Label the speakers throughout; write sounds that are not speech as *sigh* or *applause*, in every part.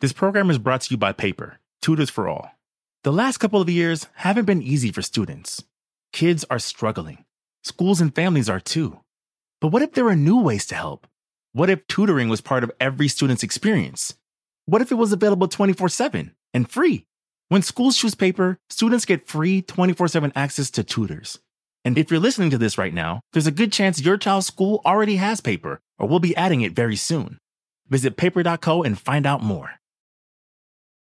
Speaker 1: This program is brought to you by Paper, Tutors for All. The last couple of years haven't been easy for students. Kids are struggling. Schools and families are too. But what if there were new ways to help? What if tutoring was part of every student's experience? What if it was available 24 7 and free? When schools choose paper, students get free 24 7 access to tutors. And if you're listening to this right now, there's a good chance your child's school already has paper or will be adding it very soon. Visit paper.co and find out more.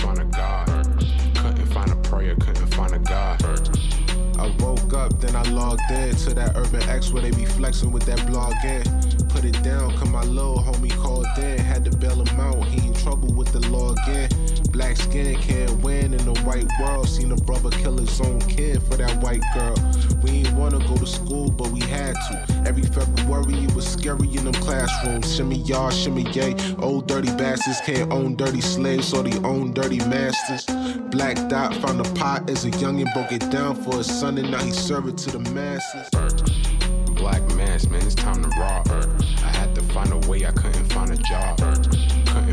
Speaker 2: find a God. Couldn't find a prayer, couldn't find a God. I woke up, then I logged in to that Urban X where they be flexing with that blog in. Put it down, cause my little homie called in. Had to bail him out, he in trouble with the law again. Black skin can't win in the white world. Seen a brother kill his own kid for that white girl. We ain't wanna go to school, but we had to. Every February it was scary in them classrooms. Shimmy y'all, shimmy yay. Old dirty bastards can't own dirty slaves or they own dirty masters. Black Dot found a pot as a youngin', broke it down for his son and now he serving to the masses. Black mass, man, it's time to rock. I had to find a way, I couldn't find a job. Couldn't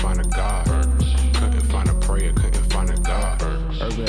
Speaker 2: find a God. Couldn't find a prayer, couldn't find a God. Urban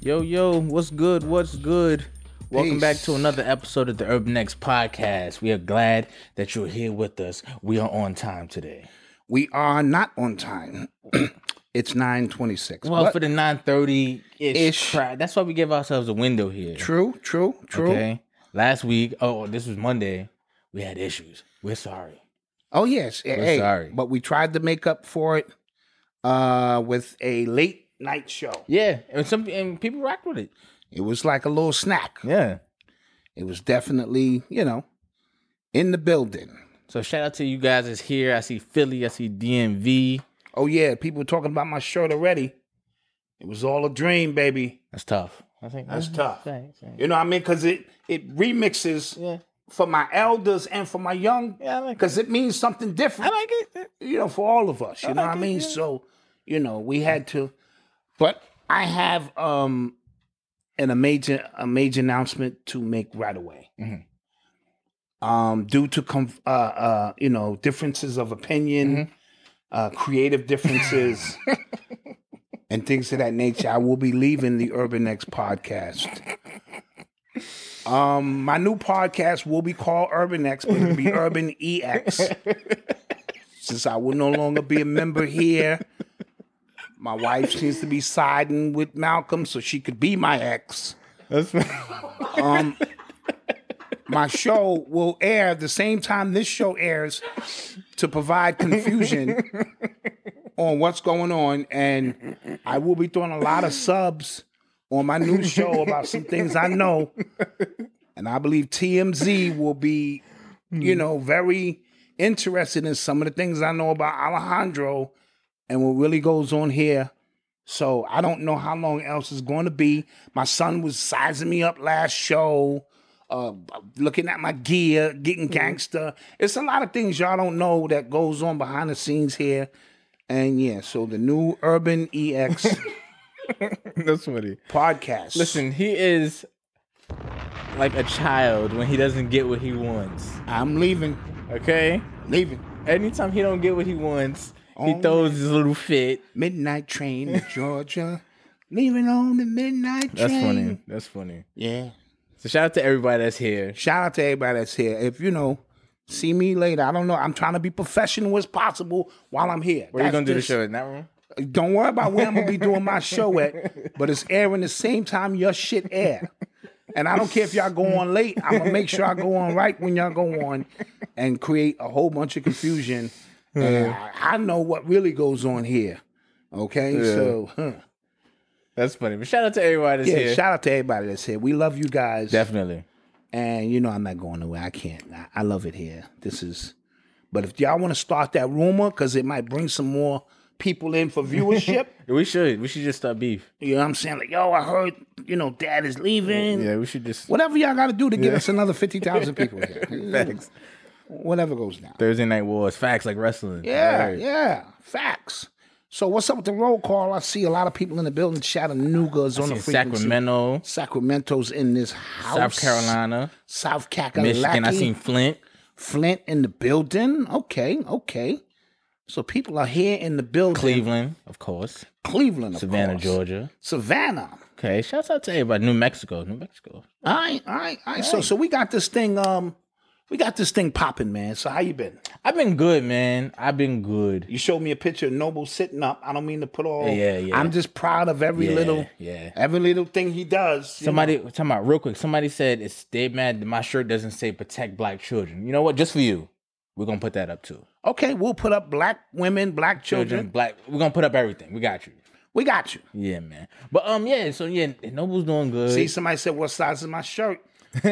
Speaker 3: Yo, yo, what's good? What's good? Welcome
Speaker 4: Peace.
Speaker 3: back to another episode of the Urban X Podcast. We are glad that you're here with us. We are on time today.
Speaker 4: We are not on time. *clears throat* it's 926.
Speaker 3: Well,
Speaker 4: But-
Speaker 3: for the 930 ish
Speaker 4: Ish.
Speaker 3: crowd, that's why we give ourselves a window here.
Speaker 4: true, true, true.
Speaker 3: Okay. Last week, oh, this was Monday, we had issues. We're sorry.
Speaker 4: Oh, yes.
Speaker 3: We're
Speaker 4: hey,
Speaker 3: sorry.
Speaker 4: But we tried to make up for it uh, with a late night show.
Speaker 3: Yeah. And some and people rocked with it.
Speaker 4: It was like a little snack.
Speaker 3: Yeah.
Speaker 4: It was definitely, you know, in the building.
Speaker 3: So shout out to you guys that's here. I see Philly, I see DMV.
Speaker 4: Oh, yeah. People talking about my shirt already. It was all a dream, baby.
Speaker 3: That's tough. I think
Speaker 4: That's tough.
Speaker 3: Thanks. thanks.
Speaker 4: You know what I mean? Because it, it remixes
Speaker 3: Yeah.
Speaker 4: for my elders and for my young.
Speaker 3: Yeah, I like
Speaker 4: Because it means something different.
Speaker 3: I like it.
Speaker 4: you know, for all of us. You know what I mean? So, you know, we had to. But I have um an a major a major announcement to make right away. Um, due to conf- uh, uh, you know differences of opinion, uh, creative differences, and things of that nature, I will be leaving the Urban X podcast. Um, my new podcast will be called Urban X, but it'll be Urban EX since I will no longer be a member here. My wife seems to be siding with Malcolm, so she could be my ex.
Speaker 3: That's
Speaker 4: Um, my show will air the same time this show airs to provide confusion on what's going on. And I will be throwing a lot of subs on my new show about some things I know. And I believe TMZ will be, you know, very interested in some of the things I know about Alejandro and what really goes on here. So I don't know how long else it's going to be. My son was sizing me up last show, uh, looking at my gear,
Speaker 1: Mm-hmm.
Speaker 4: getting gangster. It's a lot of things y'all don't know that goes on behind the scenes here. And yeah, so the new Urban E EX
Speaker 1: *laughs* That's funny.
Speaker 4: podcast.
Speaker 1: Listen, he is like a child when he doesn't get what he wants.
Speaker 4: I'm leaving,
Speaker 1: Okay?
Speaker 4: leaving.
Speaker 1: Anytime he don't get what he wants, he
Speaker 4: Oh,
Speaker 1: throws his little fit.
Speaker 4: Midnight train to Georgia, leaving on the midnight train.
Speaker 1: That's funny. That's funny.
Speaker 4: Yeah.
Speaker 1: So shout out to everybody that's here.
Speaker 4: Shout out to everybody that's here. If you know, see me later. I don't know. I'm trying to be professional as possible while I'm here.
Speaker 1: Where are you
Speaker 4: That's
Speaker 1: gonna do the
Speaker 4: just-
Speaker 1: show in that room?
Speaker 4: Don't worry about where I'm gonna be
Speaker 1: *laughs*
Speaker 4: doing my show at, but it's airing the same time your shit air. And I don't care if y'all go on late. I'm gonna make sure I go on right when y'all go on, and create a whole bunch of confusion. And I, I know what really goes on here. Okay, so huh.
Speaker 1: That's funny. But shout out to everybody that's
Speaker 4: yeah.
Speaker 1: here.
Speaker 4: Shout out to everybody that's here. We love you guys.
Speaker 1: Definitely.
Speaker 4: And you know, I'm not going away. I can't. I, I love it here. This is. But if y'all want to start that rumor, because it might bring some more people in
Speaker 1: *laughs*
Speaker 4: for viewership.
Speaker 1: We should. We should just start beef.
Speaker 4: you know what I'm saying? Like, yo, I heard, you know, dad is leaving.
Speaker 1: Yeah, we should just
Speaker 4: Whatever y'all got to do to get us another 50,000 people here.
Speaker 1: *laughs* facts.
Speaker 4: Whatever goes down.
Speaker 1: Thursday night wars. Facts like wrestling.
Speaker 4: Yeah,
Speaker 1: Right.
Speaker 4: yeah. Facts. So what's up with the roll call? I see a lot of people in the building. Chattanooga's on the
Speaker 1: In
Speaker 4: frequency.
Speaker 1: Sacramento,
Speaker 4: Sacramento's in this house.
Speaker 1: South Carolina,
Speaker 4: South Carolina.
Speaker 1: Michigan. I seen Flint.
Speaker 4: Flint in the building. Okay, okay. So people are here in the building.
Speaker 1: Cleveland, of course.
Speaker 4: Cleveland, of
Speaker 1: Savannah,
Speaker 4: course.
Speaker 1: Georgia.
Speaker 4: Savannah.
Speaker 1: Okay, shouts out to everybody. New Mexico, New Mexico.
Speaker 4: All right, all right, all right. So, so we got this thing. Um, we got this thing popping, man. So how you been?
Speaker 1: I've been good, man. I've been good.
Speaker 4: You showed me a picture of Noble sitting up. I don't mean to put all.
Speaker 1: Yeah, yeah.
Speaker 4: I'm just proud of every
Speaker 1: Yeah,
Speaker 4: little,
Speaker 1: yeah.
Speaker 4: every little thing he does. you
Speaker 1: Somebody, talking about real quick. Somebody said it's they mad that my shirt doesn't say protect black children. You know what? Just for you, we're gonna put that up too.
Speaker 4: know. Okay, we'll put up black women, black children.
Speaker 1: Children, black. We're gonna put up everything. We got you.
Speaker 4: We got you.
Speaker 1: Yeah, man. But um, yeah. So yeah, Noble's doing good.
Speaker 4: See, somebody said, "What size is my
Speaker 1: *laughs*
Speaker 4: shirt?"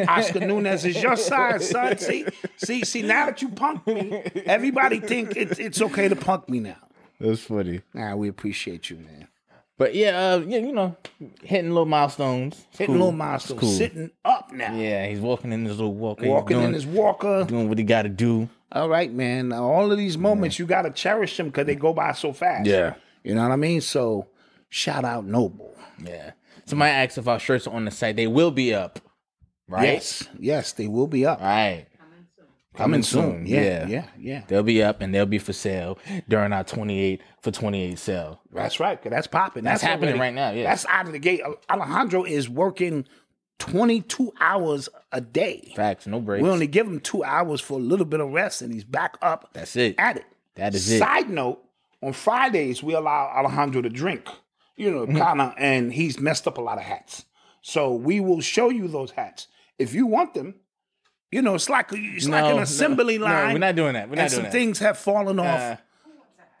Speaker 4: Oscar Nunez is your size, son. See, see, see. Now that you punk me, everybody think it's it's okay to punk me now.
Speaker 1: That's funny.
Speaker 4: Nah, we appreciate you, man.
Speaker 1: But yeah, uh, yeah, you know, hitting little milestones. It's cool.
Speaker 4: Hitting little milestones,
Speaker 1: It's cool.
Speaker 4: sitting up now,
Speaker 1: Yeah, he's walking in his little walk. He's
Speaker 4: walking
Speaker 1: doing,
Speaker 4: in his walker.
Speaker 1: doing what he got to do.
Speaker 4: All right, man. Now, All of these moments, you gotta cherish them because they go by so fast. you know what I mean. So, shout out Noble.
Speaker 1: yeah. Somebody asked if our shirts are on the site. They will be up, right?
Speaker 4: Yes, yes, they will be up
Speaker 1: All right.
Speaker 4: coming soon.
Speaker 1: soon.
Speaker 4: Yeah, yeah,
Speaker 1: Yeah.
Speaker 4: yeah,
Speaker 1: They'll be up and they'll be for sale during our 28 for 28 sale.
Speaker 4: That's right. 'cause That's popping.
Speaker 1: That's happening
Speaker 4: already-
Speaker 1: right now, yeah.
Speaker 4: That's out of the gate. Alejandro is working 22 hours a day.
Speaker 1: Facts, no breaks.
Speaker 4: We only give him two hours for a little bit of rest, and he's back up
Speaker 1: That's it.
Speaker 4: at it.
Speaker 1: That is it.
Speaker 4: Side note: On Fridays, we allow Alejandro to drink. You know,
Speaker 1: Mm-hmm.
Speaker 4: kind of, and he's messed up a lot of hats. So we will show you those hats if you want them. You know, it's like it's like an assembly
Speaker 1: no,
Speaker 4: line.
Speaker 1: we're not doing that. We're not
Speaker 4: and some
Speaker 1: doing that.
Speaker 4: things have fallen off.
Speaker 1: Uh.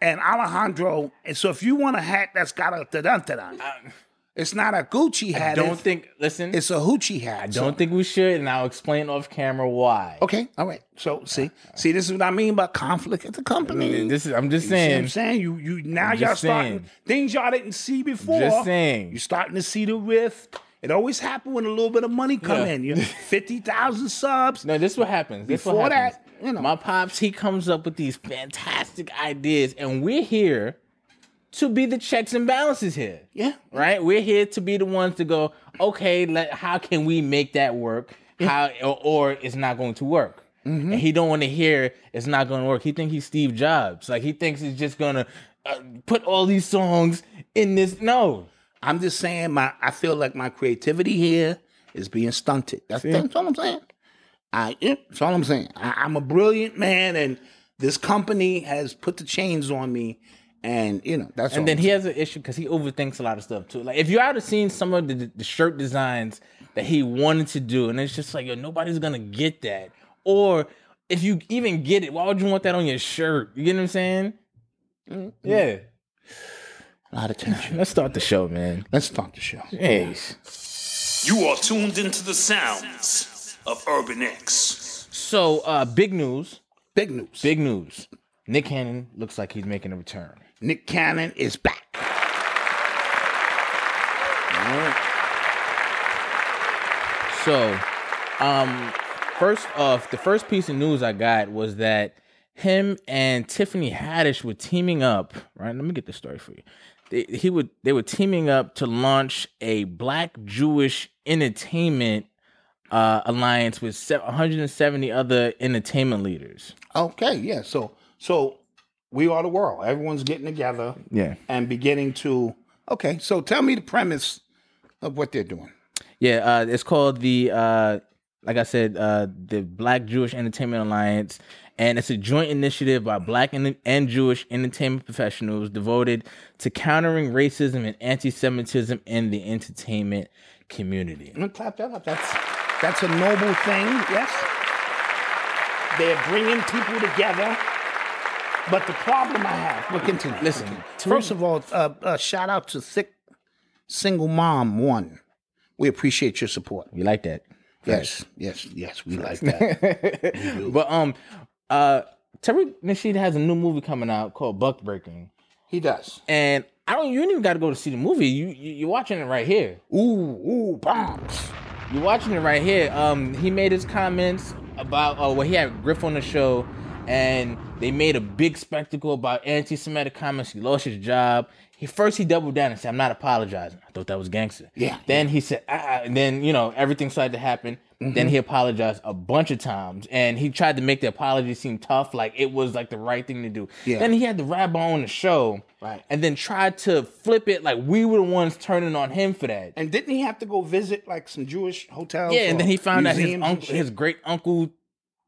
Speaker 4: and Alejandro, and so if you want a hat that's got a da dun
Speaker 1: Uh,
Speaker 4: it's not a Gucci hat.
Speaker 1: I don't
Speaker 4: if-
Speaker 1: think, listen,
Speaker 4: it's a hoochie hat.
Speaker 1: I don't think we should, and I'll explain off camera why.
Speaker 4: Okay, all right. So see, see, this is what I mean by conflict at the company.
Speaker 1: This is, I'm just
Speaker 4: See what I'm
Speaker 1: saying.
Speaker 4: saying you, you now
Speaker 1: I'm
Speaker 4: y'all
Speaker 1: just
Speaker 4: starting
Speaker 1: saying.
Speaker 4: things y'all didn't see before.
Speaker 1: Just saying.
Speaker 4: you starting to see the rift. It always happens when a little bit of money come
Speaker 1: Yeah. *laughs*
Speaker 4: in. You fifty thousand subs.
Speaker 1: No, this what happens. This
Speaker 4: Before
Speaker 1: what happens.
Speaker 4: that, you know.
Speaker 1: my pops he comes up with these fantastic ideas, and we're here to be the checks and balances here.
Speaker 4: Yeah.
Speaker 1: right. We're here to be the ones to go. Okay, let, how can we make that work? How or, or it's not going to work. And he don't want to hear it's not going to work. He think he's Steve Jobs. Like he thinks he's just gonna uh, put all these songs in this. No,
Speaker 4: I'm just saying, my I feel like my creativity here is being stunted. That's, that's all I'm saying. I yeah, that's all I'm saying. I, I'm a brilliant man, and this company has put the chains on me, and you know that's. all
Speaker 1: And then
Speaker 4: I'm
Speaker 1: he has an issue because he overthinks a lot of stuff too. Like if you out have seen some of the, the shirt designs that he wanted to do, and it's just like yo, nobody's gonna get that. Or if you even get it, why would you want that on your shirt? You get what I'm saying? Yeah.
Speaker 4: saying. a lot of tension.
Speaker 1: Let's start the show, man.
Speaker 4: *laughs* Let's start the show.
Speaker 1: Jeez.
Speaker 5: You are tuned into the sounds of Urban X.
Speaker 1: So uh big news.
Speaker 4: Big news.
Speaker 1: Big news. Nick Cannon looks like he's making a return.
Speaker 4: Nick Cannon is back.
Speaker 1: So, um, first off, the first piece of news I got was that him and Tiffany Haddish were teaming up. Right, let me get this story for you. They, he would they were teaming up to launch a Black Jewish entertainment uh, alliance with se- 170 other entertainment leaders.
Speaker 4: Okay, yeah. So so we are the world. Everyone's getting together
Speaker 1: Yeah,
Speaker 4: and beginning to Okay, so tell me the premise of what they're doing.
Speaker 1: yeah. Uh, it's called the uh, like I said, uh, the Black Jewish Entertainment Alliance, and it's a joint initiative by Black and, and Jewish entertainment professionals devoted to countering racism and anti-Semitism in the entertainment community.
Speaker 4: I'm gonna clap that up. That's that's a noble thing, yes. They're bringing people together. But the problem I have, we'll continue.
Speaker 1: Listen,
Speaker 4: continue.
Speaker 1: Tariq-
Speaker 4: first of all, uh, uh, shout out to Sick Single Mom One. We appreciate your support.
Speaker 1: You like that?
Speaker 4: Yes, yes, yes, we *laughs* like that.
Speaker 1: But um, uh, Tariq Nasheed has a new movie coming out called Buck Breaking,
Speaker 4: he does.
Speaker 1: and I don't. You ain't even got to go to see the movie. You, you you're watching it right here.
Speaker 4: Ooh, ooh, bombs.
Speaker 1: You're watching it right here. Um, he made his comments about uh, well, he had Griff on the show, and they made a big spectacle about anti-Semitic comments. He lost his job. He first he doubled down and said, "I'm not apologizing." I thought that was gangster.
Speaker 4: Yeah.
Speaker 1: Then he said, ah, and then you know everything started to happen. Then he apologized a bunch of times, and he tried to make the apology seem tough, like it was like the right thing to do.
Speaker 4: Yeah.
Speaker 1: Then he had the rabbi on the show,
Speaker 4: Right.
Speaker 1: And then tried to flip it like we were the ones turning on him for that.
Speaker 4: And didn't he have to go visit like some Jewish hotels?
Speaker 1: Yeah, and
Speaker 4: or
Speaker 1: then he found out his
Speaker 4: museums and
Speaker 1: uncle,
Speaker 4: shit?
Speaker 1: his great uncle,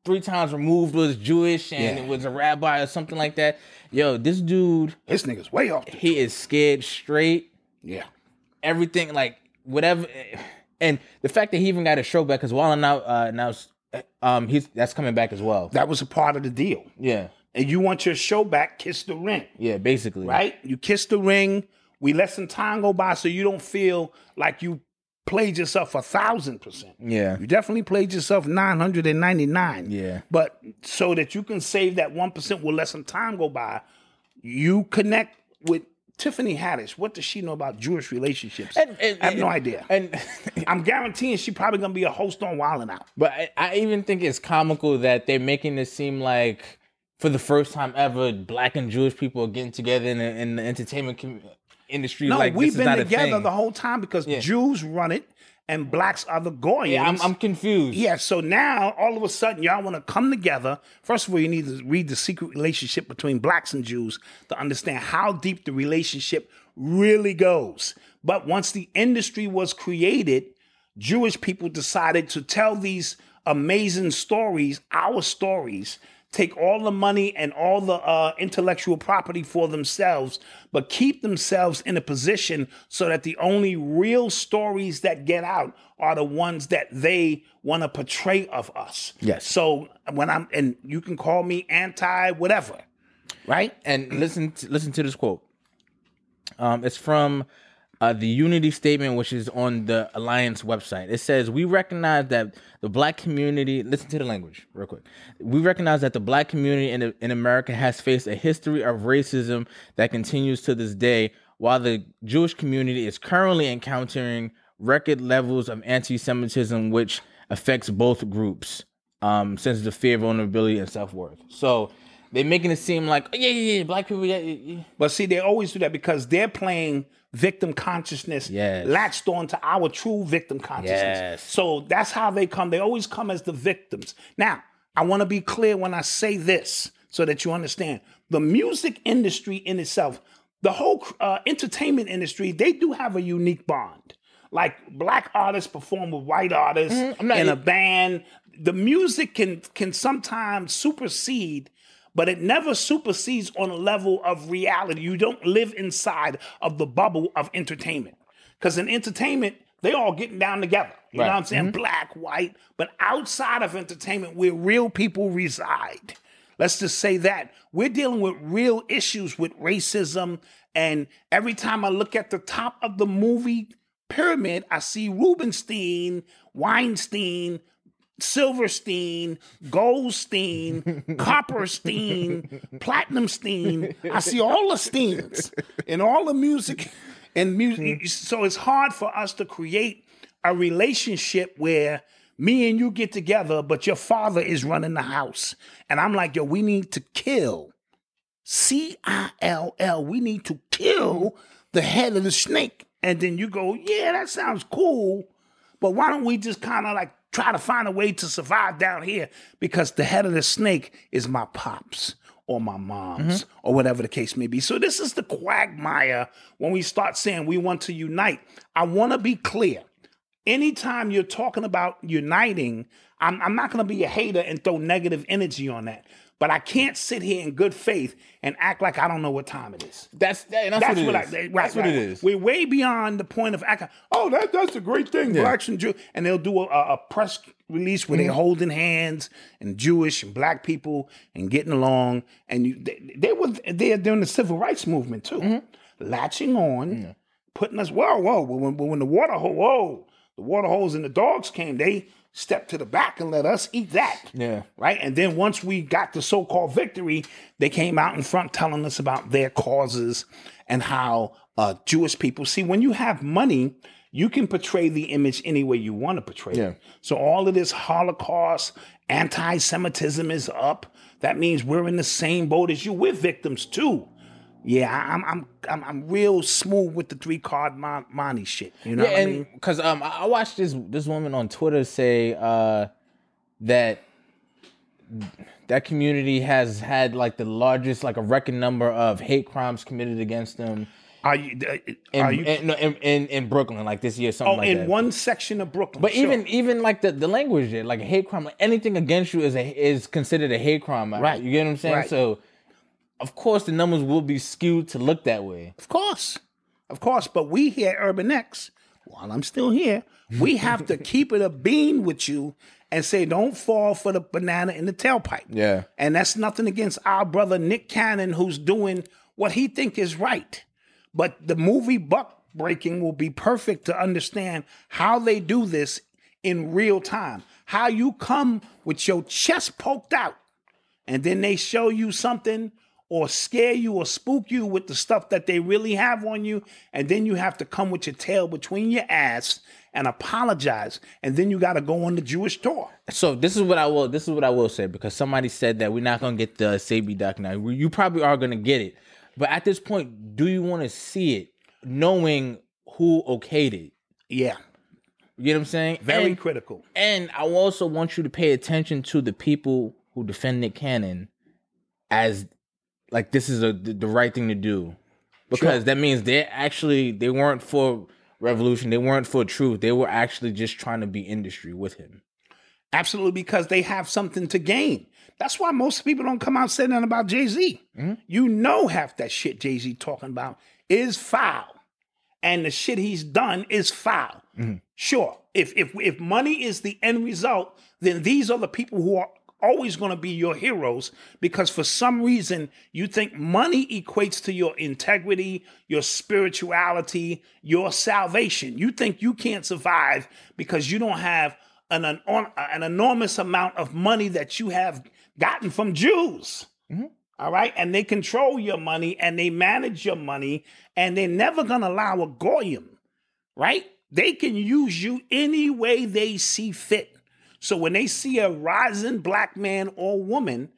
Speaker 1: three times removed was Jewish and
Speaker 4: Yeah.
Speaker 1: was a rabbi or something like that. Yo, this dude,
Speaker 4: This nigga's way off. the-
Speaker 1: he is scared straight.
Speaker 4: yeah,
Speaker 1: Everything like whatever, and the fact that he even got a show back as well. And now, uh, now, um, he's that's coming back as well.
Speaker 4: that was a part of the deal.
Speaker 1: Yeah,
Speaker 4: And you want your show back? Kiss the ring,
Speaker 1: yeah, basically.
Speaker 4: right? You kiss the ring. We let some time go by so you don't feel like you played yourself a thousand percent.
Speaker 1: Yeah,
Speaker 4: You definitely played yourself 999.
Speaker 1: Yeah.
Speaker 4: But so that you can save that 1%, we'll let some time go by. You connect with Tiffany Haddish. What does she know about Jewish relationships?
Speaker 1: And- and-
Speaker 4: I have no idea.
Speaker 1: and
Speaker 4: I'm guaranteeing she probably going to be a host on Wild 'N Out.
Speaker 1: But I, I even think it's comical that they're making this seem like, for the first time ever, black and Jewish people are getting together in, the- in the entertainment com- industry.
Speaker 4: No,
Speaker 1: like, this
Speaker 4: we've
Speaker 1: is
Speaker 4: been
Speaker 1: not a
Speaker 4: together
Speaker 1: thing.
Speaker 4: the whole time because Jews run it and blacks are the Goyans.
Speaker 1: Yeah, I'm, I'm confused.
Speaker 4: Yeah, so now all of a sudden y'all want to come together. First of all, you need to read the secret relationship between blacks and Jews to understand how deep the relationship really goes. But once the industry was created, Jewish people decided to tell these amazing stories, our stories, take all the money and all the uh, intellectual property for themselves, but keep themselves in a position so that the only real stories that get out are the ones that they want to portray of us.
Speaker 1: Yes.
Speaker 4: So when I'm, and you can call me anti whatever, right?
Speaker 1: And listen, to, listen to this quote. Um, it's from uh, the Unity Statement, which is on the Alliance website. It says, We recognize that the black community, listen to the language real quick. We recognize that the black community in, in America has faced a history of racism that continues to this day, while the Jewish community is currently encountering record levels of anti Semitism, which affects both groups um, sense of fear, vulnerability, and self worth. So they're making it seem like, oh, yeah, yeah, yeah, black people, yeah, yeah, yeah.
Speaker 4: But see, they always do that because they're playing victim consciousness
Speaker 1: Yes.
Speaker 4: latched on to our true victim consciousness.
Speaker 1: Yes.
Speaker 4: So that's how they come. They always come as the victims. Now, I want to be clear when I say this so that you understand. The music industry in itself, the whole uh, entertainment industry, they do have a unique bond. Like black artists perform with white artists
Speaker 1: Mm-hmm. I'm not- e
Speaker 4: in a band. The music can can sometimes supersede but it never supersedes on a level of reality. You don't live inside of the bubble of entertainment. Because in entertainment, they all getting down together. You know
Speaker 1: Right.
Speaker 4: what I'm saying? Black, white. But outside of entertainment, where real people reside, let's just say that we're dealing with real issues with racism. And every time I look at the top of the movie pyramid, I see Rubenstein, Weinstein, Silverstein, Goldstein, Copperstein, Platinumstein. I see all the steins in all the music and music. So it's hard for us to create a relationship where me and you get together, but your father is running the house. And I'm like, yo, we need to kill. C I L L. We need to kill the head of the snake. And then you go, yeah, that sounds cool. But why don't we just kind of like try to find a way to survive down here? Because the head of the snake is my pops or my mom's or whatever the case may be. So this is the quagmire when we start saying we want to unite. I want to be clear. Anytime you're talking about uniting, I'm, I'm not going to be a hater and throw negative energy on that. But I can't sit here in good faith and act like I don't know what time it is.
Speaker 1: That's that, and that's,
Speaker 4: That's,
Speaker 1: what
Speaker 4: what,
Speaker 1: it
Speaker 4: I,
Speaker 1: is.
Speaker 4: right,
Speaker 1: that's what
Speaker 4: right.
Speaker 1: it is.
Speaker 4: We're way beyond the point of act. Oh, that, that's a great thing, blacks and Jews. And they'll do a, a a press release
Speaker 1: Mm-hmm.
Speaker 4: where they're holding hands and Jewish and black people and getting along. And you, they, they were there during the civil rights movement too,
Speaker 1: Mm-hmm.
Speaker 4: latching on, putting us whoa, whoa. But when, but when the water hole, whoa, the water holes and the dogs came, they stepped to the back and let us eat that.
Speaker 1: Yeah.
Speaker 4: Right. And then once we got the so called victory, they came out in front telling us about their causes and how uh, Jewish people see when you have money, you can portray the image any way you want to portray
Speaker 1: Yeah.
Speaker 4: it. So all of this Holocaust, anti Semitism is up. That means we're in the same boat as you. We're victims too. Yeah, I- I'm I'm I'm, I'm real smooth with the three card mon- money shit. You know
Speaker 1: yeah,
Speaker 4: what I
Speaker 1: and
Speaker 4: mean?
Speaker 1: because um, I I watched this this woman on Twitter say uh that that community has had like the largest like a record number of hate crimes committed against them
Speaker 4: Are you?
Speaker 1: in
Speaker 4: Are you?
Speaker 1: in, no, in, in, in Brooklyn like this year something
Speaker 4: oh,
Speaker 1: like
Speaker 4: in
Speaker 1: that.
Speaker 4: one section of Brooklyn.
Speaker 1: But
Speaker 4: sure.
Speaker 1: even even like the, the language there, like a hate crime, like anything against you is a is considered a hate crime.
Speaker 4: Right.
Speaker 1: You get what I'm saying?
Speaker 4: Right.
Speaker 1: So of course the numbers will be skewed to look that way.
Speaker 4: Of course. Of course. But we here at Urban X, while I'm still here, we have to keep it a bean with you and say, don't fall for the banana in the tailpipe.
Speaker 1: Yeah.
Speaker 4: And that's nothing against our brother Nick Cannon, who's doing what he think is right. But the movie Buck Breaking will be perfect to understand how they do this in real time. How you come with your chest poked out and then they show you something or scare you or spook you with the stuff that they really have on you and then you have to come with your tail between your ass and apologize and then you got to go on the jewish tour
Speaker 1: So this is what I will this is what I will say because somebody said that we're not gonna get the Sabi doc now. We- You probably are gonna get it. But at this point, do you wanna see it knowing who okayed it?
Speaker 4: yeah
Speaker 1: You get what I'm saying?
Speaker 4: very
Speaker 1: And-
Speaker 4: critical
Speaker 1: And I also want you to pay attention to the people who defend Nick Cannon as like this is a the, the right thing to do because that means they actually they weren't for revolution, they weren't for truth. They were actually just trying to be industry with him.
Speaker 4: absolutely because they have something to gain that's why most people don't come out saying nothing about jay-z you know half that shit jay-z talking about is foul and the shit he's done is foul. Sure, if if if money is the end result, then these are the people who are always going to be your heroes because for some reason you think money equates to your integrity, your spirituality, your salvation. You think you can't survive because you don't have an an, an enormous amount of money that you have gotten from Jews. All right. And they control your money and they manage your money and they're never going to allow a goyim, right? They can use you any way they see fit. So when they see a rising black man or woman,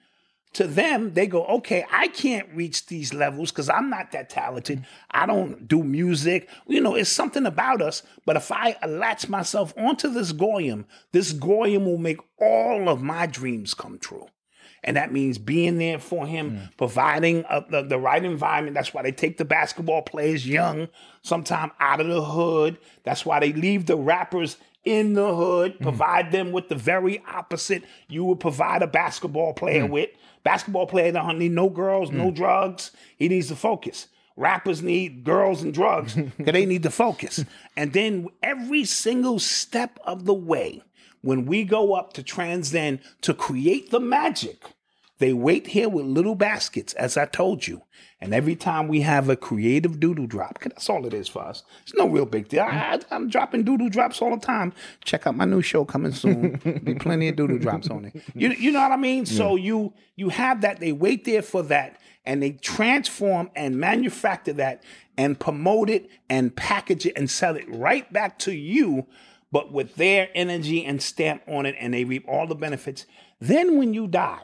Speaker 4: to them, they go, okay, I can't reach these levels because I'm not that talented. I don't do music. You know, it's something about us. But if I latch myself onto this Goyim, this Goyim will make all of my dreams come true and that means being there for him, providing uh the, the right environment. That's why they take the basketball players young, sometime out of the hood. That's why they leave the rappers in the hood, provide them with the very opposite you would provide a basketball player with. Basketball player don't need no girls, no drugs. He needs to focus. Rappers need girls and drugs because they need to focus. And then every single step of the way, when we go up to transcend to create the magic, they wait here with little baskets, as I told you. And every time we have a creative doodle drop, 'cause that's all it is for us. It's no real big deal. I, am dropping doodle drops all the time. Check out my new show coming soon. be plenty of doodle drops on it. You, you know what I mean? So you you have that. They wait there for that, and they transform and manufacture that, and promote it, and package it, and sell it right back to you but with their energy and stamp on it, and they reap all the benefits. Then when you die,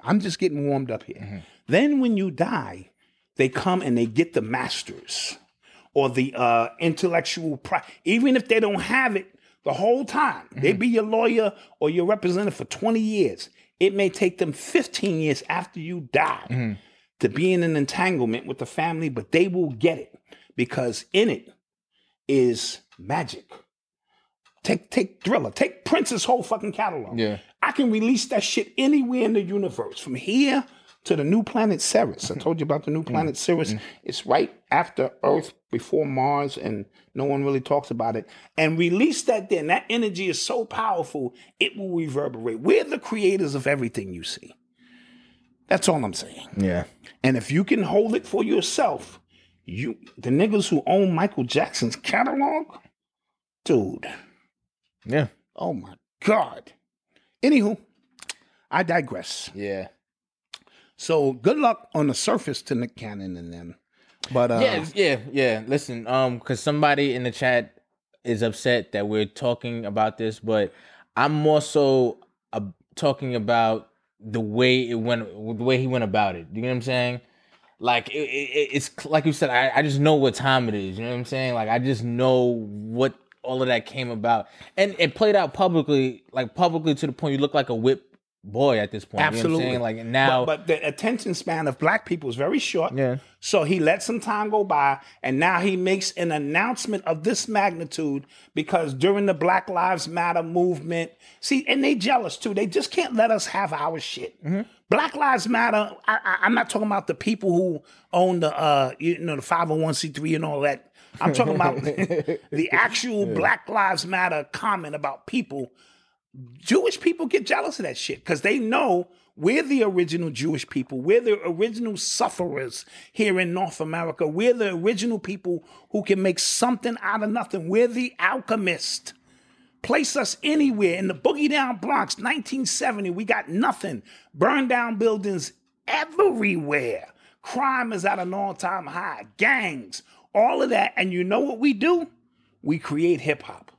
Speaker 4: I'm just getting warmed up here. Then when you die, they come and they get the masters or the uh, intellectual pri Even if they don't have it the whole time, they be your lawyer or your representative for 20 years. It may take them 15 years after you die to be in an entanglement with the family, but they will get it because in it is magic. Take take Thriller, take Prince's whole fucking catalog.
Speaker 1: Yeah.
Speaker 4: I can release that shit anywhere in the universe, from here to the new planet Ceres. I told you about the new planet Ceres. It's right after Earth, before Mars, and no one really talks about it. And release that then. That energy is so powerful, it will reverberate. We're the creators of everything you see. That's all I'm saying.
Speaker 1: Yeah.
Speaker 4: And if you can hold it for yourself, you the niggas who own Michael Jackson's catalog, dude.
Speaker 1: Yeah.
Speaker 4: Oh my God. Anywho, I digress.
Speaker 1: Yeah.
Speaker 4: So good luck on the surface to Nick Cannon and them. But uh,
Speaker 1: yeah, yeah, yeah. Listen, um, because somebody in the chat is upset that we're talking about this, but I'm more so uh, talking about the way it went, the way he went about it. You know what I'm saying? Like it, it, it's cl- like you said, I, I just know what time it is. You know what I'm saying? Like I just know what all of that came about, and it played out publicly, like publicly to the point you look like a whip boy at this point.
Speaker 4: absolutely.
Speaker 1: you know what I'm saying? like now,
Speaker 4: but, but the attention span of black people is very short.
Speaker 1: Yeah.
Speaker 4: So he let some time go by, and now he makes an announcement of this magnitude because during the Black Lives Matter movement, see, and they jealous too. They just can't let us have our shit.
Speaker 1: Mm-hmm.
Speaker 4: Black Lives Matter. I, I, I'm not talking about the people who own the, uh, you know, the 501c3 and all that. I'm
Speaker 1: *laughs*
Speaker 4: talking about the actual Black Lives Matter comment about people Jewish people get jealous of that shit because they know we're the original Jewish people. We're the original sufferers here in North America. We're the original people who can make something out of nothing. We're the alchemist. Place us anywhere in the boogie down Bronx, 1970. We got nothing. Burn down buildings everywhere. Crime is at an all time high. Gangs, all of that. And you know what we do? We create hip hop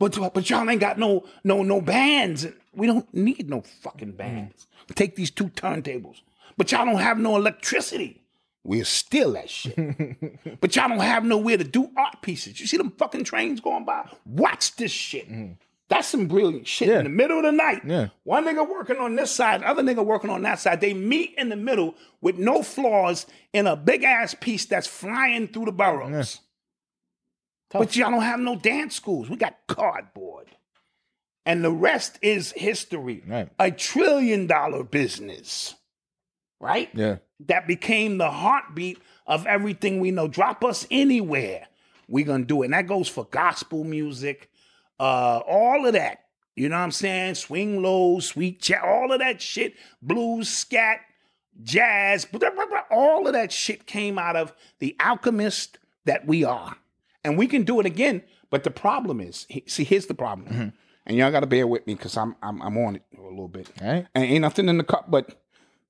Speaker 4: but but y'all ain't got no no no bands. We don't need no fucking bands. Take these two turntables. But y'all don't have no electricity. We'll steal that shit. but y'all don't have nowhere to do art pieces. You see them fucking trains going by? Watch this shit. That's some brilliant shit. In the middle of the night,
Speaker 1: Yeah.
Speaker 4: one nigga working on this side, other nigga working on that side. They meet in the middle with no flaws in a big ass piece that's flying through the burrows. But y'all don't have no dance schools. We got cardboard. And the rest is history.
Speaker 1: Right.
Speaker 4: A trillion dollar business. Right?
Speaker 1: yeah,
Speaker 4: That became the heartbeat of everything we know. Drop us anywhere. We're gonna do it. And that goes for gospel music, uh, all of that. You know what I'm saying? Swing low, sweet jazz, all of that shit, blues, scat, jazz, blah, blah, blah. all of that shit came out of the alchemist that we are. And we can do it again. But the problem is, he- see, here's the problem. And y'all gotta bear with me because I'm, I'm I'm on it a little bit.
Speaker 1: Alright.
Speaker 4: And ain't nothing in the cup but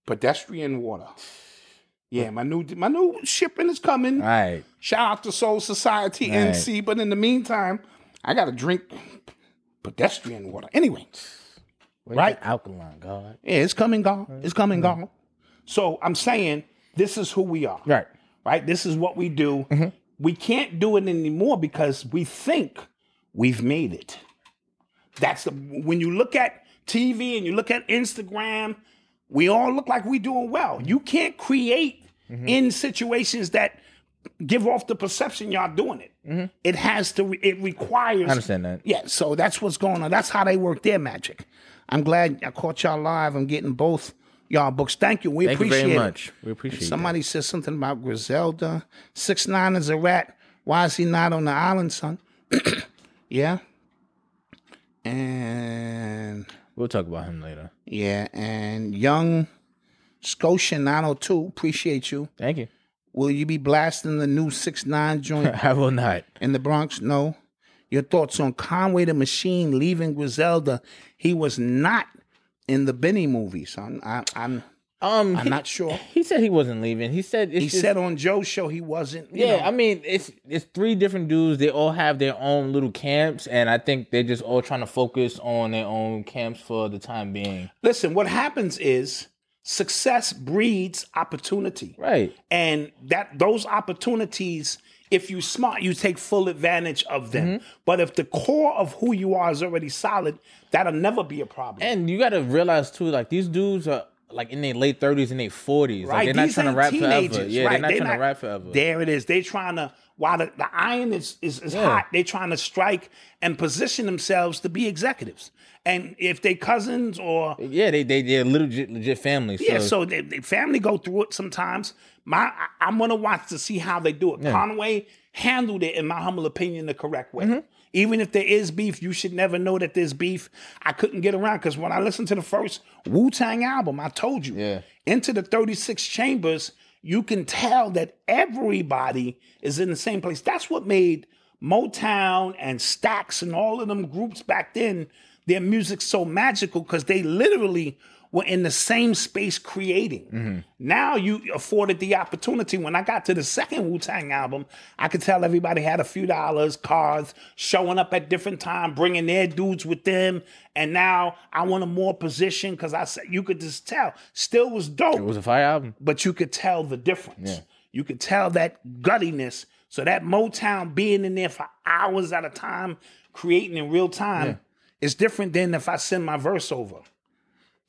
Speaker 4: pedestrian water. Yeah, my new my new shipping is coming.
Speaker 1: all right.
Speaker 4: Shout out to Soul Society
Speaker 1: Right.
Speaker 4: NC. But in the meantime, I gotta drink pedestrian water. Anyway,
Speaker 1: Right, alkaline God.
Speaker 4: yeah, it's coming, gone. It's coming, gone. So I'm saying this is who we are.
Speaker 1: Right. Mm-hmm.
Speaker 4: Right? This is what we do. We can't do it anymore because we think we've made it. That's the when you look at TV and you look at Instagram,
Speaker 1: Mm-hmm.
Speaker 4: we all look like we're doing well. You can't create in situations that give off the perception y'all doing it. It has to. re- It requires.
Speaker 1: Mm-hmm. I understand that.
Speaker 4: Yeah, so that's what's going on. That's how they work their magic. I'm glad I caught y'all live. I'm getting both y'all books. Thank you. We
Speaker 1: Thank you
Speaker 4: appreciate
Speaker 1: very
Speaker 4: it.
Speaker 1: much. We appreciate that.
Speaker 4: Somebody said something about Griselda. Six nine is a rat. Why is he not on the island, son? *clears throat* yeah. And
Speaker 1: We'll talk about him later.
Speaker 4: yeah, and young Scotian 902, appreciate you.
Speaker 1: Thank you. *laughs*
Speaker 4: Will you be blasting the new six nine joint
Speaker 1: I will not.
Speaker 4: in the Bronx? No. Your thoughts on Conway the Machine leaving Griselda? He was not in the Benny movie, son. I, I'm
Speaker 1: Um,
Speaker 4: I'm
Speaker 1: he-
Speaker 4: not sure.
Speaker 1: He said he wasn't leaving. He said it's
Speaker 4: He
Speaker 1: just-
Speaker 4: said on Joe's show he wasn't. you
Speaker 1: Yeah,
Speaker 4: know.
Speaker 1: I mean it's it's three different dudes. They all have their own little camps, and I think they're just all trying to focus on their own camps for the time being.
Speaker 4: Listen, what happens is success breeds opportunity.
Speaker 1: Right.
Speaker 4: And that those opportunities, if you smart, you take full advantage of them.
Speaker 1: Mm-hmm.
Speaker 4: But if the core of who you are is already solid, that'll never be a problem.
Speaker 1: And you gotta realize too, like these dudes are like in their late thirties and their forties. Like
Speaker 4: right?
Speaker 1: they're not
Speaker 4: These
Speaker 1: trying to
Speaker 4: ain't
Speaker 1: rap
Speaker 4: teenagers,
Speaker 1: forever. Yeah,
Speaker 4: right?
Speaker 1: they're not trying to rap forever.
Speaker 4: There it is. They're trying to while the, the iron is is, is hot, they're trying to strike and position themselves to be executives. And if they cousins or
Speaker 1: yeah, they they they're legit legit families.
Speaker 4: Yeah,
Speaker 1: so-
Speaker 4: so they, they family go through it sometimes. My, I, I'm gonna watch to see how they do it. Conway handled it, in my humble opinion, the correct
Speaker 1: Mm-hmm.
Speaker 4: way. Even if there is beef, you should never know that there's beef. I couldn't get around because when I listened to the first Wu Tang album, I told you,
Speaker 1: Yeah.
Speaker 4: into the 36 chambers, you can tell that everybody is in the same place. That's what made Motown and Stax and all of them groups back then, their music so magical because they literally were in the same space creating. Now you afforded the opportunity. When I got to the second Wu Tang album, I could tell everybody had a few dollars, cars, showing up at different time, bringing their dudes with them. And now I want a more position because I said you could just tell. Still was dope
Speaker 1: it was a fire album.
Speaker 4: but you could tell the difference. You could tell that guttiness. So that Motown being in there for hours at a time, creating in real time, is different than if I send my verse over.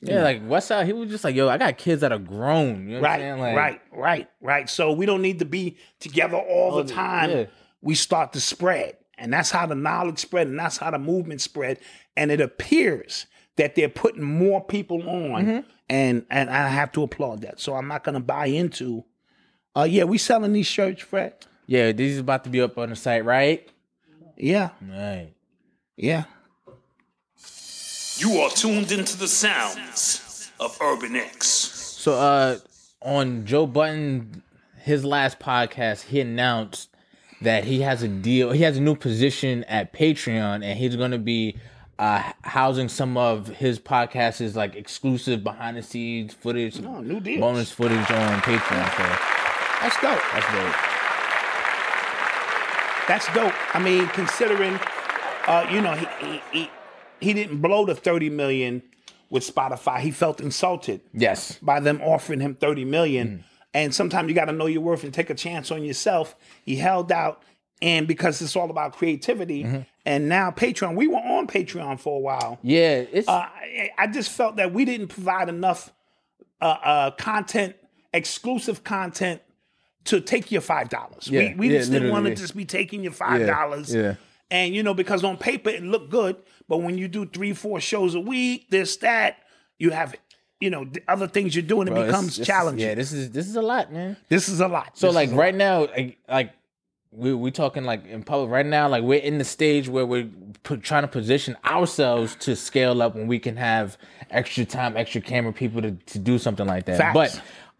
Speaker 1: Yeah, like Westside, he was just like, yo, I got kids that are grown. You know what I'm
Speaker 4: Right,
Speaker 1: saying? Like,
Speaker 4: right, right, right. So we don't need to be together all the time.
Speaker 1: Oh, yeah.
Speaker 4: We start to spread. And that's how the knowledge spread and that's how the movement spread. And it appears that they're putting more people on.
Speaker 1: Mm-hmm.
Speaker 4: And and I have to applaud that. So I'm not gonna buy into uh yeah, we selling these shirts, Fred.
Speaker 1: Yeah, this is about to be up on the site, right?
Speaker 4: Yeah,
Speaker 1: Right.
Speaker 4: yeah.
Speaker 5: You are tuned into the sounds of Urban X.
Speaker 1: So uh on Joe Button his last podcast, he announced that he has a deal, he has a new position at Patreon and he's going to be uh housing some of his podcasts is like exclusive behind the scenes footage,
Speaker 4: Oh, new deals.
Speaker 1: Mm. bonus footage on Patreon. So
Speaker 4: That's dope.
Speaker 1: that's dope.
Speaker 4: That's dope. I mean, considering, uh, you know, he, he he he didn't blow the thirty million with Spotify. He felt insulted
Speaker 1: Yes. Mm.
Speaker 4: by them offering him thirty million. And sometimes you got to know your worth and take a chance on yourself. He held out, and because it's all about creativity, and now Patreon. We were on Patreon for a while.
Speaker 1: Mm-hmm. Yeah, it's
Speaker 4: Uh, I, I just felt that we didn't provide enough uh, uh, content, exclusive content to take your five dollars.
Speaker 1: Yeah,
Speaker 4: we we
Speaker 1: yeah,
Speaker 4: just didn't want to
Speaker 1: literally.
Speaker 4: just be taking your five dollars.
Speaker 1: yeah.
Speaker 4: And you know, because on paper it looked good, but when you do three, four shows a week, this, that, you have, you know, th- other things you're doing, it
Speaker 1: bro, it's-
Speaker 4: becomes
Speaker 1: this is-
Speaker 4: challenging.
Speaker 1: Yeah, this is this is a lot, man.
Speaker 4: this is a lot.
Speaker 1: So
Speaker 4: This
Speaker 1: like
Speaker 4: is a
Speaker 1: right now, like, like we we talking like in public right now, like we're in the stage where we're p- trying to position ourselves to scale up when we can have extra time, extra camera people to, to do something like that.
Speaker 4: Facts.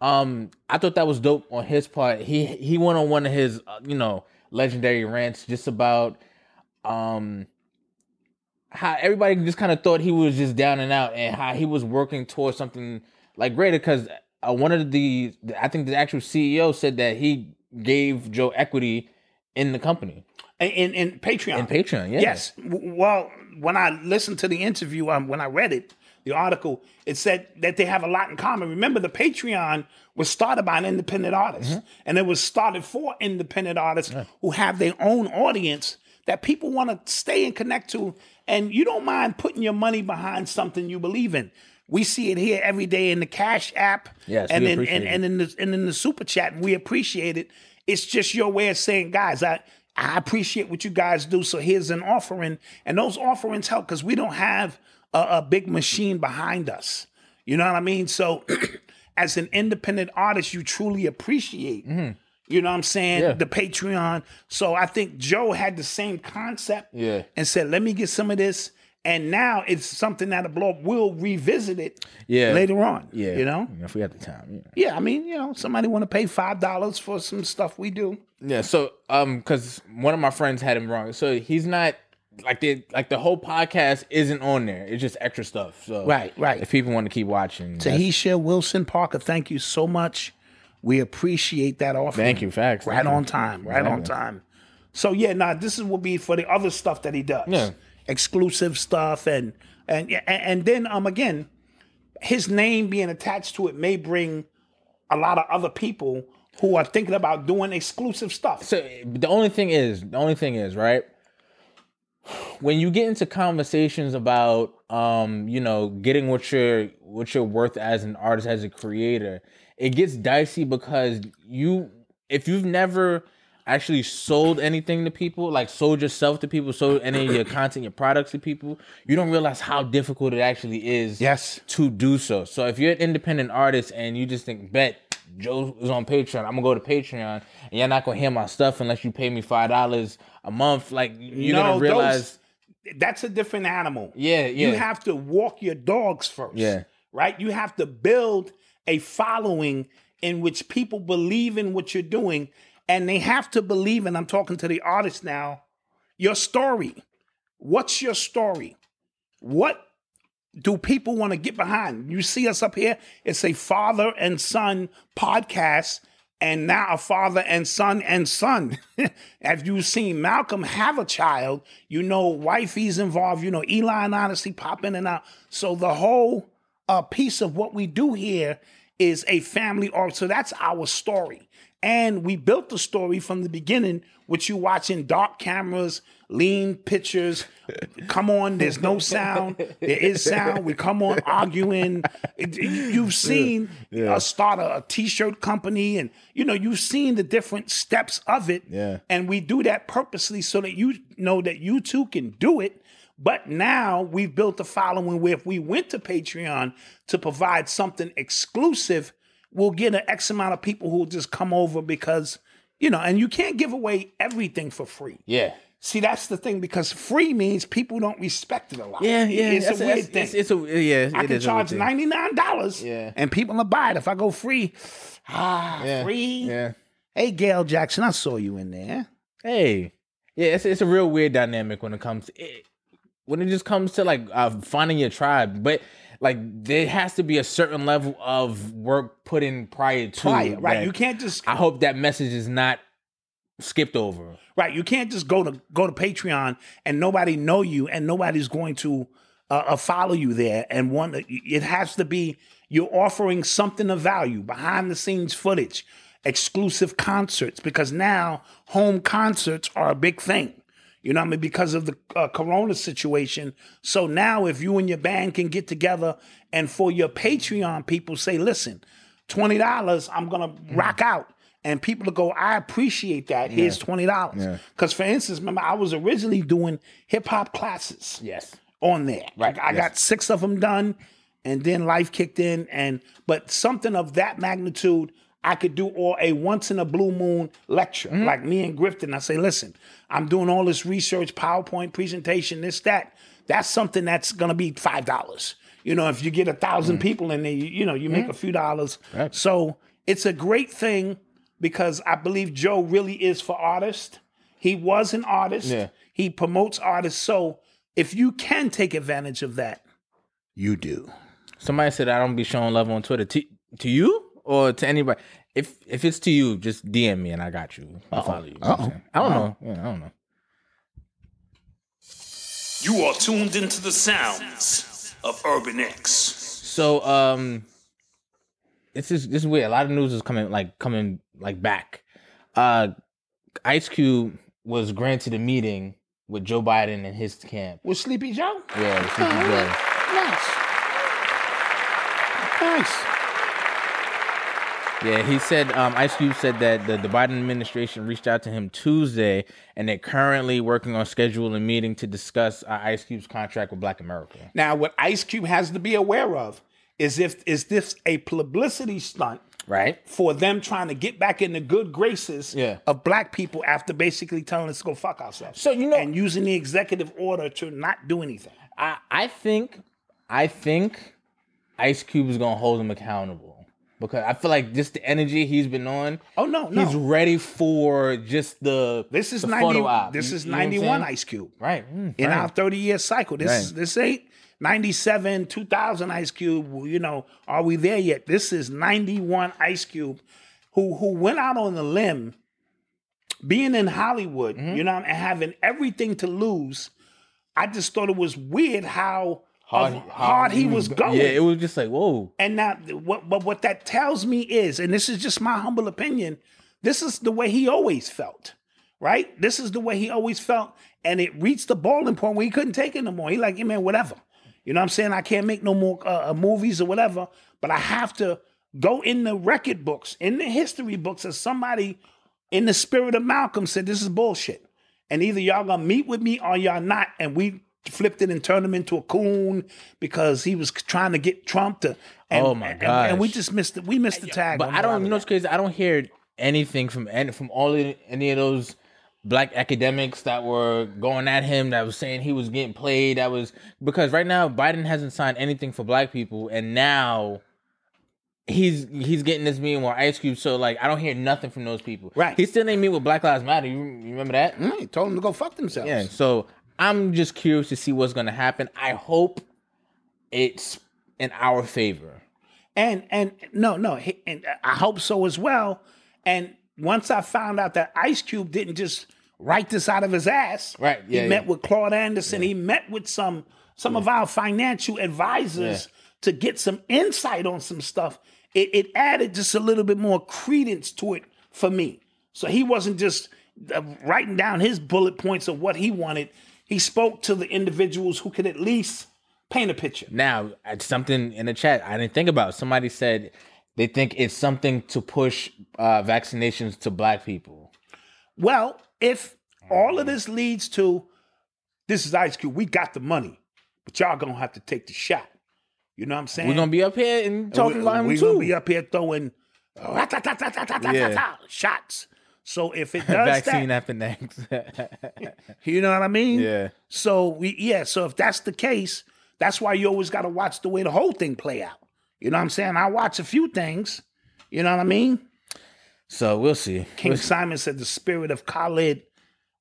Speaker 1: But um, I thought that was dope on his part. He he went on one of his uh, you know legendary rants just about um how everybody just kind of thought he was just down and out and how he was working towards something like greater because uh, one of the i think the actual ceo E said that he gave joe equity in the company
Speaker 4: in, in Patreon.
Speaker 1: in patreon yeah
Speaker 4: Yes. W- Well, when I listened to the interview, um, when I read it, the article, it said that they have a lot in common. Remember, the Patreon was started by an independent artist,
Speaker 1: Mm-hmm.
Speaker 4: and it was started for independent artists who have their own audience that people want to stay and connect to. And you don't mind putting your money behind something you believe in. We see it here every day in the Cash App,
Speaker 1: Yes,
Speaker 4: and
Speaker 1: we
Speaker 4: in,
Speaker 1: appreciate
Speaker 4: and,
Speaker 1: it.
Speaker 4: and in the and in the super chat, and we appreciate it. It's just your way of saying, guys, I, I appreciate what you guys do. So here's an offering. And those offerings help because we don't have a, a big machine behind us. You know what I mean? So *clears throat* as an independent artist, you truly appreciate. You know what I'm saying?
Speaker 1: Mm-hmm. Yeah.
Speaker 4: The Patreon. So I think Joe had the same concept
Speaker 1: Yeah.
Speaker 4: and said, let me get some of this. And now it's something that'll blow up. We'll revisit it
Speaker 1: Yeah.
Speaker 4: later on.
Speaker 1: Yeah.
Speaker 4: You know?
Speaker 1: if we had the time. You know.
Speaker 4: Yeah, I mean, you know, somebody want to pay five dollars for some stuff we do.
Speaker 1: Yeah, so um, because one of my friends had him wrong, so he's not like the like the whole podcast isn't on there. It's just extra stuff. So
Speaker 4: Right, right.
Speaker 1: If people want to keep watching, that's-
Speaker 4: Tahisha Wilson Parker, thank you so much. We appreciate that offer.
Speaker 1: Thank you, facts.
Speaker 4: Right
Speaker 1: Thank you.
Speaker 4: on time. Right on time. So yeah, nah, this is will be for the other stuff that he does.
Speaker 1: Yeah.
Speaker 4: Exclusive stuff and and and, and then um again, his name being attached to it may bring a lot of other people who are thinking about doing exclusive stuff.
Speaker 1: so the only thing is the only thing is right when you get into conversations about um you know getting what you're what you're worth as an artist as a creator it gets dicey because you if you've never actually sold anything to people like sold yourself to people sold any of your content your products to people you don't realize how difficult it actually is
Speaker 4: Yes.
Speaker 1: to do so. So if you're an independent artist and you just think, bet Joe is on Patreon, I'm gonna go to Patreon, and you're not gonna hear my stuff unless you pay me five dollars a month. Like you're
Speaker 4: No,
Speaker 1: gonna
Speaker 4: those-
Speaker 1: realize,
Speaker 4: that's a different animal.
Speaker 1: Yeah,
Speaker 4: You
Speaker 1: yeah.
Speaker 4: have to walk your dogs first.
Speaker 1: Yeah.
Speaker 4: Right? You have to build a following in which people believe in what you're doing and they have to believe, and I'm talking to the artist now, your story. What's your story? What do people want to get behind? You see us up here, it's a father and son podcast, and now a father and son and son. *laughs* Have you seen Malcolm have a child? You know, wifey's involved, you know, Eli and Odyssey pop in and out. So the whole uh, piece of what we do here is a family arc. So that's our story. And we built the story from the beginning with you watching dark cameras, lean pictures. Come on, there's no sound. There is sound. We come on arguing. It- You've seen us start a, a t-shirt company, and you know you've seen the different steps of it.
Speaker 1: Yeah.
Speaker 4: And we do that purposely so that you know that you too can do it. But now we've built a following where if we went to Patreon to provide something exclusive, we'll get an X amount of people who will just come over because, you know, and you can't give away everything for free.
Speaker 1: yeah,
Speaker 4: See, that's the thing because free means people don't respect it a lot.
Speaker 1: yeah, yeah.
Speaker 4: It's
Speaker 1: that's
Speaker 4: a weird thing.
Speaker 1: It's, it's a yeah.
Speaker 4: I
Speaker 1: it
Speaker 4: can
Speaker 1: is a weird
Speaker 4: charge
Speaker 1: thing.
Speaker 4: ninety nine dollars,
Speaker 1: Yeah.
Speaker 4: and people will buy it. If I go free, ah,
Speaker 1: Yeah,
Speaker 4: free.
Speaker 1: Yeah.
Speaker 4: Hey, Gail Jackson, I saw you in there.
Speaker 1: Hey, yeah. It's it's a real weird dynamic when it comes it, when it just comes to like uh, finding your tribe, but. Like there has to be a certain level of work put in prior to
Speaker 4: Prior, right?
Speaker 1: that.
Speaker 4: You can't just
Speaker 1: I hope that message is not skipped over.
Speaker 4: right. You can't just go to go to Patreon and nobody know you and nobody's going to uh, uh, follow you there and want. to- It has to be you're offering something of value, behind the scenes footage, exclusive concerts because now home concerts are a big thing. You know what I mean? Because of the uh, corona situation. So now, if you and your band can get together and for your Patreon people say, listen, $20, I'm going to
Speaker 1: Mm.
Speaker 4: rock out. And people will go, I appreciate that. Here's $20. Because, for instance, remember, I was originally doing hip hop classes
Speaker 1: Yes.
Speaker 4: on there.
Speaker 1: Right,
Speaker 4: Like, I
Speaker 1: yes.
Speaker 4: got six of them done, and then life kicked in. And but something of that magnitude, I could do or a once in a blue moon lecture, like me and Grifton. I say, listen, I'm doing all this research, PowerPoint presentation, this that. That's something that's gonna be five dollars. You know, if you get a thousand people in there, you, you know, you make a few dollars. So it's a great thing because I believe Joe really is for artists. He was an artist.
Speaker 1: Yeah.
Speaker 4: He promotes artists. So if you can take advantage of that, you do.
Speaker 1: Somebody said I don't be showing love on Twitter. To, to you or to anybody? If if it's to you, just DM me and I got you. I'll follow you. you know what I'm saying? I don't know. Yeah, I don't know.
Speaker 5: You are tuned into the sounds of Urban X.
Speaker 1: So um, this is this is weird. A lot of news is coming like coming like back. Uh, Ice Cube was granted a meeting with Joe Biden and his camp.
Speaker 4: With Sleepy Joe?
Speaker 1: Yeah, with Sleepy
Speaker 4: Oh,
Speaker 1: Joe.
Speaker 4: Nice. Nice.
Speaker 1: Yeah, he said um, Ice Cube said that the, the Biden administration reached out to him Tuesday, and they're currently working on scheduling a meeting to discuss uh, Ice Cube's contract with Black America.
Speaker 4: Now, what Ice Cube has to be aware of is if is this a publicity stunt
Speaker 1: Right.
Speaker 4: for them trying to get back in the good graces
Speaker 1: Yeah.
Speaker 4: of black people after basically telling us to go fuck ourselves.
Speaker 1: So, you know-
Speaker 4: and using the executive order to not do anything.
Speaker 1: I I think I think Ice Cube is gonna hold him accountable because I feel like just the energy he's been on.
Speaker 4: Oh no, no.
Speaker 1: He's ready for just the
Speaker 4: this is
Speaker 1: the
Speaker 4: ninety.
Speaker 1: photo op.
Speaker 4: This
Speaker 1: You-
Speaker 4: is
Speaker 1: you know what I'm
Speaker 4: ninety one
Speaker 1: saying?
Speaker 4: Ice Cube.
Speaker 1: Right. Mm,
Speaker 4: in
Speaker 1: right.
Speaker 4: our 30 year cycle. This
Speaker 1: Right.
Speaker 4: this ain't 97, 2000 Ice Cube. well, You know, are we there yet? This is 91 Ice Cube who who went out on the limb being in Hollywood,
Speaker 1: Mm-hmm.
Speaker 4: you know, and having everything to lose. I just thought it was weird how hard, hard, he was going.
Speaker 1: Yeah, it was just like whoa.
Speaker 4: And now, what, but what that tells me is, and this is just my humble opinion, this is the way he always felt, right? This is the way he always felt, and it reached the boiling point where he couldn't take it no more. He like, yeah, man, whatever. You know what I'm saying? I can't make no more uh, uh, movies or whatever, but I have to go in the record books, in the history books, as somebody in the spirit of Malcolm said, this is bullshit. And either y'all gonna meet with me or y'all not. And we flipped it and turned him into a coon because he was trying to get Trump to. And,
Speaker 1: Oh, my
Speaker 4: and- And, we
Speaker 1: gosh.
Speaker 4: just missed the we missed the tag.
Speaker 1: But I
Speaker 4: on a lot
Speaker 1: don't.
Speaker 4: of
Speaker 1: You know what's
Speaker 4: that.
Speaker 1: crazy? I don't hear anything from any from all of, any of those black academics that were going at him. That was saying he was getting played. That was because right now Biden hasn't signed anything for black people, and now. He's he's getting this meme or Ice Cube, so like I don't hear nothing from those people.
Speaker 4: Right.
Speaker 1: He still ain't meet with Black Lives Matter. You, you remember that?
Speaker 4: Mm, he told him to go fuck themselves.
Speaker 1: Yeah. So I'm just curious to see what's gonna happen. I hope it's in our favor.
Speaker 4: And and no, no, he- and I hope so as well. And once I found out that Ice Cube didn't just write this out of his ass,
Speaker 1: Right, yeah,
Speaker 4: he
Speaker 1: yeah.
Speaker 4: met with Claude Anderson. He met with some some of our financial advisors to get some insight on some stuff. It, it added just a little bit more credence to it for me. So he wasn't just uh, writing down his bullet points of what he wanted. He spoke to the individuals who could at least paint a picture.
Speaker 1: Now, I- something in the chat I didn't think about. Somebody said they think it's something to push uh, vaccinations to black people.
Speaker 4: Well, if all
Speaker 1: Mm.
Speaker 4: of this leads to this is Ice Cube, we got the money, but y'all gonna have to take the shot. You know what I'm saying?
Speaker 1: We're gonna be up here and talking about him
Speaker 4: we
Speaker 1: too.
Speaker 4: gonna be up here throwing uh, "Ra-ta-ta-ta-ta-ta-ta-ta,"
Speaker 1: Yeah.
Speaker 4: shots. So
Speaker 1: *laughs*
Speaker 4: if it does
Speaker 1: Vaccine
Speaker 4: that,
Speaker 1: after next.
Speaker 4: you know what I mean?
Speaker 1: yeah.
Speaker 4: So we yeah, so if that's the case, that's why you always gotta watch the way the whole thing play out. You know what I'm saying? I watch a few things. You know what I mean?
Speaker 1: So we'll see.
Speaker 4: King Simon said the spirit of Khalid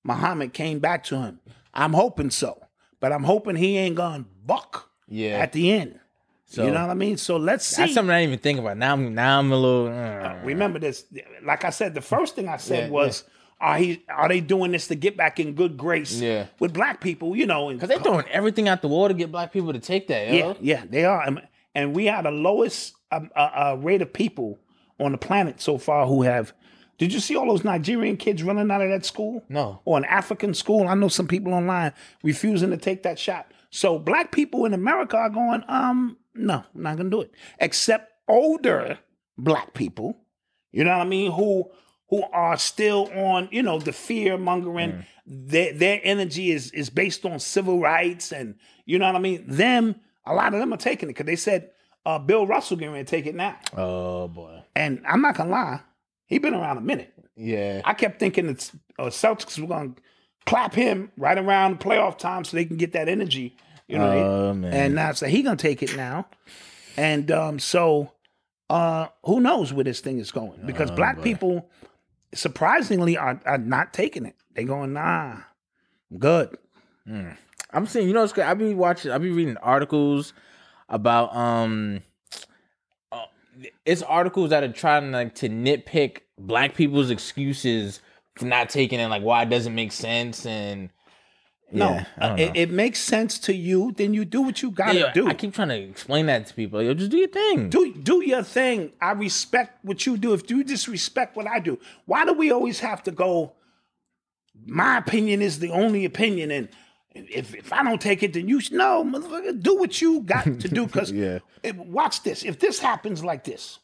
Speaker 4: Muhammad came back to him. I'm hoping so, but I'm hoping he ain't gone buck
Speaker 1: Yeah.
Speaker 4: at the end.
Speaker 1: So
Speaker 4: you know what I mean? So let's see.
Speaker 1: that's something I didn't even think about. Now I'm now I'm a little. uh,
Speaker 4: Remember this. Like I said, the first thing I said
Speaker 1: Yeah,
Speaker 4: was, are he are they doing this to get back in good grace
Speaker 1: Yeah.
Speaker 4: with black people? You know, and-
Speaker 1: Cause they're throwing everything out the wall to get black people to take that.
Speaker 4: yeah,
Speaker 1: Yo.
Speaker 4: yeah, they are, and, and we are the lowest um, uh, uh, rate of people on the planet so far who have. Did you see all those Nigerian kids running out of that school?
Speaker 1: No.
Speaker 4: or an African school. I know some people online refusing to take that shot. So black people in America are going, um, no, I'm not gonna do it. Except older black people, you know what I mean, who who are still on, you know, the fear mongering.
Speaker 1: Mm.
Speaker 4: Their their energy is is based on civil rights and you know what I mean? Them, a lot of them are taking it because they said uh, Bill Russell getting ready to take it now.
Speaker 1: Oh boy.
Speaker 4: And I'm not gonna lie, he been around a minute.
Speaker 1: Yeah.
Speaker 4: I kept thinking it's uh, Celtics were going to clap him right around playoff time so they can get that energy. You know,
Speaker 1: Oh, man.
Speaker 4: and now so he gonna take it now, and um, so uh, who knows where this thing is going? Because
Speaker 1: Uh,
Speaker 4: black people surprisingly are, are not taking it. They going nah, I'm good.
Speaker 1: Hmm. I'm seeing, you know, it's good. I be watching, I be reading articles about um, uh, it's articles that are trying like to nitpick black people's excuses for not taking it, like why it doesn't make sense, and Yeah, I
Speaker 4: no,
Speaker 1: don't
Speaker 4: it, it makes sense to you. Then you do what you gotta
Speaker 1: Yo,
Speaker 4: do.
Speaker 1: I keep trying to explain that to people. Yo, just do your thing.
Speaker 4: do do your thing. I respect what you do. If you disrespect what I do, why do we always have to go? My opinion is the only opinion, and if if I don't take it, then you should- no motherfucker. Do what you got to do. Because
Speaker 1: *laughs* Yeah.
Speaker 4: watch this. If this happens like this,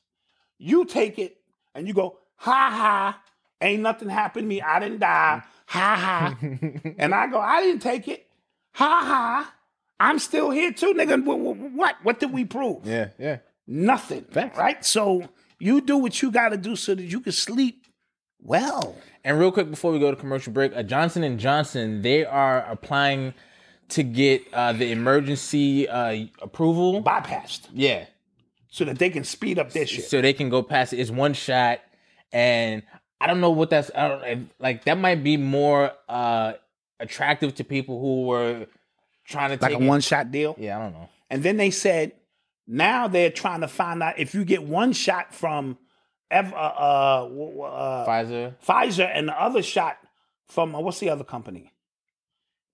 Speaker 4: you take it. and you go, ha ha, ain't nothing happened to me. I didn't die.
Speaker 1: *laughs*
Speaker 4: Ha ha. and I go, I didn't take it. Ha ha. I'm still here too, nigga. Wh- wh- What? What did we prove?
Speaker 1: Yeah, yeah.
Speaker 4: Nothing.
Speaker 1: Facts.
Speaker 4: Right? So you do what you got to do so that you can sleep well.
Speaker 1: And real quick before we go to commercial break, uh, Johnson and Johnson they are applying to get uh, the emergency uh, approval.
Speaker 4: Bypassed
Speaker 1: Yeah,
Speaker 4: so that they can speed up their shit.
Speaker 1: so they can go past it. It's one shot, and I don't know what that's. I don't if- like that might be more uh, attractive to people who were trying to
Speaker 4: Like a
Speaker 1: take it.
Speaker 4: one shot deal.
Speaker 1: Yeah, I don't know.
Speaker 4: And then they said, now they're trying to find out if you get one shot from ev- uh, uh, w- w- uh,
Speaker 1: Pfizer.
Speaker 4: Pfizer and the other shot from uh, what's the other company?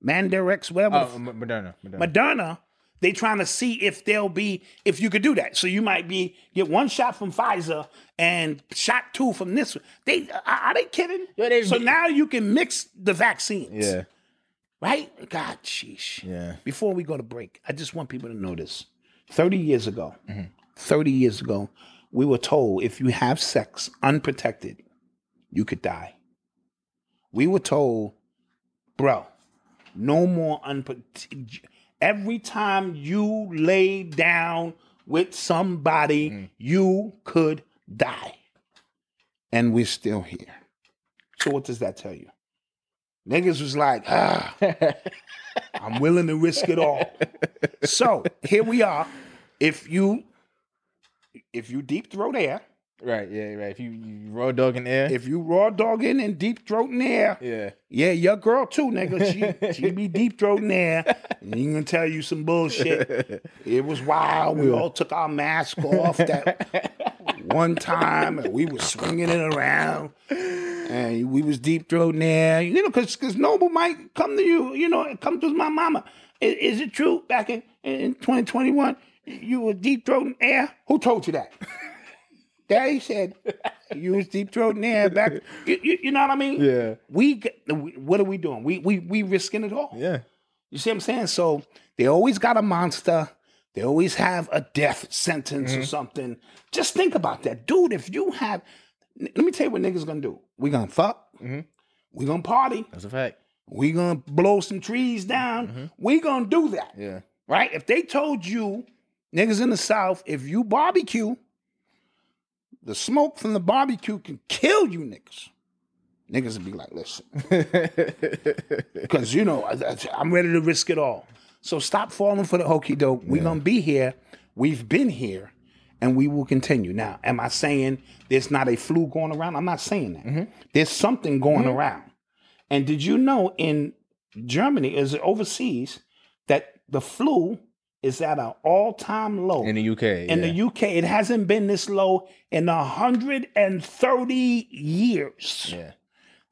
Speaker 4: Mandarex, whatever. the
Speaker 1: Oh,
Speaker 4: f-
Speaker 1: M- Moderna. Moderna.
Speaker 4: Moderna. They trying to see if they'll be if you could do that. So you might be get one shot from Pfizer and shot two from this one. They are, are they kidding?
Speaker 1: Yeah, they-
Speaker 4: so now you can mix the vaccines.
Speaker 1: yeah,
Speaker 4: Right? God, sheesh.
Speaker 1: yeah.
Speaker 4: Before we go to break, I just want people to know this. 30 years ago, 30 years ago, we were told if you have sex unprotected, you could die. We were told, bro, no more unprotected. Every time you lay down with somebody, you could die. And we're still here. So, what does that tell you? Niggas was like, ah, I'm willing to risk it all. So here we are. If you if you deep throat air,
Speaker 1: Right. Yeah. Right. If you, you raw dog in the air.
Speaker 4: if you raw dogging and deep throating air,
Speaker 1: yeah.
Speaker 4: yeah, your girl too, nigga. She she be deep throating air. And he gonna tell you some bullshit. It was wild. We all took our mask off that one time, and we was swinging it around, and we was deep throating air. You know, cause cause Noble might come to you. You know, come to my mama. I- Is, it true? Back in in 2021, you were deep throating air. Who told you that? Daddy said you was deep throating air back. You, you, you know what I mean?
Speaker 1: Yeah.
Speaker 4: we get- we- what are we doing? We we we risking it all.
Speaker 1: Yeah.
Speaker 4: You see what I'm saying? So they always got a monster. They always have a death sentence
Speaker 1: Mm-hmm.
Speaker 4: or something. Just think about that, dude. If you have, n- let me tell you what niggas gonna do. We gonna fuck. We gonna party.
Speaker 1: Mm-hmm. That's a fact. Mm-hmm.
Speaker 4: We gonna blow some trees down. We gonna do that,
Speaker 1: Yeah.
Speaker 4: right? If they told you, niggas in the South, if you barbecue, the smoke from the barbecue can kill you, niggas. Niggas would be like,
Speaker 1: *laughs*
Speaker 4: listen, because you know I, am ready to risk it all. So stop falling for the hokey doke. We're gonna be here. We've been here, and we will continue. Now, am I saying there's not a flu going around? I'm not saying that.
Speaker 1: Mm-hmm.
Speaker 4: There's something going around. And did you know in Germany, is it overseas, that the flu is at an all-time low
Speaker 1: In the UK.
Speaker 4: in the UK. It hasn't been this low in 130 years.
Speaker 1: Yeah.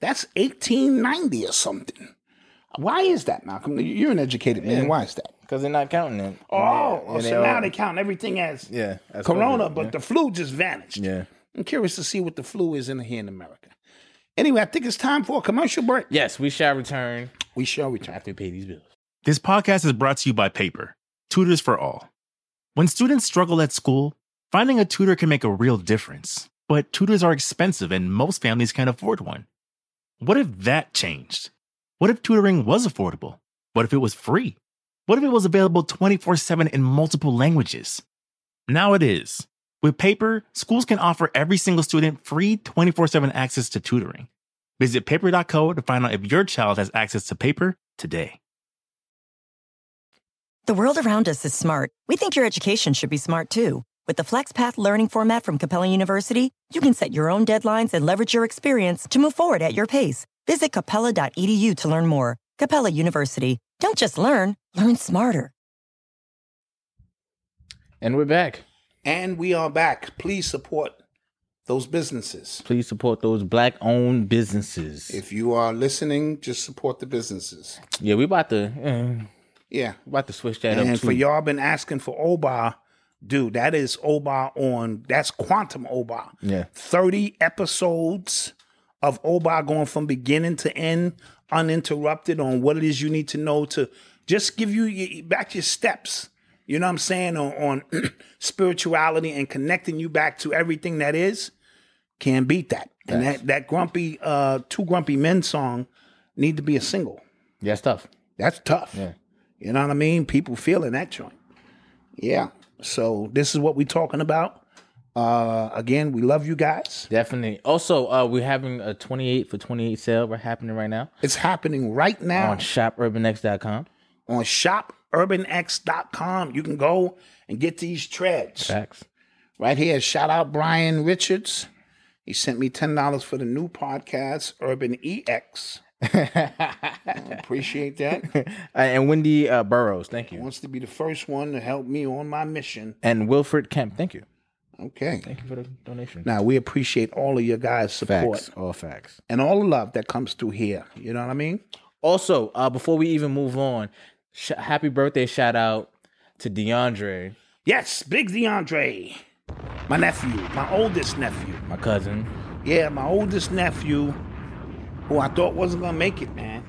Speaker 4: That's 1890 or something. Why is that, Malcolm? You're an educated man. Why is that?
Speaker 1: Because they're not counting it.
Speaker 4: Oh,
Speaker 1: And
Speaker 4: so
Speaker 1: they all-
Speaker 4: now they count everything as
Speaker 1: Yeah. that's
Speaker 4: corona,
Speaker 1: COVID,
Speaker 4: but the flu just vanished.
Speaker 1: yeah. yeah.
Speaker 4: I'm curious to see what the flu is in here in America. Anyway, I think it's time for a commercial break.
Speaker 1: Yes, we shall return
Speaker 4: We shall return.
Speaker 1: after we pay these bills.
Speaker 6: This podcast is brought to you by Paper, tutors for all. When students struggle at school, finding a tutor can make a real difference, but tutors are expensive and most families can't afford one. What if that changed? What if tutoring was affordable? What if it was free? What if it was available 24 7 in multiple languages? Now it is. With Paper, schools can offer every single student free 24 7 access to tutoring. Visit paper.co to find out if your child has access to paper today.
Speaker 7: The world around us is smart. We think your education should be smart too. With the FlexPath learning format from Capella University, you can set your own deadlines and leverage your experience to move forward at your pace. Visit capella.edu to learn more. Capella University. Don't just learn, learn smarter.
Speaker 1: And we're back.
Speaker 4: And we are back. Please support those businesses.
Speaker 1: Please support those black owned businesses.
Speaker 4: If you are listening, just support the businesses.
Speaker 1: yeah, we about to uh,
Speaker 4: Yeah.
Speaker 1: we about to switch that
Speaker 4: and
Speaker 1: up too.
Speaker 4: for y'all been asking for Obar, dude, that is Obar on that's Quantum Obar.
Speaker 1: Yeah.
Speaker 4: Thirty episodes of Obar going from beginning to end, uninterrupted on what it is you need to know to just give you your, back your steps. You know what I'm *clears throat* saying on, on spirituality and connecting you back to everything that is. Can't beat that. And that that grumpy uh two grumpy men song need to be a single.
Speaker 1: Yeah, it's tough.
Speaker 4: That's tough. You know what I mean? People feeling that joint. Yeah. So this is what we're talking about. Uh again, we love you guys.
Speaker 1: Definitely. Also, uh, we're having a 28 for 28 sale. We're happening right now
Speaker 4: It's happening right now
Speaker 1: on shopurbanx.com.
Speaker 4: on shopurbanx.com. You can go and get these treads.
Speaker 1: Facts.
Speaker 4: Right here, shout out Brian Richards. He sent me $10 for the new podcast, Urban
Speaker 1: *laughs*
Speaker 4: EX. Appreciate that.
Speaker 1: and Wendy uh, Burrows, thank you.
Speaker 4: Wants to be the first one to help me on my mission.
Speaker 1: And Wilfred Kemp, thank you.
Speaker 4: Okay.
Speaker 1: Thank you for the donation.
Speaker 4: Now, we appreciate all of your guys' support
Speaker 1: Facts. All facts.
Speaker 4: and all the love that comes through here. You know what I mean?
Speaker 1: Also, uh, before we even move on, sh- happy birthday shout out to DeAndre,
Speaker 4: Yes, Big DeAndre, my nephew, my oldest nephew.
Speaker 1: my cousin.
Speaker 4: Yeah, my oldest nephew, who I thought wasn't gonna make it, man.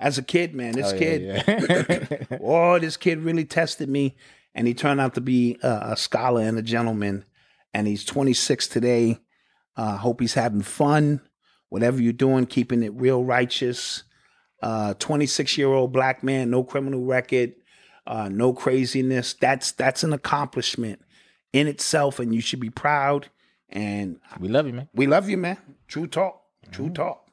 Speaker 4: As a kid, man, this kid, *laughs* oh, this kid really tested me, and he turned out to be a, a scholar and a gentleman. And he's 26 today. Uh, hope he's having fun. Whatever you're doing, keeping it real righteous. Uh, 26 year old black man, no criminal record, uh, no craziness. That's that's an accomplishment in itself, and you should be proud. And
Speaker 1: We love you, man.
Speaker 4: we love you, man. True talk. True talk.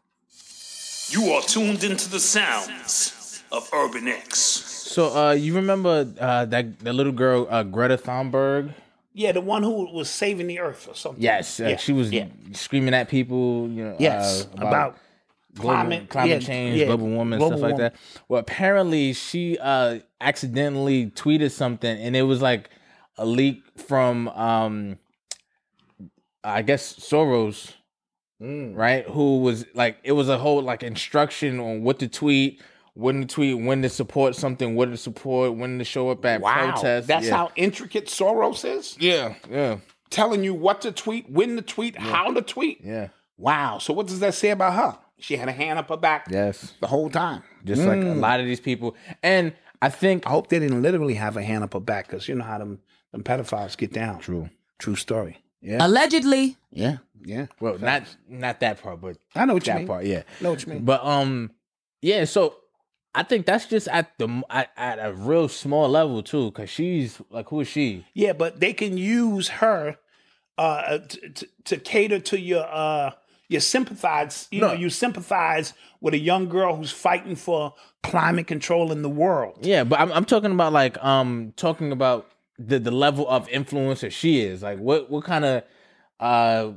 Speaker 5: You are tuned into the sounds of Urban X.
Speaker 1: So uh, you remember uh, that that little girl uh, Greta Thunberg?
Speaker 4: Yeah, the one who was saving the earth or something.
Speaker 1: Yes, uh,
Speaker 4: Yeah,
Speaker 1: she was
Speaker 4: yeah.
Speaker 1: screaming at people. You know,
Speaker 4: Yes,
Speaker 1: uh,
Speaker 4: about,
Speaker 1: global,
Speaker 4: climate-
Speaker 1: climate,
Speaker 4: yeah,
Speaker 1: change,
Speaker 4: yeah,
Speaker 1: global warming,
Speaker 4: global
Speaker 1: stuff like
Speaker 4: warming.
Speaker 1: that. Well, apparently she uh accidentally tweeted something, and it was like a leak from um, I guess Soros, right? Who was like, it was a whole like instruction on what to tweet. When to tweet, when to support something, what to support, when to show up at
Speaker 4: wow.
Speaker 1: protests.
Speaker 4: That's
Speaker 1: yeah.
Speaker 4: how intricate Soros is.
Speaker 1: Yeah, yeah,
Speaker 4: Telling you what to tweet, when to tweet, how to tweet.
Speaker 1: yeah.
Speaker 4: Wow. So what does that say about her? She had a hand up her back
Speaker 1: Yes.
Speaker 4: the whole time.
Speaker 1: Just like a lot of these people. And I think
Speaker 4: I hope they didn't literally have a hand up her back because you know how them, them pedophiles get down.
Speaker 1: True.
Speaker 4: True story. Yeah.
Speaker 8: Allegedly.
Speaker 4: Yeah. Yeah.
Speaker 1: Well, not not that part, but
Speaker 4: I know what you
Speaker 1: that
Speaker 4: mean.
Speaker 1: part, yeah.
Speaker 4: I know what you mean.
Speaker 1: But um, yeah. So I think that's just at the at, at a real small level too, because she's like, who is she?
Speaker 4: Yeah, but they can use her uh, t- t- to cater to your uh, your sympathize. You know, you sympathize with a young girl who's fighting for climate control in the world.
Speaker 1: Yeah, but I'm I'm talking about like um talking about the the level of influence that she is. Like, what what kind of uh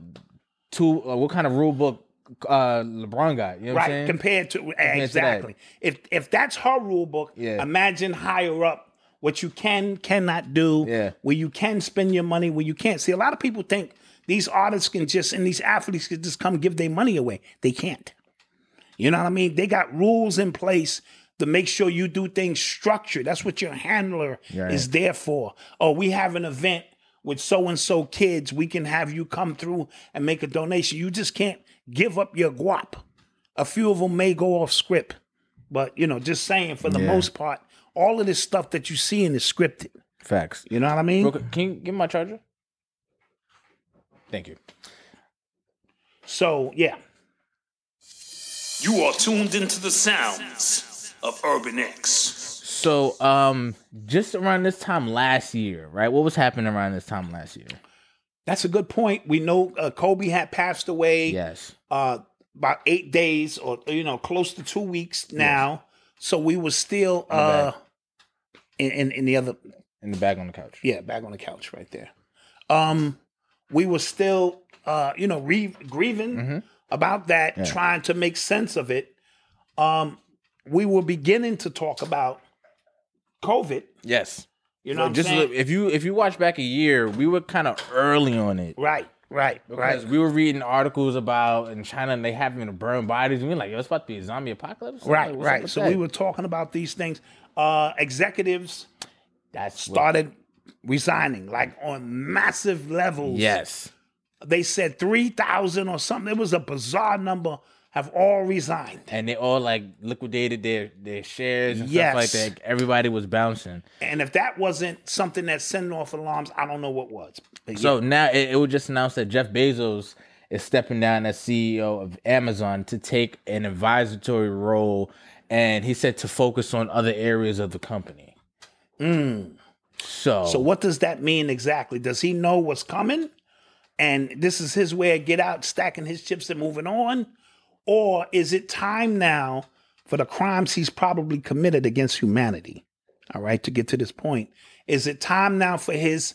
Speaker 1: two uh, what kind of rule book uh LeBron got? You know what I'm
Speaker 4: Right,
Speaker 1: saying?
Speaker 4: compared to
Speaker 1: that.
Speaker 4: exactly. If if that's her rule book,
Speaker 1: Yeah.
Speaker 4: imagine higher up what you can cannot do.
Speaker 1: Yeah.
Speaker 4: where you can spend your money, where you can't. See, a lot of people think these artists can just and these athletes can just come give their money away. They can't. You know what I mean? They got rules in place to make sure you do things structured. That's what your handler is there for. Oh, we have an event with so and so kids. We can have you come through and make a donation. You just can't give up your guap. A few of them may go off script, but you know, just saying for the most part, all of this stuff that you see in is scripted.
Speaker 1: Facts.
Speaker 4: You know what I mean?
Speaker 1: Okay, Can you give me my charger? Thank you.
Speaker 4: So yeah,
Speaker 5: You are tuned into the sounds of Urban X.
Speaker 1: So, um, just around this time last year, right? What was happening around this time last year?
Speaker 4: that's a good point. We know uh, Kobe had passed away.
Speaker 1: Yes.
Speaker 4: uh about eight days or you know close to two weeks now so we were still uh in, in in the other
Speaker 1: In the back on the couch.
Speaker 4: yeah back on the couch right there um we were still uh you know re- grieving
Speaker 1: Mm-hmm.
Speaker 4: about that trying to make sense of it um we were beginning to talk about covid
Speaker 1: Yes.
Speaker 4: you know what I'm
Speaker 1: just
Speaker 4: saying?
Speaker 1: look- if you if you watch back a year, we were kind of early on it.
Speaker 4: right right right
Speaker 1: Because we were reading articles about in China and they having to burn bodies. And we were like, yo, it's about to be a zombie apocalypse. Like,
Speaker 4: right
Speaker 1: what's up
Speaker 4: right
Speaker 1: with
Speaker 4: so
Speaker 1: that?
Speaker 4: we were talking about these things uh executives
Speaker 1: That's start.
Speaker 4: started resigning like on massive levels.
Speaker 1: Yes.
Speaker 4: They said 3,000 or something. It was a bizarre number have all resigned.
Speaker 1: And they all like liquidated their their shares and
Speaker 4: Yes.
Speaker 1: stuff like that. Everybody was bouncing.
Speaker 4: And if that wasn't something that's sending off alarms, I don't know what was. But
Speaker 1: So now it, it was just announced that Jeff Bezos is stepping down as CEO of Amazon to take an advisory role, and he said to focus on other areas of the company. So,
Speaker 4: Mm. So what does that mean exactly? Does he know what's coming? And this is his way of get out, stacking his chips and moving on? Or is it time now for the crimes he's probably committed against humanity? All right, to get to this point. Is it time now for his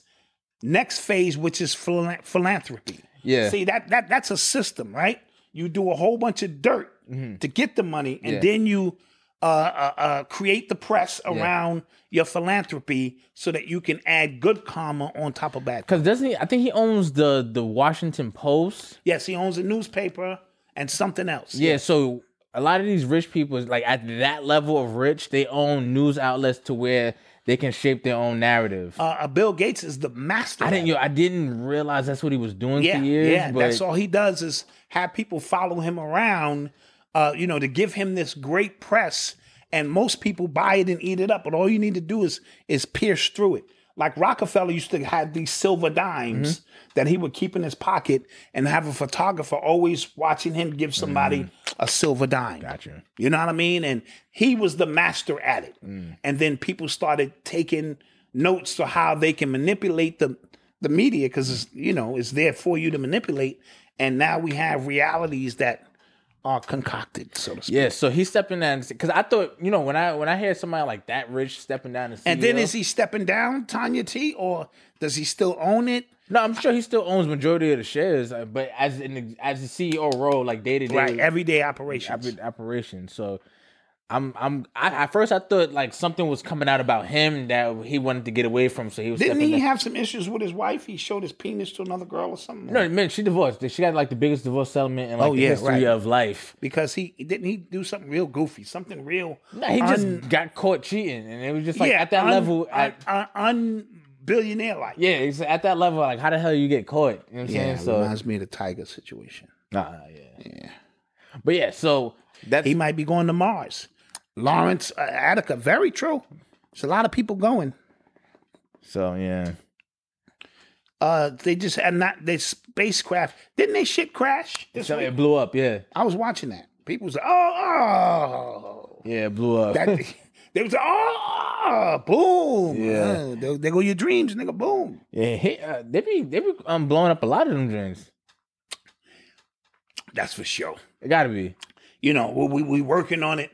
Speaker 4: next phase, which is phila- philanthropy?
Speaker 1: Yeah.
Speaker 4: See, that that that's a system, right? You do a whole bunch of dirt
Speaker 1: Mm-hmm.
Speaker 4: to get the money, and then you uh, uh, uh, create the press around your philanthropy so that you can add good karma on top of bad.
Speaker 1: because doesn't he? I think he owns the the Washington Post.
Speaker 4: Yes, he owns a newspaper and something else.
Speaker 1: Yeah, so a lot of these rich people, like at that level of rich, they own news outlets to where they can shape their own narrative.
Speaker 4: Uh, uh, Bill Gates is the master.
Speaker 1: I didn't,
Speaker 4: at it.
Speaker 1: yo, I didn't realize that's what he was doing
Speaker 4: yeah,
Speaker 1: for years.
Speaker 4: yeah.
Speaker 1: but
Speaker 4: That's all he does is have people follow him around, uh, you know, to give him this great press, and most people buy it and eat it up. But all you need to do is is pierce through it. Like Rockefeller used to have these silver dimes
Speaker 1: Mm-hmm.
Speaker 4: that he would keep in his pocket and have a photographer always watching him give somebody
Speaker 1: Mm-hmm.
Speaker 4: a silver dime. Gotcha. You know what I mean? And he was the master at it.
Speaker 1: Mm.
Speaker 4: And then people started taking notes to how they can manipulate the the media because it's you know it's there for you to manipulate and now we have realities that are concocted so to speak
Speaker 1: Yeah, so he's stepping down because I thought, you know, when I when I hear somebody like that rich stepping down E as
Speaker 4: and then
Speaker 1: CEO
Speaker 4: is he stepping down tanya t or does he still own it
Speaker 1: No, I'm sure he still owns majority of the shares, uh, but as in as the CEO role, like day to day,
Speaker 4: right everyday operations
Speaker 1: oper- operation. So I'm I'm I, at first I thought like something was coming out about him that he wanted to get away from, so he was
Speaker 4: didn't
Speaker 1: stepping
Speaker 4: he
Speaker 1: down.
Speaker 4: have some issues with his wife he showed his penis to another girl or something
Speaker 1: no, man, she divorced. She got like the biggest divorce settlement in like
Speaker 4: Oh,
Speaker 1: the
Speaker 4: yeah,
Speaker 1: history
Speaker 4: right.
Speaker 1: of life.
Speaker 4: because he didn't he do something real goofy something real
Speaker 1: Nah, he just
Speaker 4: un-
Speaker 1: got caught cheating, and it was just like
Speaker 4: yeah,
Speaker 1: at that
Speaker 4: un-
Speaker 1: level.
Speaker 4: un,
Speaker 1: at,
Speaker 4: un, billionaire like
Speaker 1: yeah, it's at that level, like how the hell you get caught? You know what I'm saying?
Speaker 4: yeah it
Speaker 1: So,
Speaker 4: reminds me of the tiger situation
Speaker 1: nah, yeah, yeah. But yeah, so that's
Speaker 4: he might be going to mars lawrence uh, attica very true there's a lot of people going
Speaker 1: so yeah.
Speaker 4: Uh, they just had not they spacecraft. Didn't they ship crash? This
Speaker 1: So
Speaker 4: week?
Speaker 1: it blew up, yeah.
Speaker 4: I was watching that. People was like, oh, oh.
Speaker 1: Yeah, it blew up. *laughs*
Speaker 4: That, they was like, oh, oh, boom.
Speaker 1: Yeah.
Speaker 4: Uh, there, there go your dreams, nigga. Boom.
Speaker 1: yeah, he, uh, they be they be um, blowing up a lot of them dreams.
Speaker 4: That's for sure.
Speaker 1: It gotta be.
Speaker 4: You know, we we, we working on it.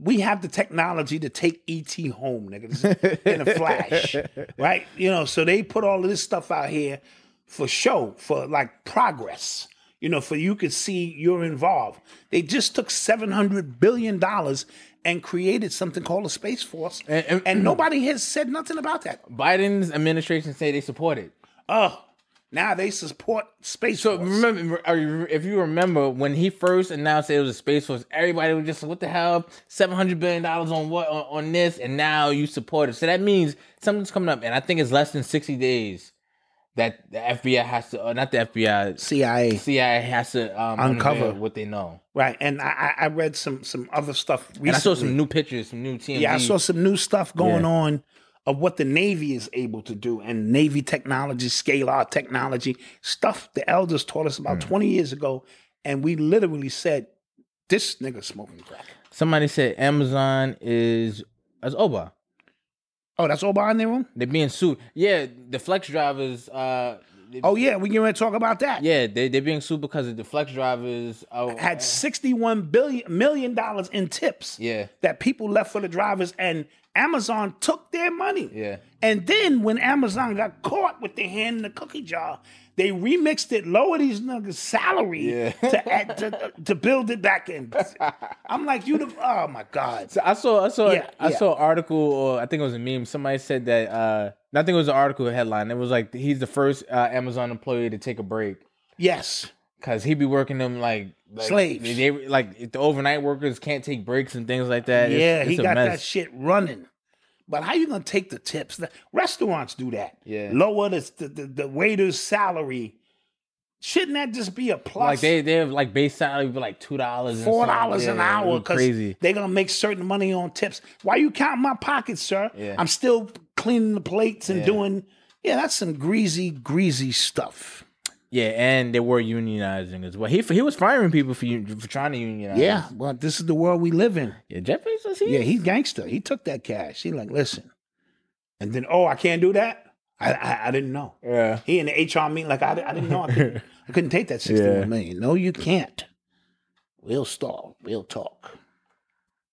Speaker 4: We have the technology to take ET home, nigga, This is in
Speaker 1: *laughs*
Speaker 4: a flash, right? You know, so they put all of this stuff out here for show, for like progress. You know, for you could see you're involved. They just took seven hundred billion dollars and created something called a space force,
Speaker 1: And-
Speaker 4: and,
Speaker 1: and-
Speaker 4: nobody has said nothing about that.
Speaker 1: Biden's administration say they support it.
Speaker 4: Oh, now they support space
Speaker 1: So
Speaker 4: force.
Speaker 1: remember, are you- if you remember when he first announced it was a space force, everybody was just like, "What the hell? Seven hundred billion dollars on what on, on this?" And now you support it. So that means something's coming up, and I think it's less than sixty days that the FBI has to, uh, not the FBI,
Speaker 4: CIA,
Speaker 1: CIA has to um,
Speaker 4: Uncover.
Speaker 1: unveil what they know.
Speaker 4: right? And I, I I read some some other stuff. Recently.
Speaker 1: And I saw some new pictures, some new TMZ.
Speaker 4: Yeah, I saw some new stuff going
Speaker 1: Yeah.
Speaker 4: on of what the Navy is able to do and Navy technology, scalar technology, stuff the elders taught us
Speaker 1: Hmm.
Speaker 4: about 20 years ago. And we literally said, this nigga smoking crack.
Speaker 1: Somebody said Amazon is as Oba.
Speaker 4: Oh, that's all behind their room?
Speaker 1: They're being sued. Yeah, the flex drivers. Uh, they-
Speaker 4: Oh, yeah, we can talk about that.
Speaker 1: yeah, they they're being sued because of the flex drivers. Uh,
Speaker 4: Had $61 billion, million dollars in tips
Speaker 1: Yeah.
Speaker 4: that people left for the drivers, and Amazon took their money.
Speaker 1: Yeah.
Speaker 4: And then when Amazon got caught with their hand in the cookie jar, they remixed it, lower these niggas' salary to, add, to to build it
Speaker 1: *laughs*
Speaker 4: back in. I'm like, you the oh my god,
Speaker 1: So I saw I saw
Speaker 4: Yeah,
Speaker 1: I
Speaker 4: yeah.
Speaker 1: saw an article or I think it was a meme. Somebody said that uh, I think it was an article headline. It was like he's the first uh, Amazon employee to take a break
Speaker 4: yes,
Speaker 1: because he be working them like, like
Speaker 4: Slaves.
Speaker 1: They, they- like the overnight workers can't take breaks and things like that. It's-
Speaker 4: yeah,
Speaker 1: it's
Speaker 4: he
Speaker 1: a
Speaker 4: got
Speaker 1: mess.
Speaker 4: that shit running. But how you gonna take the tips? The- restaurants do that.
Speaker 1: Yeah.
Speaker 4: lower the the, the, the waiter's salary. Shouldn't that just be a plus?
Speaker 1: Like they they have like base salary would be like two dollars,
Speaker 4: four dollars an hour because
Speaker 1: Crazy.
Speaker 4: they're gonna make certain money on tips. Why you count my pockets, sir?
Speaker 1: Yeah.
Speaker 4: I'm still cleaning the plates and doing. Yeah, that's some greasy, greasy stuff.
Speaker 1: Yeah, and they were unionizing as well. He he was firing people for un- for trying to unionize.
Speaker 4: Yeah, well, this is the world we live in.
Speaker 1: yeah. Jeff Bezos. He,
Speaker 4: Yeah, he's gangster. He took that cash. He like, listen, and then oh, I can't do that. I I, I didn't know.
Speaker 1: yeah.
Speaker 4: He in the HR meeting like I, di- I didn't know. I couldn't, I couldn't take that
Speaker 1: *laughs*
Speaker 4: sixty
Speaker 1: Yeah.
Speaker 4: one million. No, you can't. We'll stall. We'll talk.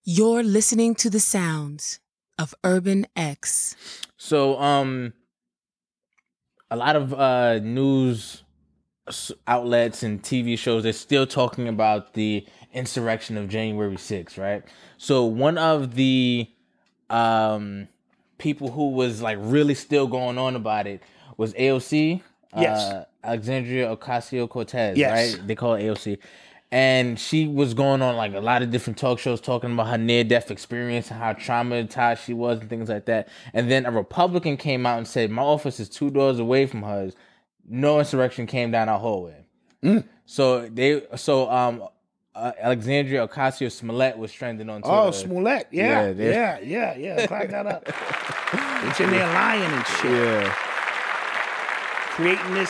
Speaker 9: You're listening to the sounds of Urban X.
Speaker 1: So um, a lot of uh news s- outlets and TV shows they're still talking about the insurrection of January 6th, right? So one of the um people who was like really still going on about it was AOC.
Speaker 4: Yes.
Speaker 1: Uh, Alexandria Ocasio Cortez,
Speaker 4: Yes.
Speaker 1: right? They call it AOC. And she was going on like a lot of different talk shows talking about her near death experience and how traumatized she was and things like that. And then a Republican came out and said, My office is two doors away from hers. No insurrection came down our hallway. Mm. So they so um uh, Alexandria Ocasio Smollett was trending on Twitter.
Speaker 4: Oh, Smollett. Yeah,
Speaker 1: Yeah, they-
Speaker 4: yeah, yeah, yeah. Crack that up. It's in there lying
Speaker 1: *laughs*
Speaker 4: and shit.
Speaker 1: Yeah.
Speaker 4: Creating this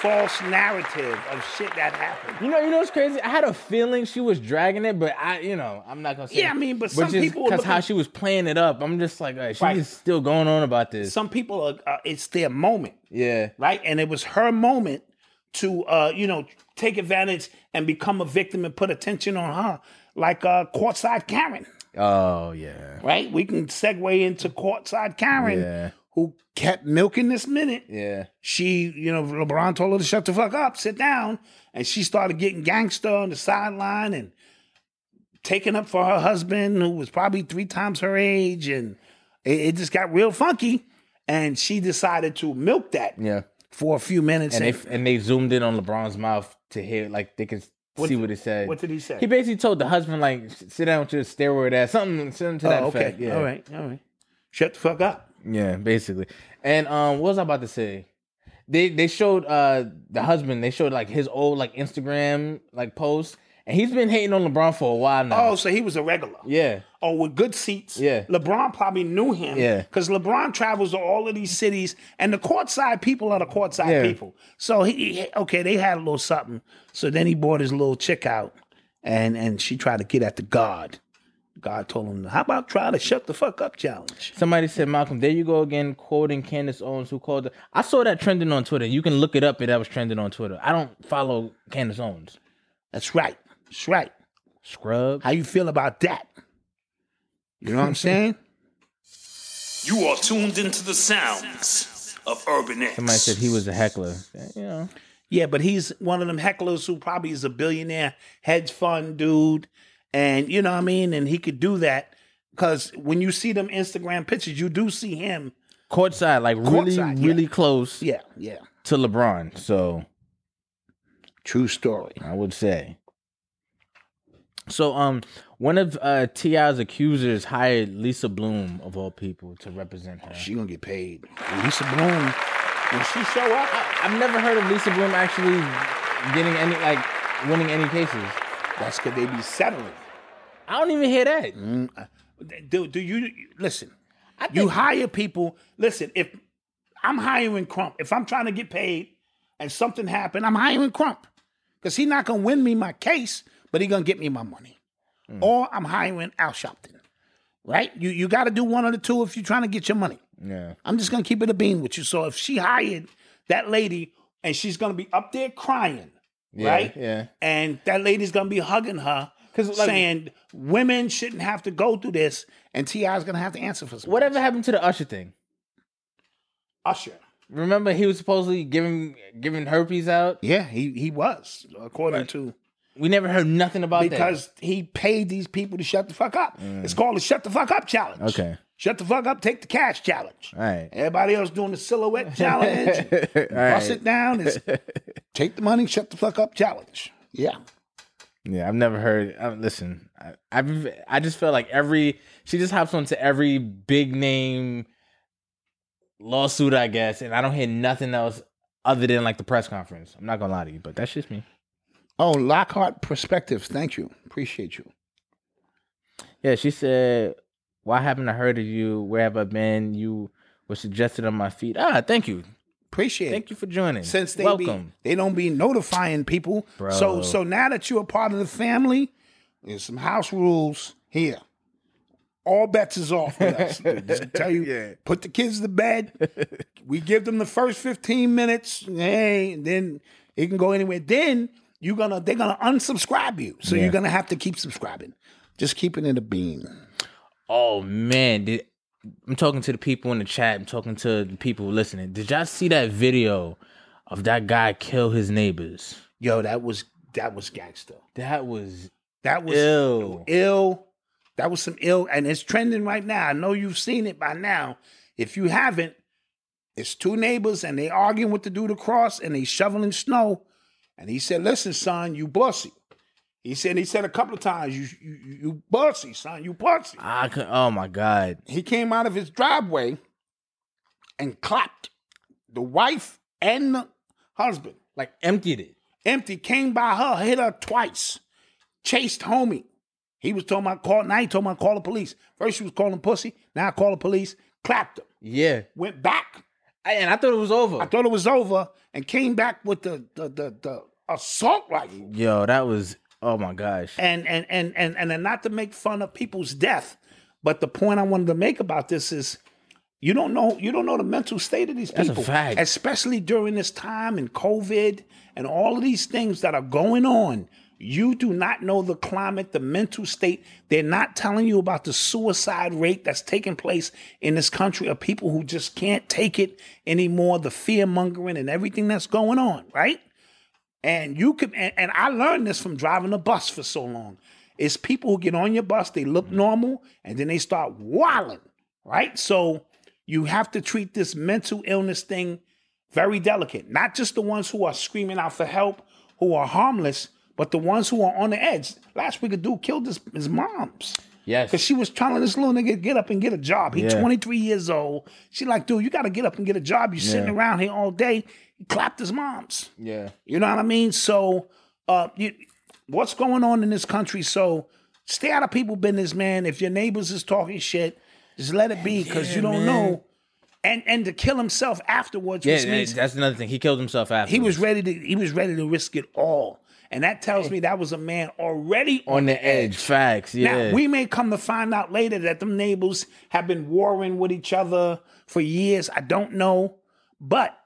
Speaker 4: false narrative of shit that happened.
Speaker 1: You know, you know what's crazy? I had a feeling she was dragging it, but I, you know, I'm not gonna say.
Speaker 4: Yeah, I mean, but some people are
Speaker 1: because how
Speaker 4: looking-
Speaker 1: she was playing it up, I'm just like, uh, she's
Speaker 4: Right.
Speaker 1: still going on about this.
Speaker 4: Some people are, uh, it's their moment,
Speaker 1: yeah,
Speaker 4: right? And it was her moment to, uh, you know, take advantage and become a victim and put attention on her, like uh, courtside Karen,
Speaker 1: Oh yeah.
Speaker 4: right? We can segue into courtside Karen,
Speaker 1: Yeah.
Speaker 4: who kept milking this minute.
Speaker 1: Yeah.
Speaker 4: she, you know, LeBron told her to shut the fuck up, sit down, and she started getting gangster on the sideline and taking up for her husband, who was probably three times her age, and it, it just got real funky. And she decided to milk that
Speaker 1: Yeah.
Speaker 4: for a few minutes.
Speaker 1: And they and they zoomed in on LeBron's mouth to hear like they could
Speaker 4: What
Speaker 1: see
Speaker 4: did-
Speaker 1: what it said.
Speaker 4: what did he say?
Speaker 1: He basically told the husband like, "S- sit down with your steroid ass, something, something to that
Speaker 4: oh, okay,
Speaker 1: effect. Yeah.
Speaker 4: all right, all right, shut the fuck up.
Speaker 1: Yeah, basically. And um, what was I about to say? They they showed uh the husband. They showed like his old like Instagram like post, and he's been hating on LeBron for a while now.
Speaker 4: Oh, so he was a regular.
Speaker 1: yeah,
Speaker 4: or Oh, with good seats.
Speaker 1: Yeah.
Speaker 4: LeBron probably knew him.
Speaker 1: Yeah.
Speaker 4: Because LeBron travels to all of these cities, and the courtside people are the courtside
Speaker 1: Yeah.
Speaker 4: people. So he, he- okay, they had a little something. So then he brought his little chick out, and and she tried to get at the guard. God told him, "How about try to shut the fuck up challenge?"
Speaker 1: somebody said Malcolm. There you go again, quoting Candace Owens, who called. The, I saw that trending on Twitter. You can look it up. If that was trending on Twitter. I don't follow Candace Owens.
Speaker 4: That's right. That's right.
Speaker 1: Scrub.
Speaker 4: How you feel about that? You know what I'm saying?
Speaker 5: *laughs* You are tuned into the sounds of Urban X.
Speaker 1: Somebody said he was a heckler. You know.
Speaker 4: Yeah, but he's one of them hecklers who probably is a billionaire hedge fund dude. And you know what I mean? And he could do that because when you see them Instagram pictures, you do see him.
Speaker 1: Courtside, like really,
Speaker 4: Courtside, yeah.
Speaker 1: really close
Speaker 4: Yeah, yeah.
Speaker 1: to LeBron. So
Speaker 4: True story.
Speaker 1: I would say. So, um, one of uh, Ti's accusers hired Lisa Bloom of all people to represent her.
Speaker 4: She gonna get paid. Lisa Bloom. When she show up,
Speaker 1: I, I've never heard of Lisa Bloom actually getting any like winning any cases.
Speaker 4: that's because they be settling.
Speaker 1: I don't even hear that.
Speaker 4: Do, do you listen? you hire people. Listen, if I'm hiring Crump, if I'm trying to get paid and something happened, I'm hiring Crump because he's not gonna win me my case, but he gonna get me my money.
Speaker 1: Hmm.
Speaker 4: Or I'm hiring Al Sharpton, right? You you got to do one of the two if you're trying to get your money.
Speaker 1: Yeah,
Speaker 4: I'm just gonna keep it a bean with you. So if she hired that lady and she's gonna be up there crying,
Speaker 1: yeah,
Speaker 4: right?
Speaker 1: Yeah,
Speaker 4: and that lady's gonna be hugging her
Speaker 1: 'Cause, like-
Speaker 4: saying women shouldn't have to go through this and ti's gonna have to answer for some
Speaker 1: whatever happened to the Usher thing?
Speaker 4: usher
Speaker 1: Remember, he was supposedly giving giving herpes out.
Speaker 4: yeah he he was according to
Speaker 1: We never heard nothing about
Speaker 4: because he paid these people to shut the fuck up it's called the shut the fuck up challenge
Speaker 1: that. Okay,
Speaker 4: shut the fuck up take the cash challenge
Speaker 1: all right,
Speaker 4: everybody else doing
Speaker 1: *laughs*
Speaker 4: the silhouette challenge
Speaker 1: *laughs* all
Speaker 4: bust
Speaker 1: right.
Speaker 4: it
Speaker 1: *laughs*
Speaker 4: down it's take the money shut the fuck up challenge yeah
Speaker 1: Yeah, I've never heard. Uh, listen, I, I've I just felt like every she just hops onto every big name lawsuit, I guess, and I don't hear nothing else other than like the press conference. I'm not gonna lie to you, but that's just me.
Speaker 4: oh lockhart perspectives thank you appreciate you
Speaker 1: Yeah, she said, "Why haven't I heard of you? Where have I been? You were suggested on my feed." Ah, thank you,
Speaker 4: Appreciate it.
Speaker 1: Thank you for joining.
Speaker 4: Since they
Speaker 1: Welcome.
Speaker 4: Be, they don't be notifying people. So
Speaker 1: Bro.
Speaker 4: so now that you're a part of the family, there's some house rules here. All bets is off with us.
Speaker 1: *laughs*
Speaker 4: Just tell you, put the kids to bed. We give them the first 15 minutes. Hey, and then it can go anywhere. Then you're gonna they're gonna unsubscribe you. So
Speaker 1: Yeah.
Speaker 4: you're gonna have to keep subscribing. Just keeping it a beam.
Speaker 1: Oh man, did, I'm talking to the people in the chat. I'm talking to the people listening. Did y'all see that video of that guy kill his neighbors?
Speaker 4: Yo, that was that was gangster.
Speaker 1: That was
Speaker 4: That was
Speaker 1: ill.
Speaker 4: ill. That was some ill, and it's trending right now. I know you've seen it by now. If you haven't, it's two neighbors and they arguing with the dude across, and they shoveling snow. And he said, "Listen, son, you bussy." He said, he said a couple of times, "You you you- you bussy, son, you bussy."
Speaker 1: I could, oh my god.
Speaker 4: He came out of his driveway and clapped the wife and the husband.
Speaker 1: Like emptied it.
Speaker 4: Empty came by her, hit her twice, chased homie. He was told my call. Now he told my call the police. First she was calling pussy. Now I call the police. Clapped him.
Speaker 1: Yeah. Oh.
Speaker 4: Went back.
Speaker 1: And I thought it was over.
Speaker 4: I thought it was over, and came back with the the the, the assault rifle.
Speaker 1: Yo, that was oh my gosh.
Speaker 4: And and and and and then not to make fun of people's death, but the point I wanted to make about this is. You don't know. You don't know the mental state of these
Speaker 1: That's a
Speaker 4: people,
Speaker 1: fact.
Speaker 4: especially during this time and COVID and all of these things that are going on. You do not know the climate, the mental state. They're not telling you about the suicide rate that's taking place in this country of people who just can't take it anymore. The fear mongering and everything that's going on, right? And you can. And, and I learned this from driving a bus for so long. It's people who get on your bus, they look normal, and then they start wilding, right? So you have to treat this mental illness thing very delicate. Not just the ones who are screaming out for help, who are harmless, but the ones who are on the edge. Last week, a dude killed his, his mom's.
Speaker 1: Yes.
Speaker 4: Because she was telling this little nigga, get up and get a job. He's
Speaker 1: Yeah.
Speaker 4: 23 years old. She like, dude, you got to get up and get a job. you sitting
Speaker 1: Yeah.
Speaker 4: around here all day. He clapped his mom's.
Speaker 1: Yeah.
Speaker 4: You know what I mean? So, uh, you, what's going on in this country? So, stay out of people' business, man. If your neighbors is talking shit, just let it be because you don't know. And and to kill himself afterwards,
Speaker 1: Yeah,
Speaker 4: which means
Speaker 1: that- that's another thing. He killed himself after.
Speaker 4: he was ready to he was ready to risk it all. And that tells me that was a man already
Speaker 1: on the edge. Facts. Yeah.
Speaker 4: now, we may come to find out later that them neighbors have been warring with each other for years. I don't know. But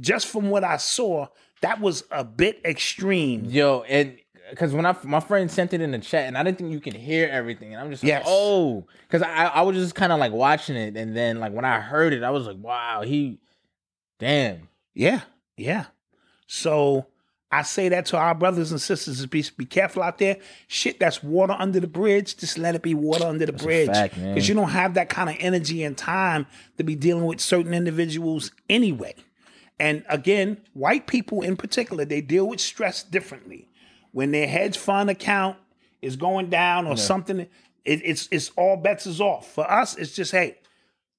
Speaker 4: just from what I saw, that was a bit extreme.
Speaker 1: Yo, and because when I my friend sent it in the chat, and I didn't think you could hear everything, and I'm just like,
Speaker 4: Yes.
Speaker 1: oh, because I I was just kind of like watching it, and then like when I heard it, I was like, wow, he, damn,
Speaker 4: Yeah, yeah. So I say that to our brothers and sisters: is be, be careful out there. Shit, that's water under the bridge. Just let it be water under the bridge,
Speaker 1: fact, man.
Speaker 4: because you don't have that kind of energy and time to be dealing with certain individuals anyway. And again, white people in particular, they deal with stress differently. When their hedge fund account is going down or something, it, it's it's all bets is off. For us, it's just hey,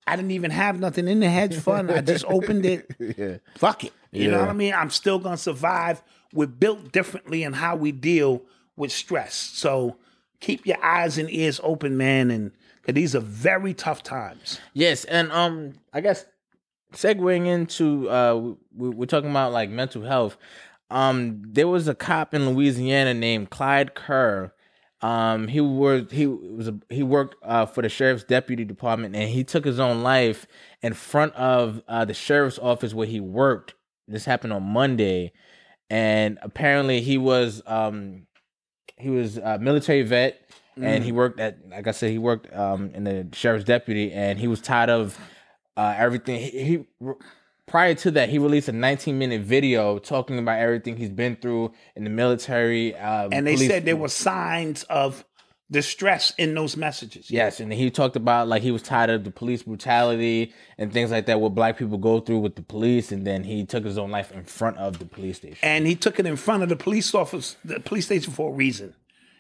Speaker 4: I didn't even have nothing in the hedge fund. I just
Speaker 1: *laughs*
Speaker 4: opened it. Fuck it. You know what I mean? I'm still gonna survive. We're built differently in how we deal with stress. So keep your eyes and ears open, man, and cause these are very tough times.
Speaker 1: yes, and um, I guess segueing into uh, we, we're talking about like mental health. Um, there was a cop in Louisiana named Clyde Kerr. Um, he worked. He was. A, he worked uh, for the sheriff's deputy department, and he took his own life in front of uh, the sheriff's office where he worked. This happened on Monday, and apparently he was um, he was a military vet, and he worked at like I said, he worked um, in the sheriff's deputy, and he was tired of uh, everything. He, he prior to that, he released a 19 minute video talking about everything he's been through in the military. Uh,
Speaker 4: And they
Speaker 1: police-
Speaker 4: said there were signs of distress in those messages.
Speaker 1: Yes, and he talked about like he was tired of the police brutality and things like that. What black people go through with the police, and then he took his own life in front of the police station.
Speaker 4: and he took it in front of the police office, the police station for a reason.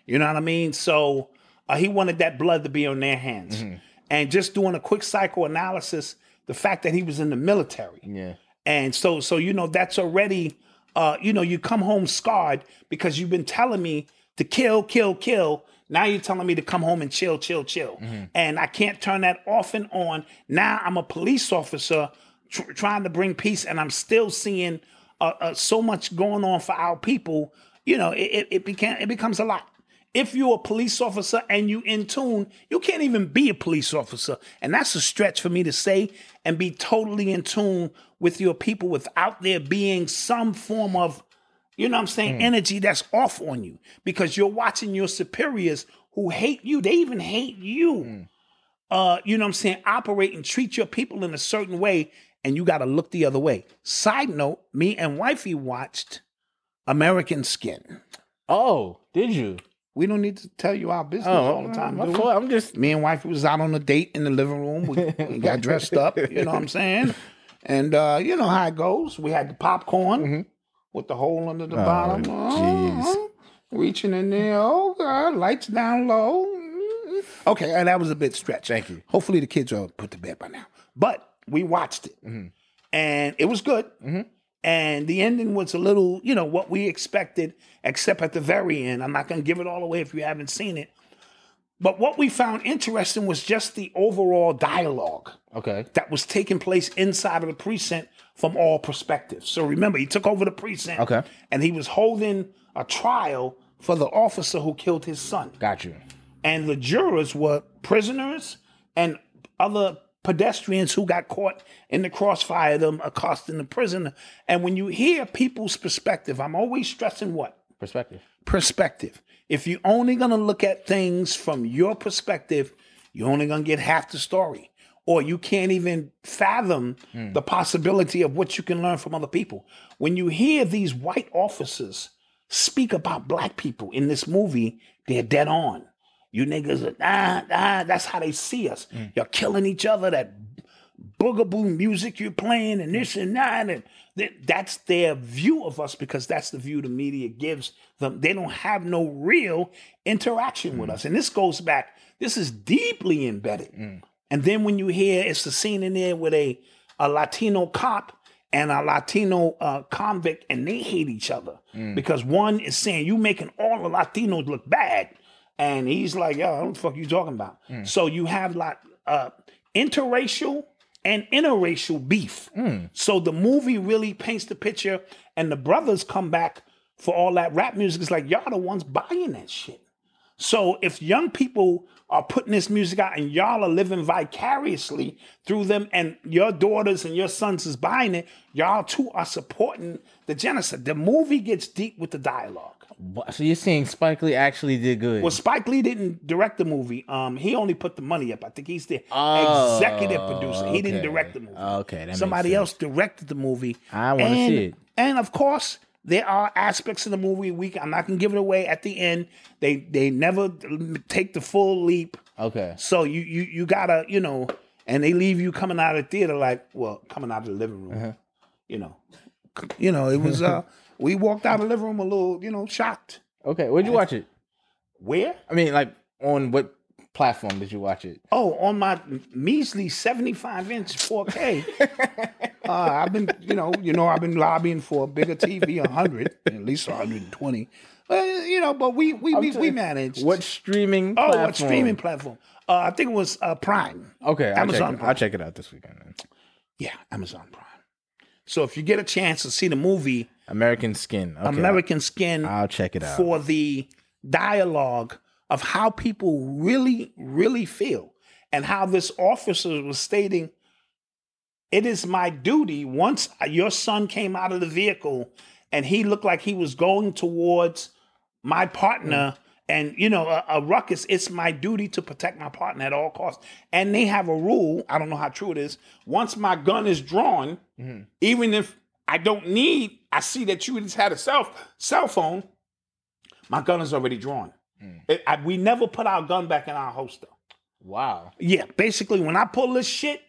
Speaker 4: You know what I mean? So uh, he wanted that blood to be on their hands.
Speaker 1: Mm-hmm.
Speaker 4: And just doing a quick psychoanalysis, the fact that he was in the military,
Speaker 1: Yeah,
Speaker 4: and so so you know that's already uh, you know you come home scarred because you've been telling me to kill, kill, kill. Now you're telling me to come home and chill, chill, chill, and I can't turn that off and on. Now I'm a police officer tr- trying to bring peace, and I'm still seeing uh, uh, so much going on for our people. You know, it it, it, became, it becomes a lot. If you're a police officer and you in tune, you can't even be a police officer, and that's a stretch for me to say. And be totally in tune with your people without there being some form of you know what I'm saying? Energy that's off on you because you're watching your superiors who hate you. They even hate you. Uh, you know what I'm saying? Operate and treat your people in a certain way, and you got to look the other way. Side note: Me and wifey watched American Skin.
Speaker 1: Oh, did you?
Speaker 4: We don't need to tell you our business
Speaker 1: Oh,
Speaker 4: all the time.
Speaker 1: my
Speaker 4: do we?
Speaker 1: fault. I'm just
Speaker 4: me and wifey was out on a date in the living room. We, we got dressed up. You know what I'm saying? And uh, you know how it goes. We had the popcorn
Speaker 1: Mm-hmm.
Speaker 4: with the hole under the bottom. Oh, reaching in there. Oh God, lights down low. Mm. Okay, and that was a bit stretch. Thank you. Hopefully the kids are put to bed by now. But we watched it,
Speaker 1: Mm-hmm.
Speaker 4: and it was good. And the ending was a little, you know, what we expected, except at the very end. I'm not going to give it all away if you haven't seen it. But what we found interesting was just the overall dialogue
Speaker 1: Okay.
Speaker 4: that was taking place inside of the precinct from all perspectives. So remember, he took over the precinct
Speaker 1: Okay.
Speaker 4: and he was holding a trial for the officer who killed his son.
Speaker 1: Got you.
Speaker 4: And the jurors were prisoners and other pedestrians who got caught in the crossfire, of them accosting the prisoner. And when you hear people's perspective, I'm always stressing what?
Speaker 1: Perspective.
Speaker 4: perspective. If you're only going to look at things from your perspective, you're only going to get half the story. Or you can't even fathom the possibility of what you can learn from other people. When you hear these white officers speak about black people in this movie, they're dead on. You niggas are, ah, ah, that's how they see us. You're killing each other, that boogaboo music you're playing and this and that and th- that's their view of us because that's the view the media gives them they don't have no real interaction with us and this goes back this is deeply embedded and then when you hear it's the scene in there with a, a latino cop and a latino uh, convict and they hate each other because one is saying you making all the latinos look bad and he's like, yo, what the fuck you talking about? So you have like uh, interracial and interracial beef. So the movie really paints the picture, and the brothers come back for all that rap music. It's like, y'all the ones buying that shit. So if young people are putting this music out and y'all are living vicariously through them and your daughters and your sons is buying it, y'all too are supporting the genocide. The movie gets deep with the dialogue.
Speaker 1: Wha- So you're saying Spike Lee actually did good?
Speaker 4: Well, Spike Lee didn't direct the movie. Um, he only put the money up. I think he's the
Speaker 1: Oh,
Speaker 4: executive producer. He didn't
Speaker 1: okay. Oh,
Speaker 4: direct the movie.
Speaker 1: Okay, that makes
Speaker 4: somebody
Speaker 1: sense.
Speaker 4: else directed the movie.
Speaker 1: I wanna
Speaker 4: And-
Speaker 1: see it.
Speaker 4: And of course, there are aspects of the movie we. I'm not gonna give it away. At the end, they they never take the full leap.
Speaker 1: Okay.
Speaker 4: So you you you gotta you know, and they leave you coming out of the theater like well coming out of the living room,
Speaker 1: Uh-huh.
Speaker 4: you know, you know it was uh *laughs* we walked out of the living room a little you know shocked.
Speaker 1: Okay. Where'd you watch it?
Speaker 4: Where?
Speaker 1: I mean, like on what platform did you watch it?
Speaker 4: Oh, on my measly seventy-five inch
Speaker 1: *laughs*
Speaker 4: four K. uh, I've been, you know, you know, I've been lobbying for a bigger TV, hundred, at least one hundred and twenty. Well, you know, but we we we, we managed.
Speaker 1: What streaming?
Speaker 4: Oh,
Speaker 1: platform?
Speaker 4: what streaming platform? Uh, I think it was uh, Prime.
Speaker 1: Okay, I'll
Speaker 4: Amazon
Speaker 1: Check it,
Speaker 4: Prime.
Speaker 1: I'll check it out this weekend. Then.
Speaker 4: Yeah, Amazon Prime. So if you get a chance to see the movie
Speaker 1: American Skin. Okay.
Speaker 4: American Skin,
Speaker 1: I'll check it out.
Speaker 4: for the dialogue of how people really, really feel and how this officer was stating, It is my duty. Once your son came out of the vehicle and he looked like he was going towards my
Speaker 1: Mm.
Speaker 4: partner and, you know, a, a ruckus, it's my duty to protect my partner at all costs. And they have a rule, I don't know how true it is, once my gun is drawn,
Speaker 1: Mm.
Speaker 4: even if I don't need, I see that you just had a cell, cell phone, my gun is already drawn.
Speaker 1: Hmm.
Speaker 4: It- I- we never put our gun back in our holster.
Speaker 1: wow.
Speaker 4: Yeah, basically, when I pull this shit,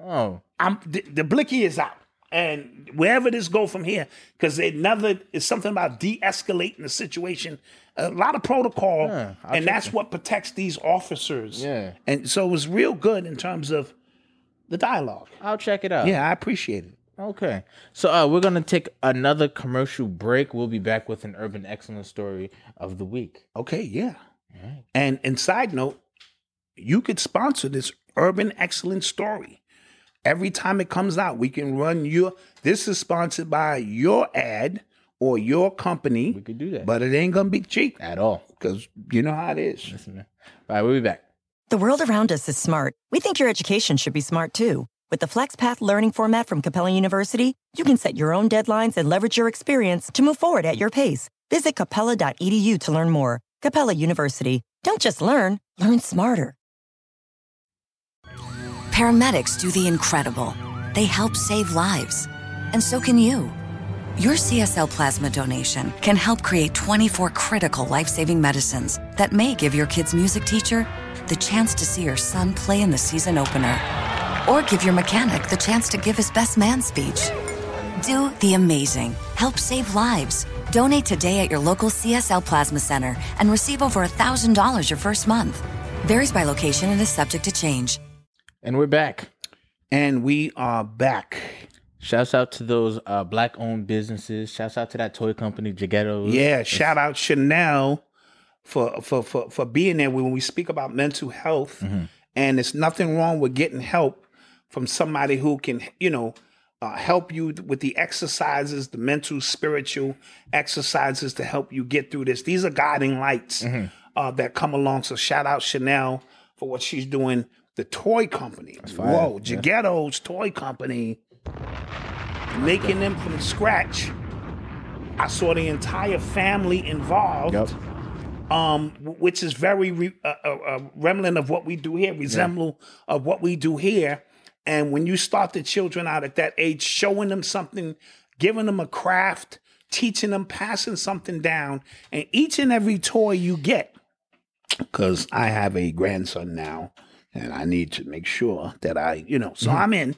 Speaker 1: Oh,
Speaker 4: I'm the, the blicky is out, and wherever this go from here, because another is something about de-escalating the situation. A lot of protocol,
Speaker 1: Yeah, I'll
Speaker 4: and
Speaker 1: check
Speaker 4: that's what protects these officers.
Speaker 1: Yeah.
Speaker 4: and so it was real good in terms of the dialogue.
Speaker 1: I'll check it out.
Speaker 4: Yeah, I appreciate it.
Speaker 1: Okay. So uh, we're gonna take another commercial break. We'll be back with an urban excellence story of the week.
Speaker 4: Okay, yeah. And and side note, you could sponsor this urban excellence story. Every time it comes out, we can run your. This is sponsored by your ad or your company. We could do that, but it ain't gonna be cheap at all because you know how it is. Listen, man.
Speaker 1: All right, we'll be back.
Speaker 7: The world around us is smart. We think your education should be smart too. With the FlexPath learning format from Capella University, you can set your own deadlines and leverage your experience to move forward at your pace. Visit capella.edu to learn more. Capella University. Don't just learn, learn smarter.
Speaker 10: Paramedics do the incredible. They help save lives, and so can you. Your CSL plasma donation can help create 24 critical life saving medicines that may give your kid's music teacher the chance to see your son play in the season opener, or give your mechanic the chance to give his best man speech. Do the amazing. Help save lives. Donate today at your local CSL Plasma Center and receive over $1,000 your first month. Varies by location and is subject to change.
Speaker 1: And we're back.
Speaker 4: And we are back.
Speaker 1: Shouts out to those uh, black owned businesses. Shouts out to that toy company, Jagetto.
Speaker 4: Yeah, shout out Chanel for for for for being there when we speak about mental health.
Speaker 1: Mm-hmm.
Speaker 4: And it's nothing wrong with getting help from somebody who can, you know, uh, help you with the exercises, the mental, spiritual exercises to help you get through this. These are guiding lights
Speaker 1: Mm-hmm.
Speaker 4: uh, that come along. So shout out Chanel for what she's doing. The toy company,
Speaker 1: fire.
Speaker 4: whoa,
Speaker 1: Yeah.
Speaker 4: Jagetto's toy company, making them from scratch. I saw the entire family involved, um, w- which is very re- uh, uh, uh, remnant of what we do here, resemble of what we do here. And when you start the children out at that age, showing them something, giving them a craft, teaching them, passing something down, and each and every toy you get, because I have a grandson now, and I need to make sure that I, you know, so I'm in.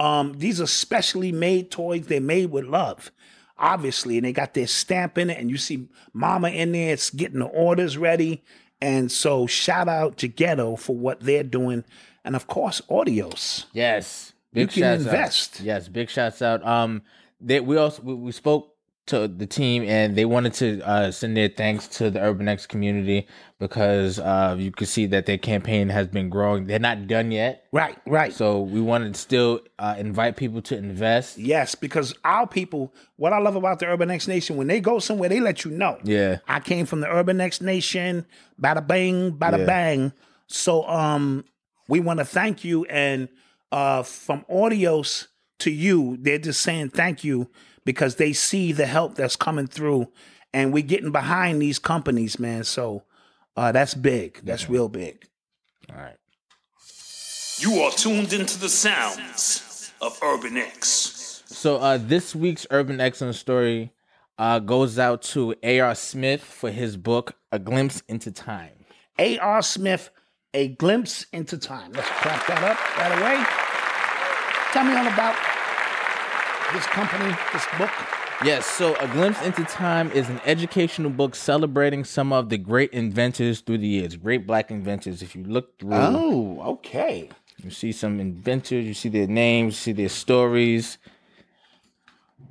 Speaker 4: Um, these are specially made toys. They're made with love, obviously, and they got their stamp in it. And you see Mama in there, it's getting the orders ready. And so, shout out to Ghetto for what they're doing, and of course, Audios.
Speaker 1: Yes.
Speaker 4: You
Speaker 1: Big
Speaker 4: can
Speaker 1: shouts
Speaker 4: invest.
Speaker 1: Out. Yes, big shouts out. Um, they, we also we, we spoke to the team and they wanted to uh, send their thanks to the Urban X community because uh, you could see that their campaign has been growing. They're not done yet.
Speaker 4: Right, right.
Speaker 1: So we wanted to still uh, invite people to invest.
Speaker 4: Yes, because our people, what I love about the Urban X Nation, when they go somewhere, they let you know.
Speaker 1: Yeah.
Speaker 4: I came from the Urban X Nation, bada bang, bada
Speaker 1: Yeah.
Speaker 4: bang. So um we want to thank you and uh from audios to you, they're just saying thank you because they see the help that's coming through and we're getting behind these companies, man. So uh that's big. That's real big.
Speaker 5: You are tuned into the sounds of Urban X.
Speaker 1: So uh, this week's Urban Excellence story uh, goes out to A.R. Smith for his book, A Glimpse into Time.
Speaker 4: A.R. Smith, A Glimpse into Time. Let's clap that up right away. Tell me all about this company, this book.
Speaker 1: Yes, so A Glimpse into Time is an educational book celebrating some of the great inventors through the years, great black inventors. If you look through,
Speaker 4: Oh, okay.
Speaker 1: you see some inventors, you see their names, you see their stories.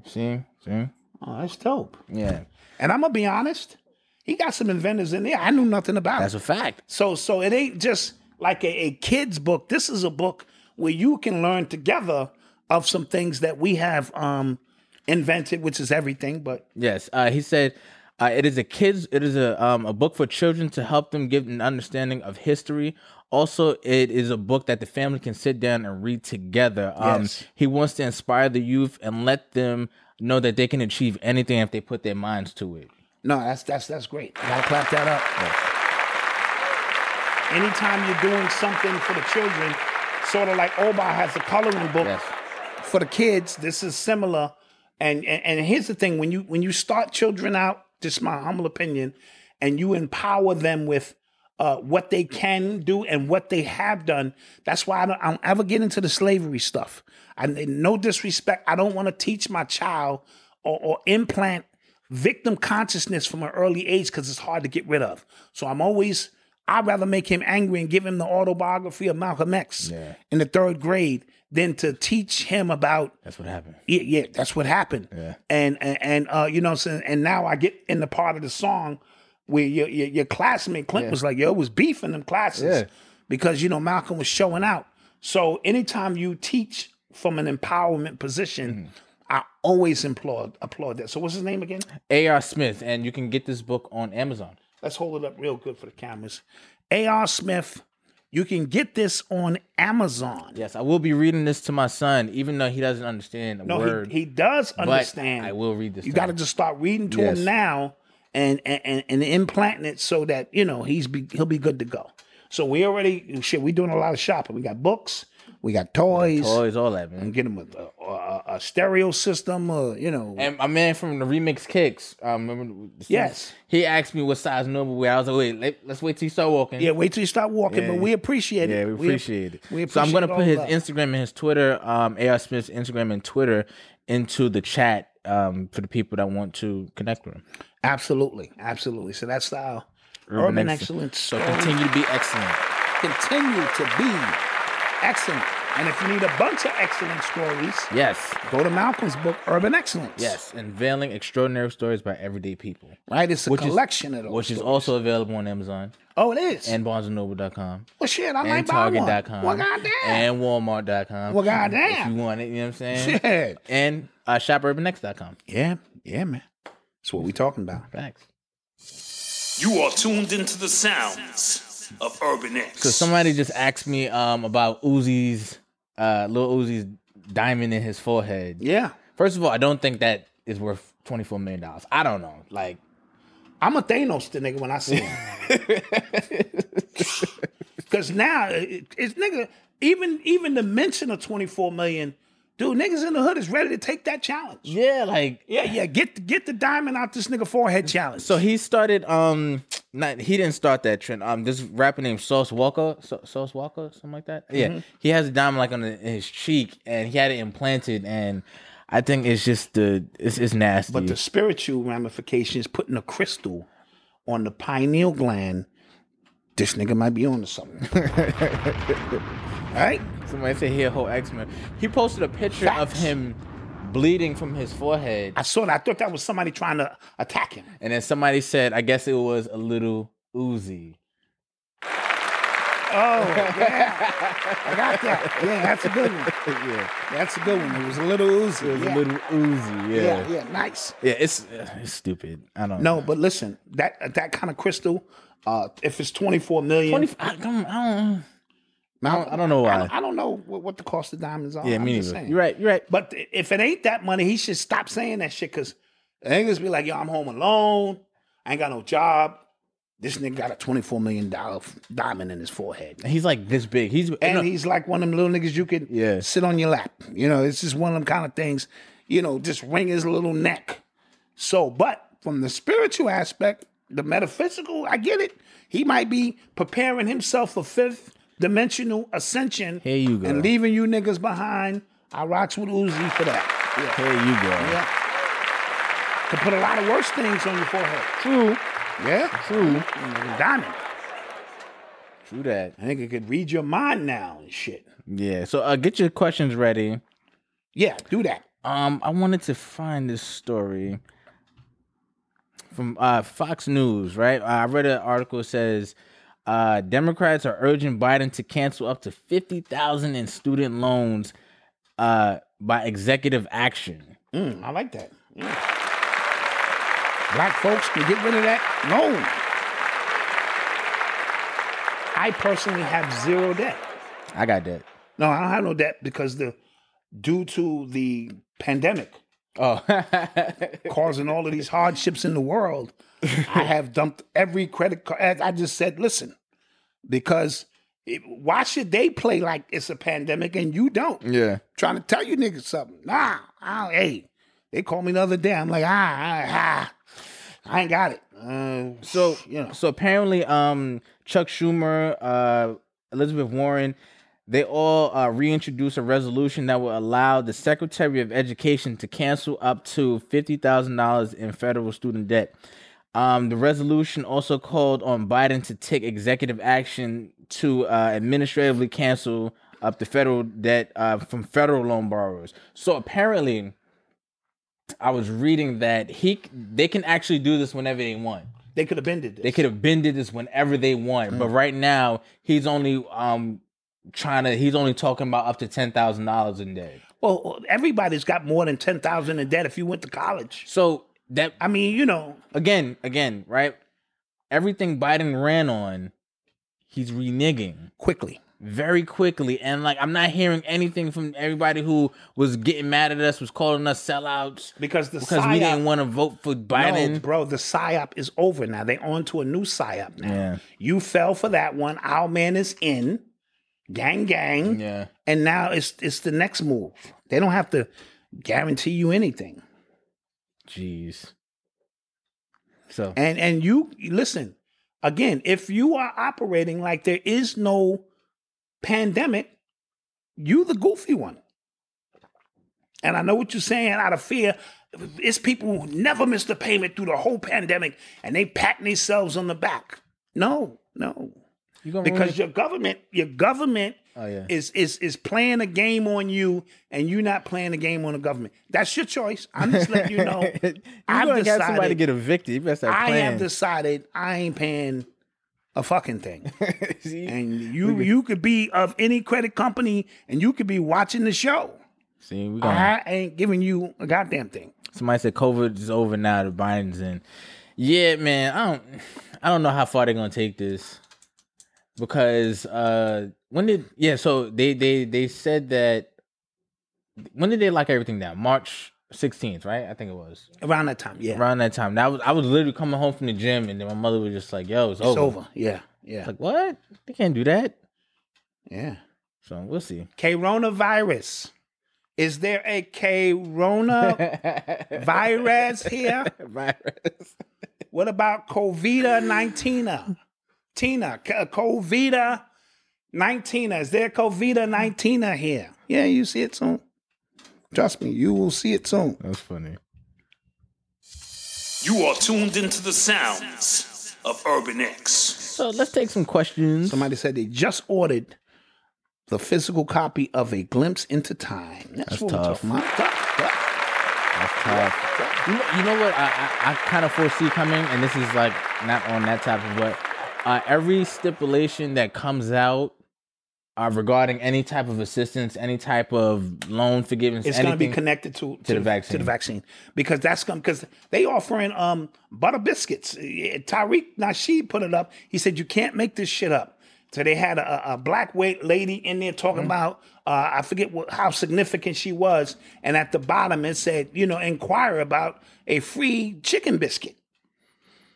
Speaker 1: See? See?
Speaker 4: Oh, that's dope.
Speaker 1: Yeah.
Speaker 4: And I'm gonna be honest, he got some inventors in there I knew nothing about.
Speaker 1: That's a fact.
Speaker 4: So so it ain't just like a, a kid's book. This is a book where you can learn together of some things that we have um invented, which is everything, but
Speaker 1: Yes, uh, he said uh, it is a kids. It is a um, a book for children to help them get an understanding of history. Also, it is a book that the family can sit down and read together. Um,
Speaker 4: Yes.
Speaker 1: He wants to inspire the youth and let them know that they can achieve anything if they put their minds to it.
Speaker 4: No, that's that's that's great. Gotta clap that up. Anytime you're doing something for the children, sort of like Oba has a coloring book for the kids. This is similar. And, and and here's the thing: when you when you start children out, just my humble opinion, and you empower them with uh, what they can do and what they have done. That's why I don't, I don't ever get into the slavery stuff. I no disrespect. I don't want to teach my child or, or implant victim consciousness from an early age because it's hard to get rid of. So I'm always, I'd rather make him angry and give him the autobiography of Malcolm X in the third grade than to teach him about
Speaker 1: That's what happened.
Speaker 4: yeah, yeah, that's what happened. And and, and uh, you know, what I'm saying? and now I get in the part of the song where your your, your classmate Clint was like, "Yo, it was beef in them classes because you know Malcolm was showing out." So anytime you teach from an empowerment position,
Speaker 1: Mm.
Speaker 4: I always applaud applaud that. So what's his name again?
Speaker 1: A.R. Smith, and you can get this book on Amazon.
Speaker 4: Let's hold it up real good for the cameras. A.R. Smith, you can get this on Amazon.
Speaker 1: Yes, I will be reading this to my son, even though he doesn't understand a
Speaker 4: No, he-
Speaker 1: word.
Speaker 4: he does
Speaker 1: but
Speaker 4: understand.
Speaker 1: I will read this.
Speaker 4: You
Speaker 1: to him.
Speaker 4: got to just start reading to
Speaker 1: Yes.
Speaker 4: him now and, and and and implanting it so that you know he's be, he'll be good to go. So we already shit. We doing a lot of shopping. We got books. We got toys.
Speaker 1: Toys, all that man.
Speaker 4: And get him a, a, a, a stereo system. Uh, you know.
Speaker 1: And my man from the remix kicks, um, remember? the-
Speaker 4: Yes.
Speaker 1: he asked me what size number we. I was like, wait, let, let's wait till you start walking.
Speaker 4: yeah. Wait till you start walking,
Speaker 1: Yeah.
Speaker 4: but we appreciate it.
Speaker 1: Yeah, we appreciate it.
Speaker 4: We appreciate
Speaker 1: so I'm gonna
Speaker 4: all
Speaker 1: put his
Speaker 4: love.
Speaker 1: Instagram and his Twitter, um, AR Smith's Instagram and Twitter, into the chat um, for the people that want to connect with him.
Speaker 4: Absolutely, absolutely. So that's our urban,
Speaker 1: Urban
Speaker 4: excellence.
Speaker 1: excellence. So continue to be excellent.
Speaker 4: Continue to be excellent. And if you need a bunch of excellent stories,
Speaker 1: Yes.
Speaker 4: go to Malcolm's book, Urban Excellence.
Speaker 1: Yes, unveiling extraordinary stories by everyday people.
Speaker 4: Right, it's a
Speaker 1: Which is-
Speaker 4: collection of those.
Speaker 1: which is also available on Amazon
Speaker 4: oh, it is.
Speaker 1: and BarnesandNoble.com.
Speaker 4: well, shit, I
Speaker 1: and
Speaker 4: might buy one.
Speaker 1: Target.com
Speaker 4: Well, goddamn.
Speaker 1: and Walmart.com.
Speaker 4: Well, goddamn.
Speaker 1: If you want it, you know what I'm saying?
Speaker 4: *laughs* Shit.
Speaker 1: And uh, shopurbanx.com.
Speaker 4: Yeah, yeah, man. That's what we talking about.
Speaker 1: Facts.
Speaker 5: You are tuned into the sounds of Urban X.
Speaker 1: So somebody just asked me um, about Uzi's, uh, Lil Uzi's diamond in his forehead.
Speaker 4: Yeah.
Speaker 1: First of all, I don't think that is worth $24 million. I don't know. Like,
Speaker 4: I'm a Thanos the nigga when I see him.
Speaker 1: *laughs*
Speaker 4: Cause now it- it's nigga, even even the mention of 24 million, dude, niggas in the hood is ready to take that challenge.
Speaker 1: yeah, like,
Speaker 4: Yeah, yeah. Get get the diamond out this nigga forehead challenge.
Speaker 1: So he started um not he didn't start that trend. Um this rapper named Sauce Walker, Sau- Sauce Walker, something like that. Yeah. He has a diamond like on the, his cheek and he had it implanted and I think it's just the it's it's nasty.
Speaker 4: but the spiritual ramifications putting a crystal on the pineal gland, this nigga might be on
Speaker 1: *laughs*
Speaker 4: to something. All right?
Speaker 1: Somebody said he a whole X-Men. He posted a picture of
Speaker 4: Facts.
Speaker 1: him bleeding from his forehead
Speaker 4: I saw that. I thought that was somebody trying to attack him.
Speaker 1: and then somebody said I guess it was a little Uzi.
Speaker 4: Oh, yeah. I got that. Yeah, that's a good
Speaker 1: *laughs*
Speaker 4: one. Yeah. That's a good one. It was a little oozy.
Speaker 1: It was a
Speaker 4: yeah.
Speaker 1: little Uzi, yeah.
Speaker 4: yeah,
Speaker 1: Yeah,
Speaker 4: yeah, nice.
Speaker 1: it's uh, it's stupid. I don't know.
Speaker 4: No, but listen, that that kind of crystal, uh, if it's 24 million,
Speaker 1: 20, I, come on, I don't I don't, I don't know
Speaker 4: I
Speaker 1: why.
Speaker 4: don't, I don't know what, what the cost of diamonds are.
Speaker 1: yeah,
Speaker 4: I'm
Speaker 1: me
Speaker 4: just
Speaker 1: neither.
Speaker 4: saying.
Speaker 1: You're right. You're right.
Speaker 4: But th- if it ain't that money, he should stop saying that shit because niggas be like, yo, I'm home alone. I ain't got no job. This nigga got a $24 million f- diamond in his forehead.
Speaker 1: He's like this big. He's
Speaker 4: And
Speaker 1: no,
Speaker 4: he's like one of them little niggas you could
Speaker 1: Yeah.
Speaker 4: sit on your lap. You know, it's just one of them kind of things, you know, just wring his little neck. So, but from the spiritual aspect, the metaphysical, I get it. He might be preparing himself for fifth dimensional ascension.
Speaker 1: Here you go.
Speaker 4: And leaving you niggas behind. I rocks with Uzi for that. Yeah.
Speaker 1: There you go.
Speaker 4: Yeah. Could put a lot of worse things on your forehead. True. Yeah. True. Diamond.
Speaker 1: True that.
Speaker 4: I think it could read your mind now and shit.
Speaker 1: Yeah. So uh, get your questions ready.
Speaker 4: Yeah, do that.
Speaker 1: Um, I wanted to find this story from uh Fox News. Right. I read an article that says. Uh, Democrats are urging Biden to cancel up to fifty thousand in student loans uh, by executive action.
Speaker 4: Mm, I like that. Yeah. Black folks can get rid of that loan. I personally have zero debt.
Speaker 1: I got that.
Speaker 4: No, I don't have no debt because the due to the pandemic
Speaker 1: Oh,
Speaker 4: *laughs* causing all of these hardships in the world,
Speaker 1: *laughs*
Speaker 4: I have dumped every credit card. As I just said, listen, because it, why should they play like it's a pandemic and you don't?
Speaker 1: yeah.
Speaker 4: trying to tell you niggas something. Nah, I don't, hey, they called me the other day. I'm like, ah, ah, ah I ain't got it. Uh,
Speaker 1: So
Speaker 4: you know,
Speaker 1: so apparently, um, Chuck Schumer, uh, Elizabeth Warren, they all uh, reintroduced a resolution that would allow the Secretary of Education to cancel up to fifty thousand dollars in federal student debt. Um, the resolution also called on Biden to take executive action to uh, administratively cancel up the federal debt uh, from federal loan borrowers. So apparently, I was reading that he c- they can actually do this whenever they want.
Speaker 4: they could have bended this. Mm.
Speaker 1: They could have bended this whenever they want, but right now he's only um trying to. He's only talking about up to ten thousand dollars in debt.
Speaker 4: Well, everybody's got more than ten thousand in debt if you went to college.
Speaker 1: So that
Speaker 4: I mean, you know,
Speaker 1: again, again, right? Everything Biden ran on, he's reneging
Speaker 4: quickly,
Speaker 1: very quickly, and like I'm not hearing anything from everybody who was getting mad at us, was calling us sellouts
Speaker 4: because the
Speaker 1: because we
Speaker 4: psyop-
Speaker 1: didn't want to vote for Biden.
Speaker 4: No, bro, the psyop is over now. They on to a new psyop now.
Speaker 1: Yeah.
Speaker 4: You fell for that one. Our man is in. Gang gang.
Speaker 1: Yeah.
Speaker 4: And now it's it's the next move. They don't have to guarantee you anything.
Speaker 1: Jeez. So
Speaker 4: And and you listen, again, if you are operating like there is no pandemic, you the goofy one. And I know what you're saying out of fear. It's people who never missed a payment through the whole pandemic and they pat themselves on the back. No, no.
Speaker 1: gonna ruin-
Speaker 4: Because your government, your government
Speaker 1: Oh, yeah.
Speaker 4: is is is playing a game on you and you not playing a game on the government. That's your choice. I'm just letting
Speaker 1: *laughs*
Speaker 4: you know.
Speaker 1: You're
Speaker 4: I've
Speaker 1: gonna get somebody
Speaker 4: decided-
Speaker 1: get evicted. You better start
Speaker 4: I have
Speaker 1: playing.
Speaker 4: decided I ain't paying a fucking thing.
Speaker 1: *laughs* See?
Speaker 4: and you you could be of any credit company and you could be watching the show.
Speaker 1: See, we gonna
Speaker 4: I ain't giving you a goddamn thing.
Speaker 1: Somebody said COVID is over now. The Biden's in. Yeah, man. I don't. I don't know how far they're gonna take this because uh when did yeah? So they they they said that when did they lock everything down? March sixteenth, right? I think it was
Speaker 4: Around that time, yeah.
Speaker 1: around that time. That was I was literally coming home from the gym, and then my mother was just like, "Yo, it's,
Speaker 4: it's over. Yeah. Yeah.
Speaker 1: It's like what? They can't do that.
Speaker 4: yeah.
Speaker 1: So we'll see.
Speaker 4: Coronavirus. Is there a corona virus here?
Speaker 1: *laughs* Virus.
Speaker 4: What about COVID 19? Tina, COVID 19. Is there COVID 19 here? Yeah, you see it soon. Trust me, you will see it soon.
Speaker 1: That's funny.
Speaker 5: You are tuned into the sounds of Urban X.
Speaker 1: So let's take some questions.
Speaker 4: Somebody said they just ordered the physical copy of A Glimpse into Time. That's,
Speaker 1: That's
Speaker 4: what
Speaker 1: tough.
Speaker 4: we're talking about. Tough, tough.
Speaker 1: That's tough. You know, you know what I, I, I kind of foresee coming, and this is like not on that topic, but uh, every stipulation that comes out uh, regarding any type of assistance, any type of loan forgiveness,
Speaker 4: It's going to
Speaker 1: anything,
Speaker 4: be connected to, to,
Speaker 1: the vaccine.
Speaker 4: To the vaccine. Because that's going because they offering um butter biscuits. Eh, Tariq Nasheed put it up. He said you can't make this shit up. So they had a, a- a black wait lady in there talking
Speaker 1: Mm.
Speaker 4: about uh, I forget what, how significant she was, and at the bottom it said you know inquire about a free chicken biscuit.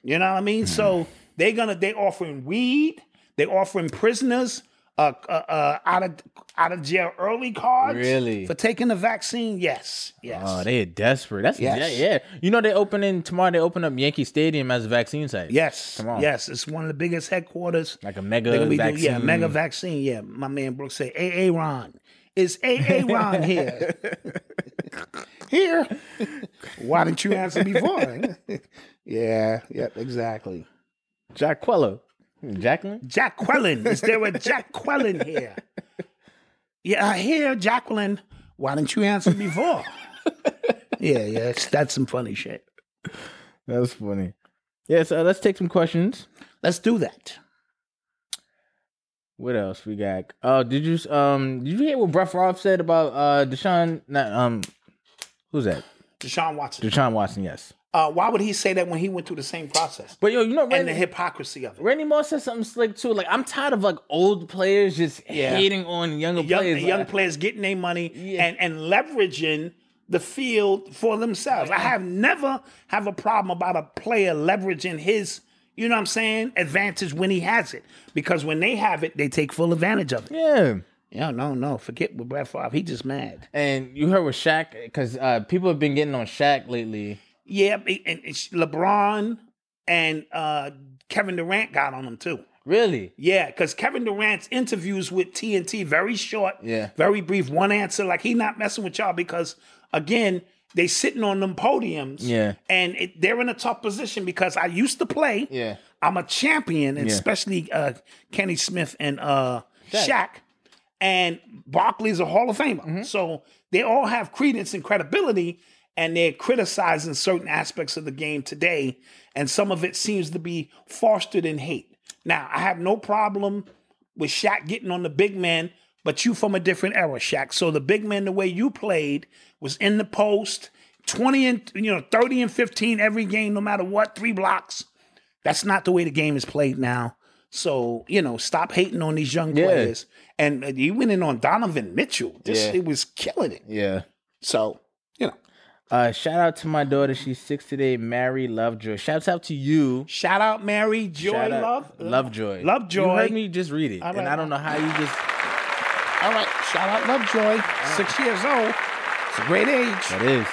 Speaker 4: You know what I mean? So
Speaker 1: Mm-hmm.
Speaker 4: they gonna they offering weed, they offering prisoners uh, uh, uh, out of out of jail early cards
Speaker 1: Really?
Speaker 4: for taking the vaccine. Yes, yes.
Speaker 1: Oh, they are desperate. That's
Speaker 4: Yes.
Speaker 1: yeah, yeah. You know they opening tomorrow. They open up Yankee Stadium as a vaccine site.
Speaker 4: Yes,
Speaker 1: Come on.
Speaker 4: yes, it's one of the biggest headquarters.
Speaker 1: like a mega
Speaker 4: They're gonna be doing-
Speaker 1: vaccine.
Speaker 4: yeah, mega vaccine. Yeah, my man Brooks say, "AA Ron, is
Speaker 1: *laughs*
Speaker 4: AA Ron here? here? Why didn't you answer before?" *laughs* yeah, yep, exactly.
Speaker 1: Jaquella, Jacqueline.
Speaker 4: Jack Quellen. Is there
Speaker 1: *laughs*
Speaker 4: a Jack Quellen here? Yeah, I hear Jacqueline. Why didn't you answer before?
Speaker 1: *laughs*
Speaker 4: yeah, yeah, that's, that's some funny shit.
Speaker 1: That's funny. Yeah, so uh, let's take some questions.
Speaker 4: Let's do that.
Speaker 1: What else we got? Oh, did you um did you hear what Brett Favre said about uh Deshaun? Not, um, who's that?
Speaker 4: Deshaun Watson.
Speaker 1: Deshaun Watson. Yes.
Speaker 4: Uh, why would he say that when he went through the same process?
Speaker 1: But yo, you know
Speaker 4: and the
Speaker 1: Randy,
Speaker 4: hypocrisy of it.
Speaker 1: Randy Moss said something slick too. Like I'm tired of like old players just
Speaker 4: Yeah.
Speaker 1: hating on younger
Speaker 4: Young,
Speaker 1: players.
Speaker 4: young
Speaker 1: Like,
Speaker 4: players getting their money
Speaker 1: Yeah.
Speaker 4: and, and leveraging the field for themselves. I have never have a problem about a player leveraging his, you know what I'm saying, advantage when he has it. Because when they have it, they take full advantage of it.
Speaker 1: Yeah.
Speaker 4: Yeah, no, no. Forget what Brad Favre. He just mad.
Speaker 1: And you heard with Shaq because uh, people have been getting on Shaq lately.
Speaker 4: Yeah, and and it's LeBron and uh, Kevin Durant got on him too.
Speaker 1: Really?
Speaker 4: Yeah, because Kevin Durant's interviews with TNT very short,
Speaker 1: Yeah.
Speaker 4: very brief, one answer. Like he not messing with y'all because again, they sitting on them podiums.
Speaker 1: Yeah.
Speaker 4: and it, they're in a tough position because I used to play.
Speaker 1: Yeah.
Speaker 4: I'm a champion, and
Speaker 1: Yeah.
Speaker 4: especially uh, Kenny Smith and uh,
Speaker 1: Shaq.
Speaker 4: Shaq. and Barkley's a Hall of Famer. So they all have credence and credibility, and they're criticizing certain aspects of the game today, and some of it seems to be fostered in hate. Now, I have no problem with Shaq getting on the big man, but you from a different era, Shaq. So the big man, the way you played, was in the post, 20 and you know, 30 and 15 every game, no matter what, three blocks. That's not the way the game is played now. So, you know, stop hating on these young
Speaker 1: Yeah.
Speaker 4: players. And uh, you went in on Donovan Mitchell. This
Speaker 1: Yeah.
Speaker 4: it was killing it.
Speaker 1: Yeah.
Speaker 4: So, you know.
Speaker 1: Uh, shout out to my daughter. She's six today. Mary Lovejoy. Shouts out to you.
Speaker 4: Shout out Mary Joy
Speaker 1: Shout out-
Speaker 4: Love. uh,
Speaker 1: Lovejoy.
Speaker 4: Lovejoy.
Speaker 1: You heard me just read it,
Speaker 4: All
Speaker 1: and
Speaker 4: right.
Speaker 1: I don't know how you just.
Speaker 4: All right. Shout out Lovejoy. Six years old. It's a great age.
Speaker 1: That is.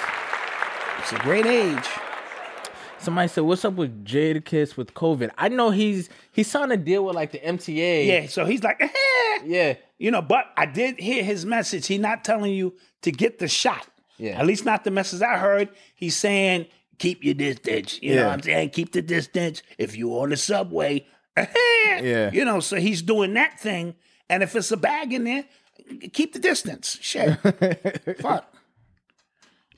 Speaker 4: It's a great age.
Speaker 1: Somebody said, "What's up with Jada Kiss with COVID?" I know he's he signed a deal with like the MTA.
Speaker 4: Yeah, so he's like, "Eh."
Speaker 1: yeah,
Speaker 4: you know. But I did hear his message. He's not telling you to get the shot.
Speaker 1: Yeah.
Speaker 4: At least not the message I heard. He's saying keep your distance. You know
Speaker 1: Yeah.
Speaker 4: what I'm saying? Keep the distance. If you're on the subway, eh."
Speaker 1: Yeah.
Speaker 4: You know. So he's doing that thing. And if it's a bag in there, keep the distance. Shit.
Speaker 1: *laughs*
Speaker 4: Fuck.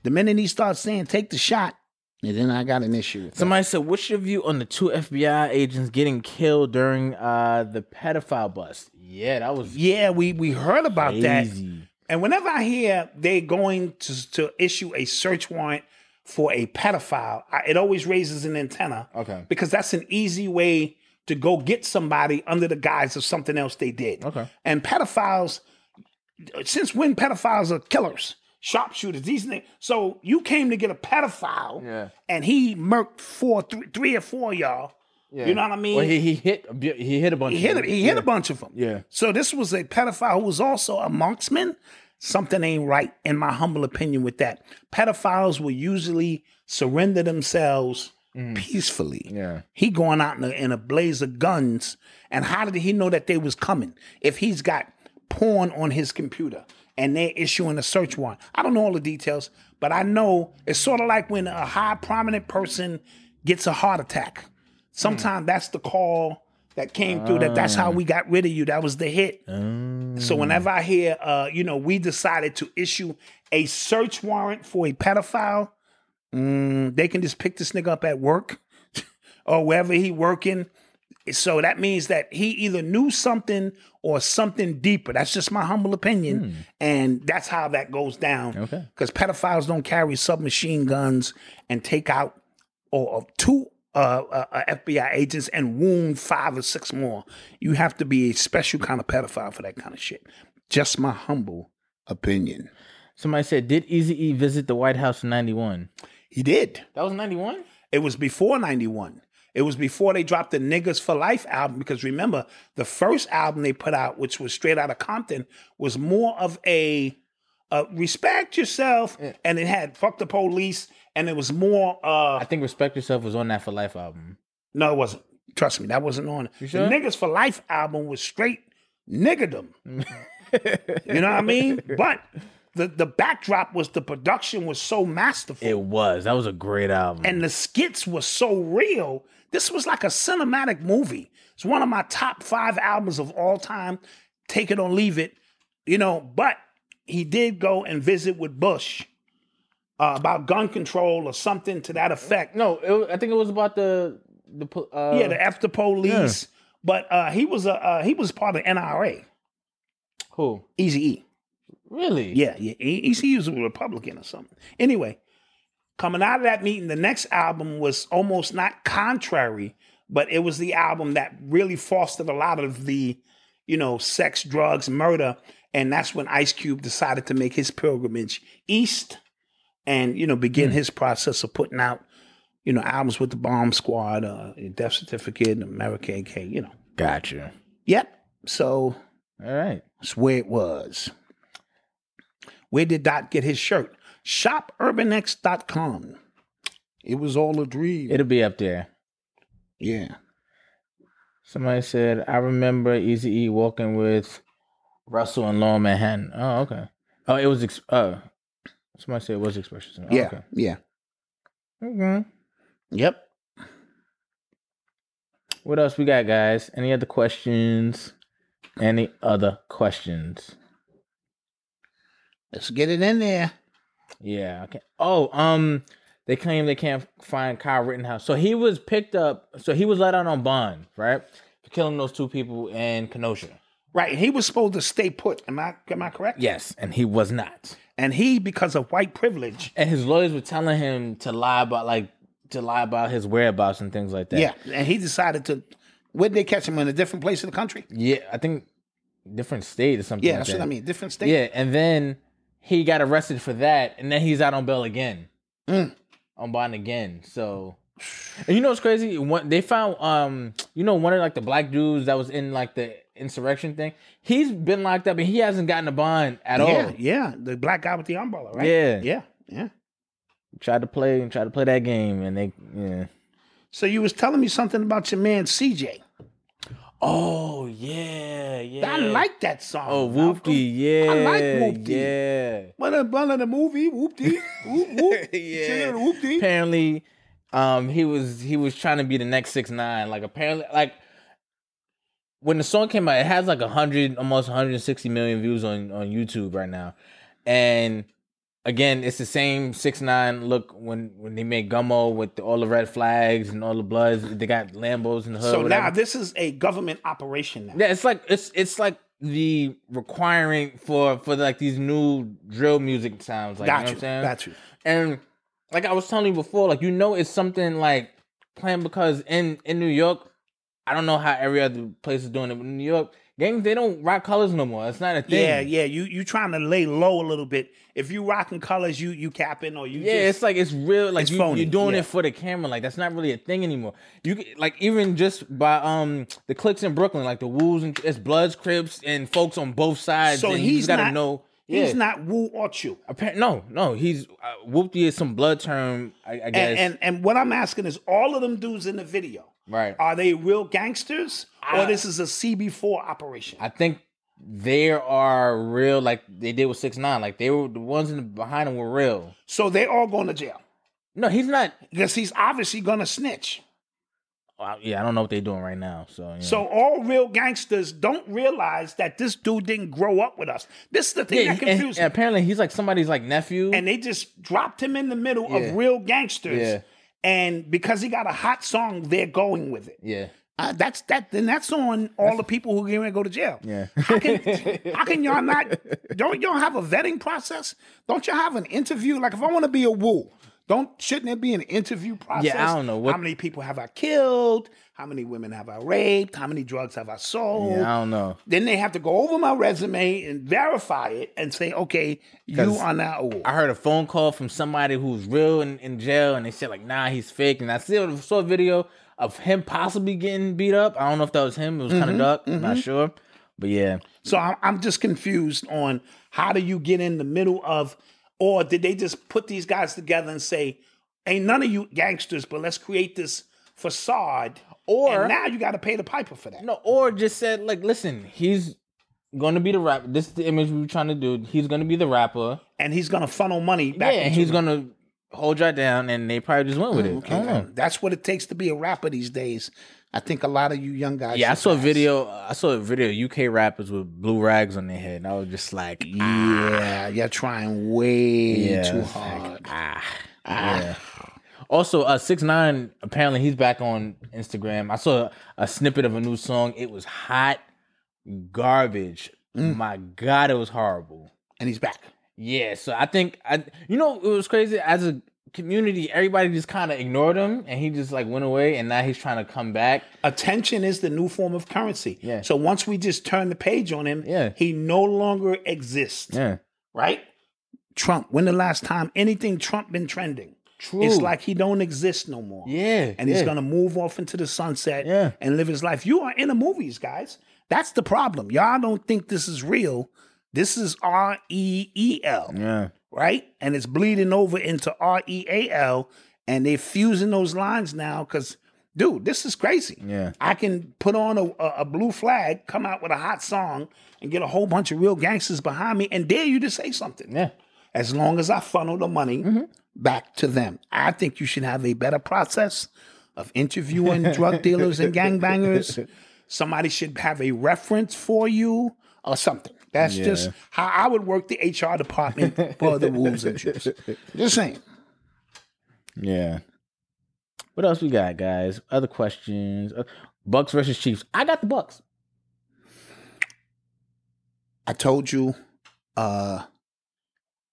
Speaker 4: The minute he starts saying take the shot, and then I got an issue. With that.
Speaker 1: Somebody said, "What's your view on the two FBI agents getting killed during uh the pedophile bust?" Yeah, that was
Speaker 4: Yeah, we we heard about
Speaker 1: Crazy.
Speaker 4: that. And whenever I hear they're going to, to issue a search warrant for a pedophile, I, it always raises an antenna.
Speaker 1: Okay.
Speaker 4: Because that's an easy way to go get somebody under the guise of something else they did.
Speaker 1: Okay.
Speaker 4: And pedophiles, since when pedophiles are killers, sharpshooters, these things. So you came to get a pedophile,
Speaker 1: Yeah.
Speaker 4: and he murked four, three, three or four of y'all.
Speaker 1: Yeah.
Speaker 4: You know what I mean?
Speaker 1: Well, he, he hit a bu- he hit a bunch.
Speaker 4: He hit
Speaker 1: of
Speaker 4: a,
Speaker 1: them.
Speaker 4: he hit a bunch of them.
Speaker 1: Yeah.
Speaker 4: So this was a pedophile who was also a monksman. Something ain't right, in my humble opinion, with that. Pedophiles will usually surrender themselves peacefully.
Speaker 1: Yeah.
Speaker 4: He going out in a, in a blaze of guns, and how did he know that they was coming? If he's got porn on his computer and they're issuing a search warrant, I don't know all the details, but I know it's sort of like when a high prominent person gets a heart attack. Sometimes that's the call that came through. That that's how we got rid of you. That was the hit. So whenever I hear, uh, you know, we decided to issue a search warrant for a pedophile, mm, they can just pick this nigga up at work *laughs* or wherever he working. So that means that he either knew something or something deeper. That's just my humble opinion, and that's how that goes down.
Speaker 1: Okay.
Speaker 4: Because pedophiles don't carry submachine guns and take out or, or two uh, uh, uh, FBI agents and wound five or six more. You have to be a special kind of pedophile for that kind of shit. Just my humble opinion.
Speaker 1: Somebody said, "Did Easy E visit the White House in '91?"
Speaker 4: He did.
Speaker 1: That was '91.
Speaker 4: It was before 91. It was before they dropped the Niggas for Life album because remember, the first album they put out, which was straight out of Compton, was more of a uh, respect yourself and it had fuck the police and it was more uh
Speaker 1: I think "Respect Yourself" was on that for Life album.
Speaker 4: no it wasn't. Trust me, that wasn't on.
Speaker 1: You sure?
Speaker 4: The Niggas for Life album was straight niggerdom. you know what
Speaker 1: *laughs*
Speaker 4: I mean? But the, the backdrop was the production was so masterful.
Speaker 1: It was. That was a great album.
Speaker 4: and the skits were so real. This was like a cinematic movie. It's one of my top five albums of all time. Take it or leave it, you know. But he did go and visit with Bush uh, about gun control or something to that effect.
Speaker 1: no, it, was- I think it was about the the po- uh,
Speaker 4: yeah, the after police. But uh, he was a uh, he was part of NRA.
Speaker 1: who
Speaker 4: Easy E.
Speaker 1: really
Speaker 4: Yeah, yeah. He, he's- he was a Republican or something. Anyway, coming out of that meeting, the next album was almost not contrary, but it was the album that really fostered a lot of the, you know, sex, drugs, murder. And that's when Ice Cube decided to make his pilgrimage east and, you know, begin
Speaker 1: Hmm.
Speaker 4: his process of putting out, you know, albums with the Bomb Squad, uh, Death Certificate, America AK, you know.
Speaker 1: Gotcha.
Speaker 4: Yep. So
Speaker 1: All right.
Speaker 4: that's where it was. Where did Dot get his shirt? ShopUrbanX.com. It was all a dream.
Speaker 1: It'll be up there.
Speaker 4: yeah.
Speaker 1: Somebody said, I remember Easy E walking with Russell and Long Manhattan. Oh, okay. Oh, it was, ex- oh, somebody said it was Expressions. Oh,
Speaker 4: Yeah.
Speaker 1: Okay.
Speaker 4: Yeah.
Speaker 1: okay.
Speaker 4: Yep.
Speaker 1: What else we got, guys? Any other questions? Any other questions?
Speaker 4: Let's get it in there.
Speaker 1: Yeah. Okay. Oh, um, they claim they can't find Kyle Rittenhouse. So he was picked up, so he was let out on bond, right? For killing those two people in Kenosha.
Speaker 4: Right. He was supposed to stay put. Am I am I correct?
Speaker 1: Yes, and he was not.
Speaker 4: And he, because of white privilege,
Speaker 1: and his lawyers were telling him to lie about like to lie about his whereabouts and things like that.
Speaker 4: Yeah. And he decided to would they catch him in a different place of the country?
Speaker 1: Yeah, I think different state or something.
Speaker 4: Yeah,
Speaker 1: like
Speaker 4: that's
Speaker 1: that.
Speaker 4: what I mean. Different state.
Speaker 1: Yeah, and then he got arrested for that, and then he's out on bail again, on bond again. So, and you know what's crazy? One, they found, um, you know, one of like the black dudes that was in like the insurrection thing. He's been locked up, and he hasn't gotten a bond at
Speaker 4: yeah,
Speaker 1: all.
Speaker 4: Yeah. The black guy with the umbrella, right?
Speaker 1: Yeah.
Speaker 4: Yeah. Yeah.
Speaker 1: Tried to play and tried to play that game, and they yeah.
Speaker 4: So you was telling me something about your man CJ.
Speaker 1: Oh yeah, yeah.
Speaker 4: I like that song.
Speaker 1: Oh Whoopty, yeah,
Speaker 4: I like Whoop Dee.
Speaker 1: yeah.
Speaker 4: What a ball in the movie, whoop dee,
Speaker 1: *laughs*
Speaker 4: whoop whoop.
Speaker 1: yeah.
Speaker 4: Whoop dee.
Speaker 1: Apparently, um, he was he was trying to be the next six nine. Like apparently, like when the song came out, it has like hundred, almost one hundred sixty million views on on YouTube right now. And again, it's the same six nine look when when they made Gummo with all the red flags and all the bloods. They got Lambos in the hood.
Speaker 4: So
Speaker 1: whatever.
Speaker 4: now this is a government operation now.
Speaker 1: Yeah, it's like it's it's like the requiring for for like these new drill music sounds. Like,
Speaker 4: Got
Speaker 1: you know
Speaker 4: you,
Speaker 1: what I'm saying?
Speaker 4: got you.
Speaker 1: And like I was telling you before, like you know, it's something like playing because in in New York, I don't know how every other place is doing it, but in New York, gangs they don't rock colors no more. It's not a thing.
Speaker 4: Yeah, yeah. You you trying to lay low a little bit. If you rocking colors, you you capping or you
Speaker 1: Yeah,
Speaker 4: just,
Speaker 1: it's like it's real. Like
Speaker 4: It's
Speaker 1: you,
Speaker 4: phony,
Speaker 1: you're doing
Speaker 4: yeah.
Speaker 1: it for the camera. Like that's not really a thing anymore. You c- like even just by um the clicks in Brooklyn, like the woos and it's Bloods, Crips, and folks on both sides.
Speaker 4: so
Speaker 1: and you
Speaker 4: he's
Speaker 1: just gotta
Speaker 4: not
Speaker 1: know.
Speaker 4: he's
Speaker 1: yeah.
Speaker 4: not woo or chew.
Speaker 1: Appa- no, no, he's uh, Whoopty is some blood term, I, I guess.
Speaker 4: And, and and what I'm asking is, all of them dudes in the video
Speaker 1: right.
Speaker 4: are they real gangsters or
Speaker 1: I-
Speaker 4: this is a CB4 operation?
Speaker 1: I think there are real, like they did with Six Nine. Like they were the ones in the, behind him were real.
Speaker 4: So they all going to jail
Speaker 1: No, he's not.
Speaker 4: because he's obviously gonna snitch.
Speaker 1: Well, yeah, I don't know what they're doing right now. So, yeah.
Speaker 4: So all real gangsters don't realize that this dude didn't grow up with us. This is the thing
Speaker 1: yeah,
Speaker 4: that
Speaker 1: and- and
Speaker 4: confuses me.
Speaker 1: apparently he's like somebody's like nephew.
Speaker 4: and they just dropped him in the middle
Speaker 1: Yeah.
Speaker 4: of real gangsters.
Speaker 1: Yeah.
Speaker 4: And because he got a hot song, they're going with it.
Speaker 1: yeah,
Speaker 4: Uh, that's that. Then that's on all the people who are going to go to jail.
Speaker 1: yeah.
Speaker 4: How can,
Speaker 1: *laughs*
Speaker 4: how can y'all not? Don't y'all have a vetting process? Don't y'all have an interview? Like if I want to be a woo, don't shouldn't there be an interview process?
Speaker 1: don't know what-
Speaker 4: how many people have I killed? How many women have I raped? How many drugs have I sold?
Speaker 1: Yeah, I don't know.
Speaker 4: Then they have to go over my resume and verify it and say, okay, you
Speaker 1: 'Cause
Speaker 4: are now a woo.
Speaker 1: I heard a phone call from somebody who's real in, in jail, and they said like, "Nah, he's fake." And I still saw a video of him possibly getting beat up. I don't know if that was him. It was kind of dark. I'm not sure, but yeah,
Speaker 4: Mm-hmm. So I'm, I'm just confused on how do you get in the middle of, or did they just put these guys together and say, ain't none of you gangsters, but let's create this facade.
Speaker 1: Or-
Speaker 4: and now you got to pay the piper for that.
Speaker 1: no, or just said like, "Listen, he's going to be the rapper. This is the image we were trying to do. He's going to be the rapper.
Speaker 4: And he's going to funnel money back.
Speaker 1: yeah, and
Speaker 4: into
Speaker 1: he's
Speaker 4: the-
Speaker 1: going to hold you down." And they probably just went with it. I
Speaker 4: Okay,
Speaker 1: don't know.
Speaker 4: that's what it takes to be a rapper these days. I think a lot of you young guys.
Speaker 1: Yeah, I
Speaker 4: should
Speaker 1: saw a
Speaker 4: pass.
Speaker 1: video. I saw a video of UK rappers with blue rags on their head, and I was just like, ah.
Speaker 4: Yeah, you're trying way
Speaker 1: Yeah,
Speaker 4: too
Speaker 1: it's like,
Speaker 4: hard.
Speaker 1: ah, yeah. Also, uh, six nine. Apparently, he's back on Instagram. I saw a snippet of a new song. It was hot garbage. My God, it was horrible.
Speaker 4: and he's back.
Speaker 1: Yeah. So I think I. You know, it was crazy. As a community, everybody just kind of ignored him, and he just like went away. And now he's trying to come back.
Speaker 4: Attention is the new form of currency.
Speaker 1: Yeah.
Speaker 4: So once we just turn the page on him,
Speaker 1: Yeah.
Speaker 4: he no longer exists.
Speaker 1: Yeah.
Speaker 4: right? Trump. When the last time anything Trump been trending?
Speaker 1: True.
Speaker 4: It's like he don't exist no more.
Speaker 1: Yeah.
Speaker 4: And he's
Speaker 1: yeah.
Speaker 4: gonna move off into the sunset
Speaker 1: Yeah.
Speaker 4: and live his life. You are in the movies, guys. That's the problem. Y'all don't think this is real. This is R E E L,
Speaker 1: Yeah.
Speaker 4: right? And it's bleeding over into R E A L, and they're fusing those lines now because, dude, this is crazy.
Speaker 1: Yeah.
Speaker 4: I can put on a, a, a blue flag, come out with a hot song, and get a whole bunch of real gangsters behind me and dare you to say something.
Speaker 1: Yeah. Mm-hmm.
Speaker 4: As long as I funnel the money back to them. I think you should have a better process of interviewing drug dealers and gangbangers. Somebody should have a reference for you or something. That's just how I would work the HR department for the wolves and chips. Just saying.
Speaker 1: Yeah. What else we got, guys? Other questions? Uh, Bucks versus Chiefs. I got the Bucks.
Speaker 4: I told you, uh,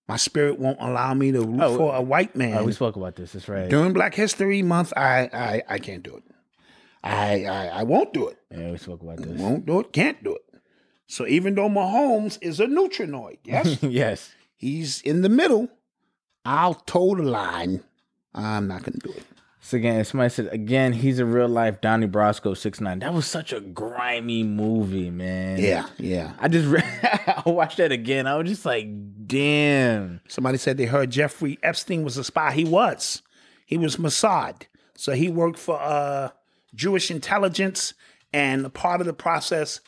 Speaker 4: my spirit won't allow me to root
Speaker 1: Oh,
Speaker 4: for a white man.
Speaker 1: Oh, we spoke about this. That's right.
Speaker 4: During Black History Month, I I, I can't do it. I, I I won't do it.
Speaker 1: Yeah, we *laughs* spoke about this.
Speaker 4: Won't do it. Can't do it. So even though Mahomes is a neutrinoid,
Speaker 1: *laughs*
Speaker 4: yes,
Speaker 1: yes,
Speaker 4: he's in the middle. I'll toe the line. I'm not gonna do it.
Speaker 1: So again, somebody said again, he's a real life Donnie Brasco six nine. That was such a grimy movie, man.
Speaker 4: Yeah, yeah.
Speaker 1: I just re- *laughs* I watched that again. I was just like, damn.
Speaker 4: Somebody said they heard Jeffrey Epstein was a spy. He was. He was Mossad. So he worked for uh, Jewish intelligence and a part of the process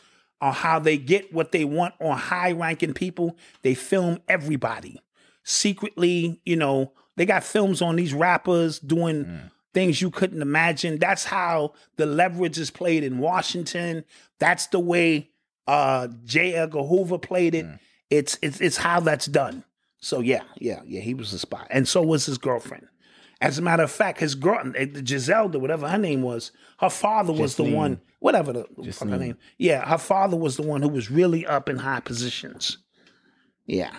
Speaker 4: on how they get what they want on high ranking people, they film everybody. Secretly, you know, they got films on these rappers doing things you couldn't imagine. That's how the leverage is played in Washington. That's the way uh J. Edgar Hoover played it. It's it's it's how that's done. So yeah, yeah, yeah. He was a spy, and so was his girlfriend. As a matter of fact, his girl, eh, Giselda, whatever her name was, her father was the
Speaker 1: Justine.
Speaker 4: one, whatever the fuck her
Speaker 1: Justine.
Speaker 4: name. Yeah, her father was the one who was really up in high positions. Yeah.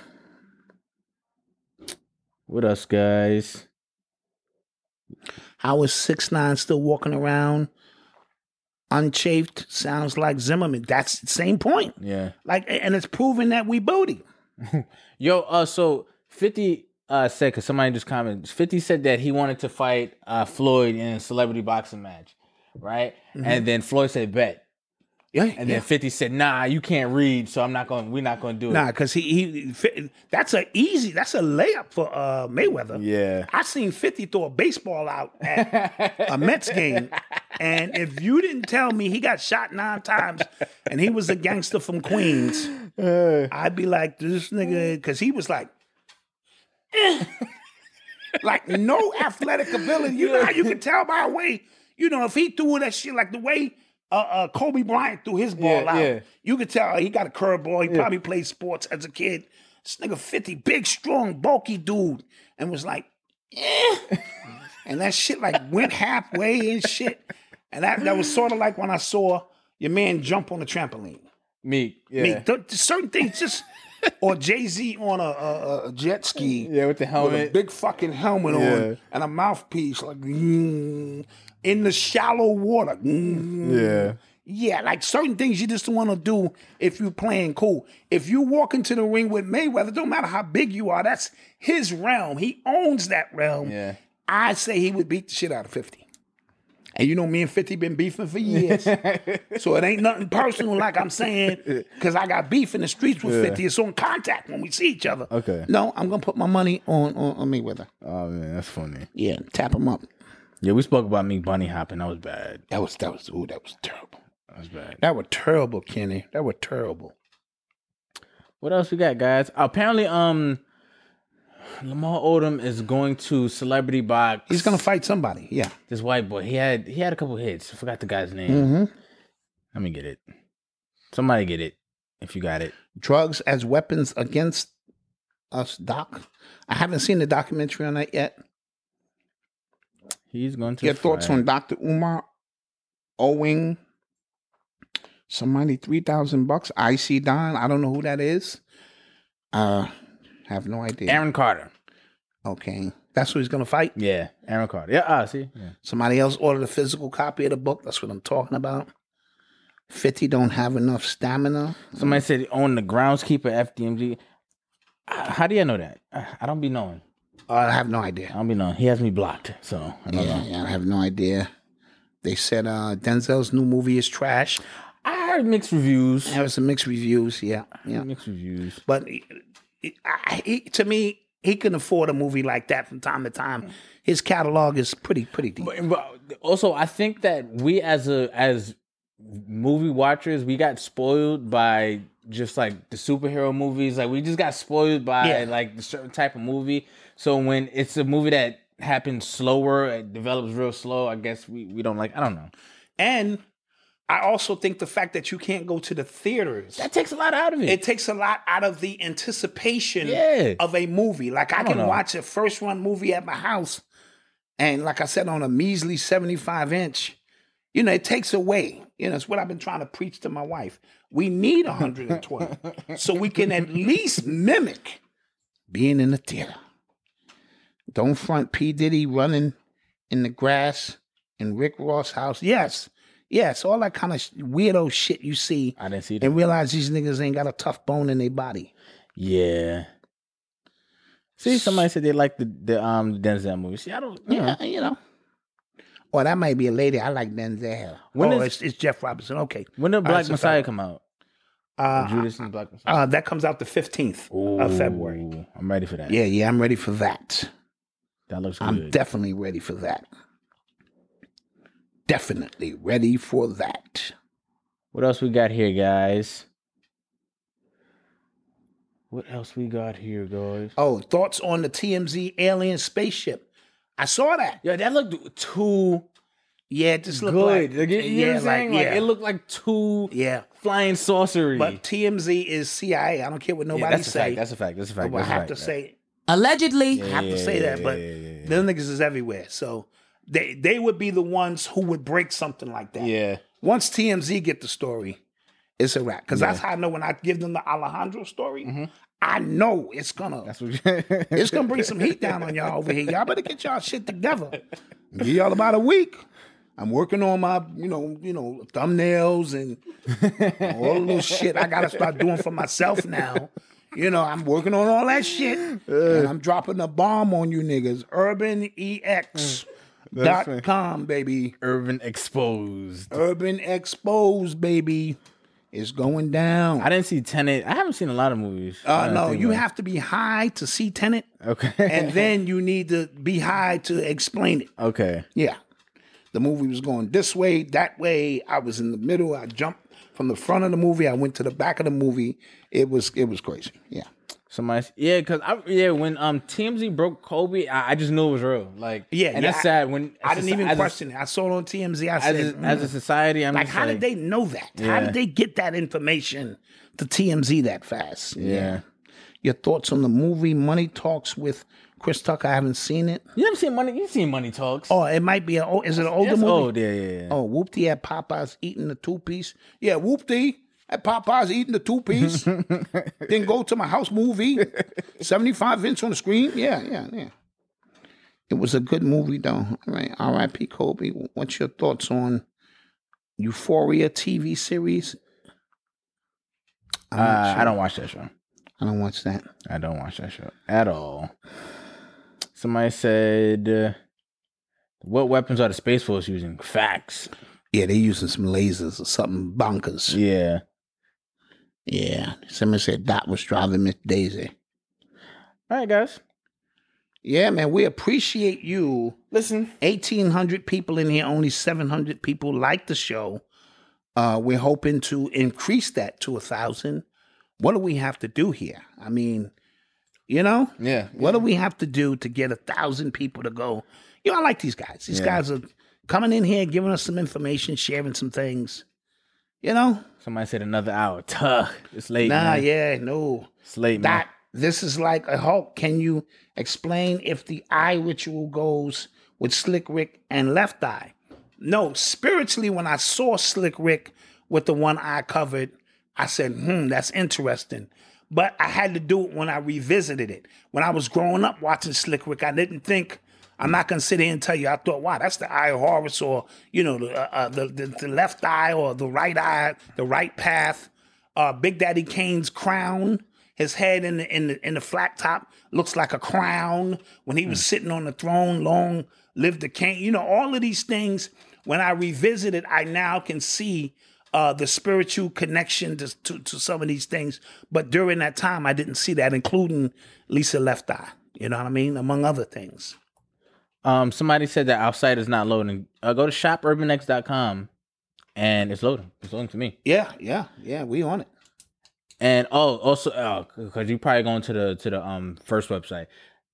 Speaker 1: What else, guys?
Speaker 4: How is six nine still walking around unchafed? Sounds like Zimmerman. That's the same point.
Speaker 1: Yeah.
Speaker 4: Like, a- and it's proven that we booty.
Speaker 1: Yo, uh, so Fifty uh said because somebody just commented. Fifty said that he wanted to fight uh Floyd in a celebrity boxing match, right?
Speaker 4: Mhm.
Speaker 1: And then Floyd said, bet.
Speaker 4: Yeah.
Speaker 1: And then Fifty said, nah, you can't read, so I'm not going. We're not going to do it.
Speaker 4: Nah, because he he fi- that's a easy that's a layup for uh Mayweather.
Speaker 1: Yeah.
Speaker 4: I seen Fifty throw a baseball out at a Mets game, and if you didn't tell me he got shot nine times, and he was a gangster
Speaker 1: *laughs*
Speaker 4: from Queens,
Speaker 1: Uh.
Speaker 4: I'd be like this nigga because he was like. eh. like no athletic ability. You know how you can tell by the way, you know, if he threw that shit like the way uh, uh Kobe Bryant threw his ball
Speaker 1: Yeah,
Speaker 4: out,
Speaker 1: yeah.
Speaker 4: you could tell he got a curveball. He probably played sports as a kid. This nigga 50, big, strong, bulky dude, and was like, eh. and that shit like went halfway and shit. And that, that was sort of like when I saw your man jump on the trampoline.
Speaker 1: Meek, yeah.
Speaker 4: Me, th- certain things just or Jay Z on a, a, a jet ski,
Speaker 1: yeah, with the
Speaker 4: with a
Speaker 1: helmet.
Speaker 4: big fucking helmet
Speaker 1: Yeah.
Speaker 4: on and a mouthpiece, like mm, in the shallow water. mm.
Speaker 1: Yeah.
Speaker 4: yeah, like certain things you just want to do if you playing cool. If you walk into the ring with Mayweather, don't matter how big you are, that's his realm. He owns that realm.
Speaker 1: Yeah.
Speaker 4: I say he would beat the shit out of fifty. And you know me and 50 been beefing
Speaker 1: *laughs*
Speaker 4: for years. so it ain't nothing personal like I'm saying, because I got beef in the streets with
Speaker 1: Yeah.
Speaker 4: 50. It's on contact when we see each other.
Speaker 1: Okay.
Speaker 4: No, I'm gonna put my money on on, on Mayweather.
Speaker 1: Oh man, that's funny.
Speaker 4: Yeah, tap him up.
Speaker 1: Yeah, we spoke about Meek Bunny hopping. That was bad.
Speaker 4: That was that was ooh, that was terrible.
Speaker 1: That was bad.
Speaker 4: That was terrible, Kenny. That was terrible.
Speaker 1: What else we got, guys? Apparently, um, Lamar Odom is going to celebrity box.
Speaker 4: He's gonna fight somebody. Yeah.
Speaker 1: This white boy. He had he had a couple hits. I forgot the guy's name.
Speaker 4: Mm-hmm.
Speaker 1: Let me get it. Somebody get it if you got it.
Speaker 4: Drugs as weapons against us, Doc. I haven't seen the documentary on that yet.
Speaker 1: He's going to.
Speaker 4: Your thoughts
Speaker 1: fight.
Speaker 4: on Dr. Umar owing somebody three thousand bucks? I see Don. I don't know who that is. Uh have no idea.
Speaker 1: Aaron Carter?
Speaker 4: Okay. That's who he's gonna fight.
Speaker 1: Yeah, Aaron Carter. Yeah, ah, see. Yeah.
Speaker 4: Somebody else ordered a physical copy of the book. That's what I'm talking about. 50 don't have enough stamina.
Speaker 1: Somebody said on the groundskeeper FDMG. Uh, How do you know that? Uh, I don't be knowing.
Speaker 4: Uh, I have no idea.
Speaker 1: I don't be knowing. He has me blocked, so I don't
Speaker 4: Yeah,
Speaker 1: know.
Speaker 4: yeah, I have no idea. They said uh, Denzel's new movie is trash.
Speaker 1: I heard mixed reviews.
Speaker 4: There was some mixed reviews. Yeah, yeah.
Speaker 1: Mixed reviews.
Speaker 4: But he, I, he, to me, he can afford a movie like that from time to time. His catalog is pretty, pretty deep.
Speaker 1: But, but also, I think that we as a as movie watchers, we got spoiled by just like the superhero movies. Like we just got spoiled by
Speaker 4: Yeah.
Speaker 1: like the certain type of movie. So when it's a movie that happens slower, it develops real slow. I guess we we don't like. I don't know.
Speaker 4: And I also think the fact that you can't go to the theaters.
Speaker 1: That takes a lot out of it.
Speaker 4: It takes a lot out of the anticipation
Speaker 1: Yeah.
Speaker 4: of a movie. Like I,
Speaker 1: don't
Speaker 4: can
Speaker 1: know.
Speaker 4: watch a first run movie at my house, and like I said, on a measly seventy five inch, You know, it takes away. You know, it's what I've been trying to preach to my wife. We
Speaker 1: *laughs*
Speaker 4: need 120 so we can at least mimic being in the theater. Don't front P. Diddy running in the grass in Rick Ross' house. Yes, yes, all that kind of weirdo shit you see.
Speaker 1: I didn't see
Speaker 4: And realize these niggas ain't got a tough bone in their body.
Speaker 1: Yeah. See, somebody said they like the the um Denzel movie. See, I don't.
Speaker 4: Yeah, you know. Or that might be a lady. I like Denzel.
Speaker 1: When
Speaker 4: When
Speaker 1: is-
Speaker 4: oh, it's, it's Jeff Robinson. Okay.
Speaker 1: When did
Speaker 4: All right,
Speaker 1: Black
Speaker 4: so
Speaker 1: Messiah
Speaker 4: Feb-
Speaker 1: come out?
Speaker 4: Uh,
Speaker 1: Judas and Black Messiah.
Speaker 4: Uh, that comes out the 15th of February.
Speaker 1: I'm ready for that.
Speaker 4: Yeah, yeah, I'm ready for that.
Speaker 1: That looks
Speaker 4: I'm
Speaker 1: good.
Speaker 4: definitely ready for that. Definitely ready for that.
Speaker 1: What else we got here, guys? What else we got here, guys?
Speaker 4: Oh, thoughts on the TMZ alien spaceship. I saw that.
Speaker 1: Yeah, that looked too
Speaker 4: Yeah, it just looked
Speaker 1: good.
Speaker 4: like,
Speaker 1: Like, you you know what I'm saying? Like, it looked like too
Speaker 4: yeah.
Speaker 1: flying saucery.
Speaker 4: But TMZ is CIA. I don't care what
Speaker 1: Yeah,
Speaker 4: nobody
Speaker 1: that's a
Speaker 4: say.
Speaker 1: fact. That's a fact. That's a fact.
Speaker 4: But I
Speaker 1: that's a
Speaker 4: have
Speaker 1: fact.
Speaker 4: to say,
Speaker 9: Allegedly.
Speaker 4: I have to say that, but them niggas is everywhere. So they they would be the ones who would break something like that.
Speaker 1: Yeah.
Speaker 4: Once TMZ get the story, it's a wrap. Because that's
Speaker 1: Yeah. Mm-hmm.
Speaker 4: how I know when I give them the Alejandro story, I know it's gonna
Speaker 1: *laughs*
Speaker 4: it's gonna bring some heat down on y'all over here. Y'all better get y'all shit together.
Speaker 1: *laughs*
Speaker 4: Give y'all about a week. I'm working on my, you know, you know, thumbnails and all the little shit I gotta start doing for myself now. You know, I'm working on all that shit. and I'm dropping a bomb on you niggas. E UrbanEX.com, baby.
Speaker 1: Urban exposed.
Speaker 4: Urban Expose, baby. It's going down.
Speaker 1: I didn't see Tenet. I haven't seen a lot of movies.
Speaker 4: Uh,
Speaker 1: Now that I
Speaker 4: no,
Speaker 1: think
Speaker 4: you
Speaker 1: about it.
Speaker 4: have to be high to see Tenant,
Speaker 1: Okay. *laughs*
Speaker 4: and then you need to be high to explain it.
Speaker 1: okay.
Speaker 4: Yeah. The movie was going this way, that way. I was in the middle. I jumped from the front of the movie. I went to the back of the movie. It was it was crazy. Yeah.
Speaker 1: Somebody, yeah, cause I yeah when um TMZ broke Kobe, I, I just knew it was real. Like
Speaker 4: Yeah.
Speaker 1: and
Speaker 4: yeah,
Speaker 1: that's
Speaker 4: I-
Speaker 1: sad. When
Speaker 4: I didn't even
Speaker 1: as a-
Speaker 4: question it. I saw it on TMZ. I
Speaker 1: as
Speaker 4: said,
Speaker 1: a, as, a,
Speaker 4: "Mm."
Speaker 1: society, I'm
Speaker 4: like,
Speaker 1: just
Speaker 4: how did they know that? How
Speaker 1: Yeah.
Speaker 4: did they get that information to TMZ that fast?
Speaker 1: Yeah.
Speaker 4: Your thoughts on the movie Money Talks with Chris Tucker? I haven't seen it.
Speaker 1: You never seen money? You seen Money Talks?
Speaker 4: Oh, it might be an old. Is it an older
Speaker 1: That's
Speaker 4: movie?
Speaker 1: old, yeah, yeah, yeah.
Speaker 4: Oh, Whoopty at Popeyes eating the two piece. Yeah, Whoopty at Popeyes eating the
Speaker 1: *laughs*
Speaker 4: two piece. then go to my house movie. 75 inch on the screen. Yeah, yeah, yeah. It was a good movie, though. All right. R.I.P. Kobe. What's your thoughts on Euphoria TV series? I'm not
Speaker 1: Uh, I
Speaker 4: sure.
Speaker 1: don't watch that show.
Speaker 4: I don't watch that.
Speaker 1: I don't watch that show at all. Somebody said, uh, "What weapons are the Space Force using?" Facts.
Speaker 4: Yeah, they're using some lasers or something bonkers.
Speaker 1: Yeah.
Speaker 4: Yeah. Someone said Dot was driving Miss Daisy.
Speaker 1: All right, guys.
Speaker 4: Yeah, man, we appreciate you.
Speaker 1: Listen,
Speaker 4: 1,800 people in here, only 700 people like the show. Uh, we're hoping to increase that to a 1,000. What do we have to do here? I mean, you know,
Speaker 1: Yeah.
Speaker 4: what do we have to do to get a 1,000 people to go? You know, I like these guys. These
Speaker 1: Yeah.
Speaker 4: guys are coming in here, giving us some information, sharing some things. You know?
Speaker 1: Somebody said another hour. Tuh. It's late.
Speaker 4: nah,
Speaker 1: man.
Speaker 4: yeah, no.
Speaker 1: It's late, man.
Speaker 4: That this is like a Hulk. Can you explain if the eye ritual goes with Slick Rick and Left Eye? No, spiritually, when I saw Slick Rick with the one eye covered, I said, hmm, that's interesting. But I had to do it when I revisited it. When I was growing up watching Slick Rick, I didn't think, I'm not going to sit here and tell you, I thought, wow, that's the eye of Horus or, you know, the, uh, uh, the, the, the left eye or the right eye, the right path uh, Big Daddy Kane's crown. His head in the, in the in the flat top looks like a crown when he was
Speaker 1: Hmm.
Speaker 4: sitting on the throne. Long live the king! You know all of these things. When I revisit it, I now can see uh, the spiritual connection to, to to some of these things. But during that time, I didn't see that, including Lisa Left Eye. You know what I mean, among other things.
Speaker 1: Um, somebody said that outside is not loading. Uh, go to shopurbanx.com and it's loading. It's loading to me.
Speaker 4: Yeah, yeah, yeah. We on it.
Speaker 1: And oh, also because you're probably going to the to the um first website.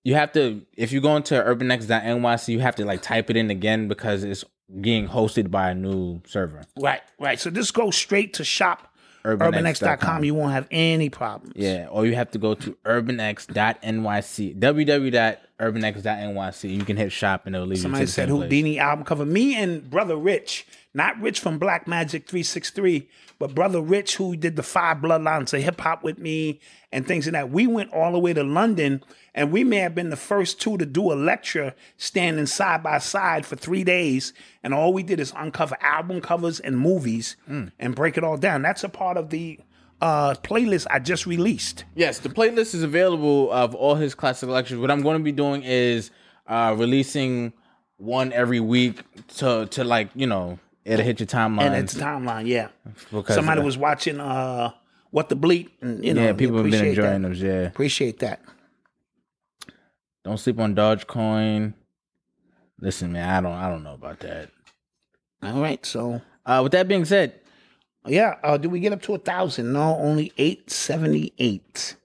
Speaker 1: You have to if you go into urbanx.nyc, you have to like type it in again because it's being hosted by a new server.
Speaker 4: Right, right. So just go straight to shop
Speaker 1: UrbanX.com.
Speaker 4: urbanx.com. You won't have any problems.
Speaker 1: Yeah, or you have to go to urbanx.nyc, www. urbanx.nyc. You can hit shop and it'll lead
Speaker 4: Somebody
Speaker 1: you to the
Speaker 4: said
Speaker 1: same place.
Speaker 4: Houdini album cover. Me and Brother Rich, not Rich from Black Magic 363, but Brother Rich, who did the five bloodlines of hip hop with me and things like that. We went all the way to London and we may have been the first two to do a lecture standing side by side for three days. And all we did is uncover album covers and movies
Speaker 1: Hmm.
Speaker 4: and break it all down. That's a part of the uh, playlist I just released.
Speaker 1: Yes, the playlist is available of all his classic lectures. What I'm going to be doing is uh, releasing one every week to uh, to like you know it'll hit your timeline.
Speaker 4: And it's timeline, yeah.
Speaker 1: Because
Speaker 4: Somebody
Speaker 1: of
Speaker 4: was watching uh, What the Bleep. And, you know,
Speaker 1: yeah,
Speaker 4: they
Speaker 1: people have been
Speaker 4: appreciate that.
Speaker 1: enjoying those. Yeah,
Speaker 4: appreciate that.
Speaker 1: Don't sleep on Dogecoin. Listen, man, I don't I don't know about that.
Speaker 4: All right, so
Speaker 1: uh, with that being said,
Speaker 4: yeah, uh, do we get up to a thousand? No, only eight seventy eight.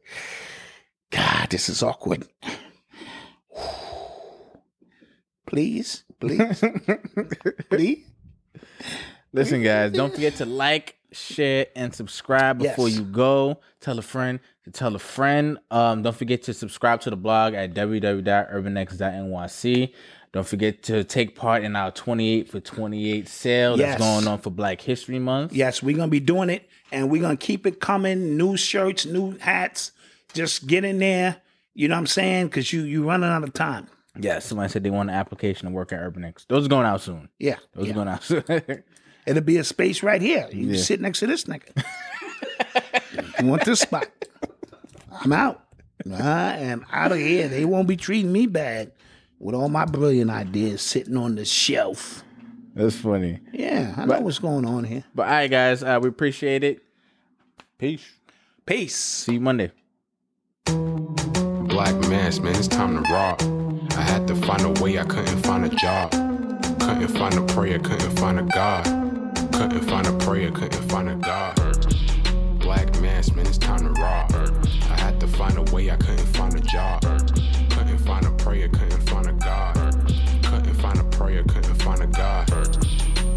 Speaker 4: God, this is awkward. *sighs* Please,
Speaker 1: *laughs*
Speaker 4: please, please.
Speaker 1: Listen, guys, don't forget to like, share, and subscribe before
Speaker 4: Yes.
Speaker 1: you go. Tell a friend to tell a friend. Um, don't forget to subscribe to the blog at www.urbanx.nyc. Don't forget to take part in our 28 for 28 sale
Speaker 4: Yes.
Speaker 1: that's going on for Black History Month.
Speaker 4: Yes, we're gonna be doing it, and we're gonna keep it coming. New shirts, new hats. Just get in there. You know what I'm saying? Because you you running out of time.
Speaker 1: Yeah, somebody said they want an application to work at UrbanX. Those are going out soon. *laughs*
Speaker 4: Yeah,
Speaker 1: Those
Speaker 4: yeah.
Speaker 1: are going out soon.
Speaker 4: It'll be a space right here. You
Speaker 1: Yeah.
Speaker 4: sit next to this nigga. you want this spot? I'm out. I am out of here. They won't be treating me bad with all my brilliant ideas sitting on the shelf.
Speaker 1: that's funny.
Speaker 4: Yeah, I know what's going on here.
Speaker 1: But all right, guys, uh, we appreciate it. Peace.
Speaker 4: Peace.
Speaker 1: See you Monday.
Speaker 11: Black mass, man, it's time to rock. I had to find a way, I couldn't find a job. Couldn't find a prayer, couldn't find a God. Couldn't find a prayer, couldn't find a God. Black mass, man, it's time to rock. I had to find a way, I couldn't find a job. Couldn't find a prayer, couldn't find a God. Couldn't find a prayer, couldn't find a God.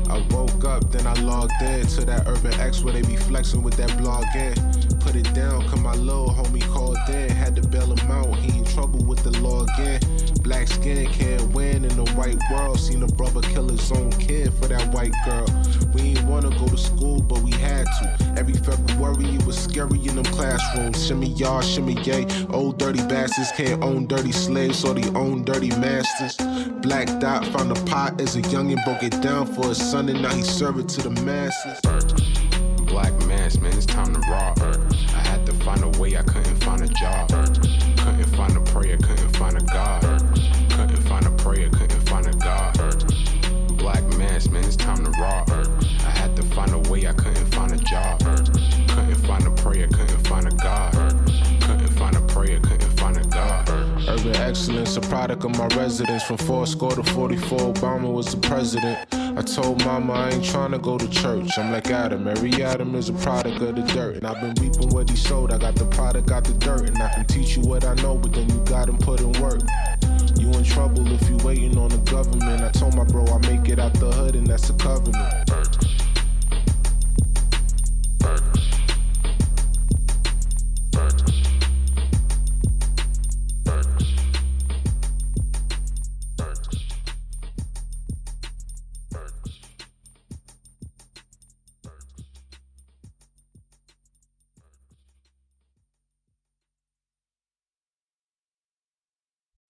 Speaker 2: I woke up, then I logged in to that Urban X where they be flexing with that blog in. Put it down, cause my little homie called in. Had to bail him out, he in trouble with the law again. Black skin can't win in the white world. Seen a brother kill his own kid for that white girl. We ain't wanna go to school, but we had to. Every February it was scary in them classrooms. Shimmy y'all, shimmy yay. Old dirty bastards can't own dirty slaves or they own dirty masters. Black Dot found a pot as a youngin', broke it down for his son, and now he serve it to the masses.
Speaker 11: Black mass, man, it's time to rock. I had to find a way, I couldn't find a job. Couldn't find a prayer, couldn't find a God. Couldn't find a prayer, couldn't find a God. Black mass, man, it's time to rock. I had to find a way, I couldn't find a job. Couldn't find a prayer, couldn't find a God. Couldn't find a prayer, couldn't find a God.
Speaker 2: Urban excellence, a product of my residence. From four score to 44, Obama was the president. I told mama I ain't tryna go to church. I'm like Adam, every Adam is a product of the dirt. And I've been reaping what he sowed. I got the product, got the dirt. And I can teach you what I know, but then you got him put in work. You in trouble if you waiting on the government. I told my bro I make it out the hood, and that's a covenant.